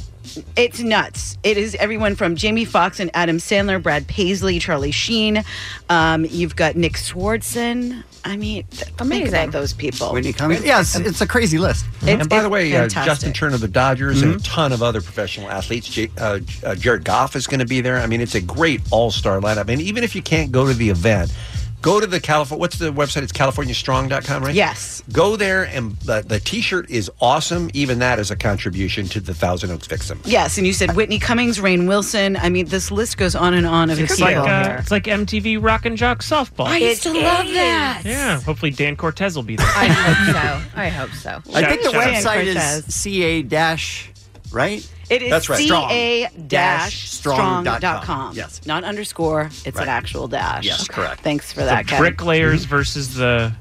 Speaker 15: It's nuts. It is everyone from Jamie Foxx and Adam Sandler, Brad Paisley, Charlie Sheen. Um, you've got Nick Swartzen. I mean, th- think about those people.
Speaker 9: Whitney Cummings. Yeah, it's, it's a crazy list.
Speaker 15: It's-
Speaker 10: and by the way, uh,
Speaker 15: fantastic. Mm-hmm.
Speaker 10: Justin Turner of the Dodgers and a ton of other professional athletes. J- uh, J- uh, Jared Goff is going to be there. I mean, it's a great all star lineup. And even if you can't go to the event, Go to the California. What's the website? It's CaliforniaStrong.com, right?
Speaker 15: Yes.
Speaker 10: Go there, and the, the T-shirt is awesome. Even that is a contribution to the Thousand Oaks Vixen.
Speaker 15: Yes, and you said Whitney Cummings, Rain Wilson. I mean, this list goes on and on of
Speaker 4: It's
Speaker 15: people.
Speaker 4: like uh, it's like MTV Rock and Jock softball.
Speaker 15: I used to It love is. that.
Speaker 4: Yeah, hopefully Dan Cortez will be there.
Speaker 5: I hope so. I hope so.
Speaker 9: I think the
Speaker 4: Shout out.
Speaker 9: website
Speaker 5: Cortez.
Speaker 9: is ca dash, right?
Speaker 15: It is
Speaker 9: That's right.
Speaker 15: ca-strong.com.
Speaker 9: strong.com. Yes.
Speaker 15: Not underscore. It's an actual dash.
Speaker 4: Yes, correct.
Speaker 15: Thanks for
Speaker 4: the
Speaker 15: that, Kevin.
Speaker 4: bricklayers versus the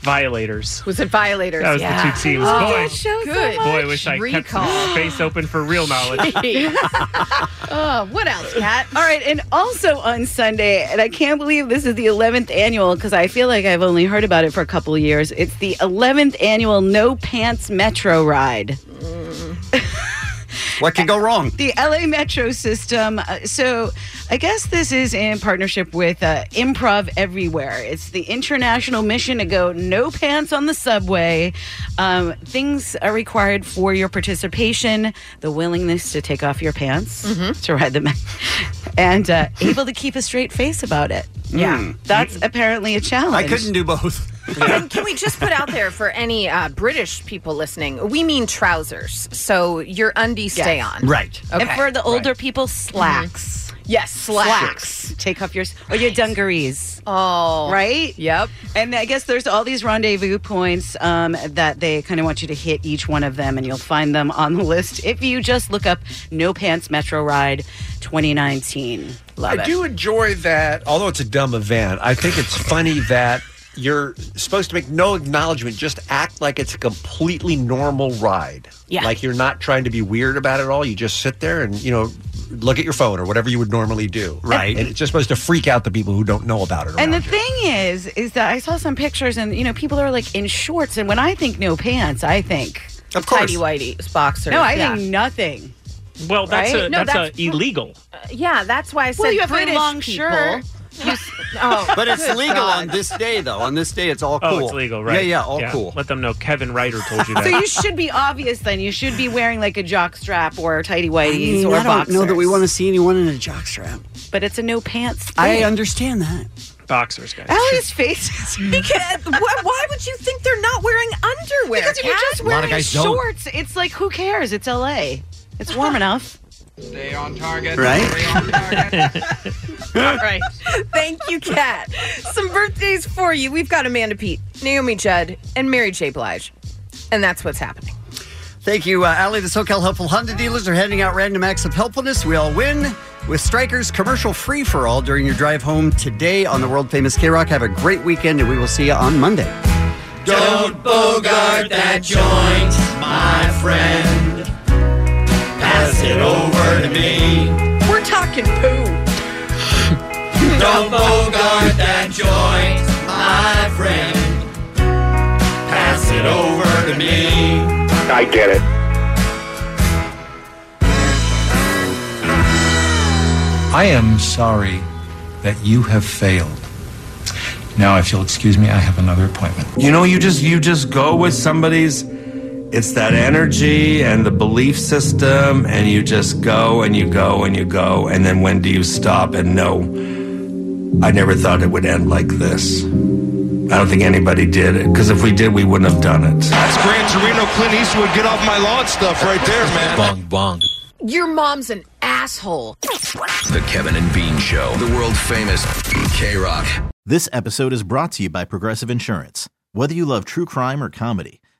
Speaker 4: violators.
Speaker 5: Was it violators?
Speaker 4: That was the
Speaker 5: yeah.
Speaker 4: two teams.
Speaker 5: Oh,
Speaker 4: Boy.
Speaker 5: that shows so
Speaker 4: Boy, I
Speaker 5: much.
Speaker 4: wish I kept
Speaker 5: Recall.
Speaker 4: some space open for real knowledge.
Speaker 15: oh, what else, Kat? All right, and also on Sunday, and I can't believe this is the 11th annual because I feel like I've only heard about it for a couple of years. It's the 11th annual No Pants Metro Ride.
Speaker 4: Mm.
Speaker 9: What could go wrong?
Speaker 15: The LA Metro system. uh, so, I guess this is in partnership with uh, Improv Everywhere. It's the international mission to go no pants on the subway. Um, things are required for your participation: the willingness to take off your pants to ride the metro, and uh, able to keep a straight face about it. Yeah, that's apparently a challenge.
Speaker 9: I couldn't do both.
Speaker 5: And can we just put out there for any uh, British people listening? We mean trousers, so your undies stay
Speaker 15: Yes.
Speaker 5: on.
Speaker 9: Right.
Speaker 15: And for the older people, slacks.
Speaker 5: Yes, slacks.
Speaker 15: Take off your or your dungarees.
Speaker 5: Oh,
Speaker 15: right.
Speaker 5: Yep.
Speaker 15: And I guess there's all these rendezvous points um, that they kind of want you to hit each one of them, and you'll find them on the list if you just look up "No Pants Metro Ride 2019." Love
Speaker 10: I
Speaker 15: it.
Speaker 10: do enjoy that, although it's a dumb event. I think it's funny that you're supposed to make no acknowledgement, just act like it's a completely normal ride.
Speaker 13: Yeah.
Speaker 10: Like you're not trying to be weird about it all. You just sit there and, you know, look at your phone or whatever you would normally do.
Speaker 15: Right.
Speaker 10: And it's just supposed to freak out the people who don't know about it.
Speaker 15: And the thing is, is that I saw some pictures, and you know, people are like in shorts, and when I think no pants, I think
Speaker 4: Of course.
Speaker 5: tidy whitey boxers.
Speaker 15: No, I
Speaker 5: yeah.
Speaker 15: think nothing.
Speaker 4: Well, Oh, that's
Speaker 15: Right?
Speaker 4: a,
Speaker 15: No,
Speaker 4: that's,
Speaker 15: that's-
Speaker 4: a illegal.
Speaker 5: Yeah, that's why I said
Speaker 15: Well, you have
Speaker 5: bring
Speaker 15: British
Speaker 5: long
Speaker 15: people.
Speaker 5: people. oh,
Speaker 9: But it's
Speaker 5: good
Speaker 9: legal
Speaker 5: God.
Speaker 9: on this day, though. On this day, it's all cool.
Speaker 4: Oh, it's legal, right?
Speaker 9: Yeah, yeah, all cool.
Speaker 4: Let them know Kevin Ryder told you that.
Speaker 15: So you should be obvious then. You should be wearing like a jock strap or tidy whities or
Speaker 9: I don't
Speaker 15: boxers.
Speaker 9: know that we want to see anyone in a jockstrap.
Speaker 15: But it's a no pants.
Speaker 9: I
Speaker 15: thing.
Speaker 9: understand that.
Speaker 4: Boxers, guys.
Speaker 15: Ellie's face is
Speaker 5: because why, why would you think they're not wearing underwear?
Speaker 15: Because if you're
Speaker 5: Kat?
Speaker 15: just wearing shorts, it's like who cares? It's LA. It's warm enough.
Speaker 25: Stay on target.
Speaker 5: All right. Thank you, Kat. Some birthdays for you. We've got Amanda Pete, Naomi Judd, and Mary J. Blige. And that's what's happening.
Speaker 9: Thank you, uh, Allie. The SoCal Helpful Honda dealers are handing out random acts of helpfulness. We all win with Strikers commercial free for all during your drive home today on the world famous K Rock. Have a great weekend, and we will see you on Monday.
Speaker 6: Don't bogart that joint, my friend. Pass it over to me.
Speaker 5: We're talking poo.
Speaker 6: Don't bogart that joint, my friend. Pass it over to me. I get it.
Speaker 17: I am sorry that you have failed. Now, if you'll excuse me, I have another appointment.
Speaker 23: You know, you just you just go with somebody's it's that energy and the belief system and you just go and you go and you go and then when do you stop and no I never thought it would end like this. I don't think anybody did it because if we did we wouldn't have done it.
Speaker 29: That's Gran Torino, Clint Eastwood. Get off my lawn stuff right there, man.
Speaker 23: Bong, bong.
Speaker 5: Your mom's an asshole.
Speaker 22: The Kevin and Bean Show, the world famous K Rock.
Speaker 30: This episode is brought to you by Progressive Insurance. Whether you love true crime or comedy,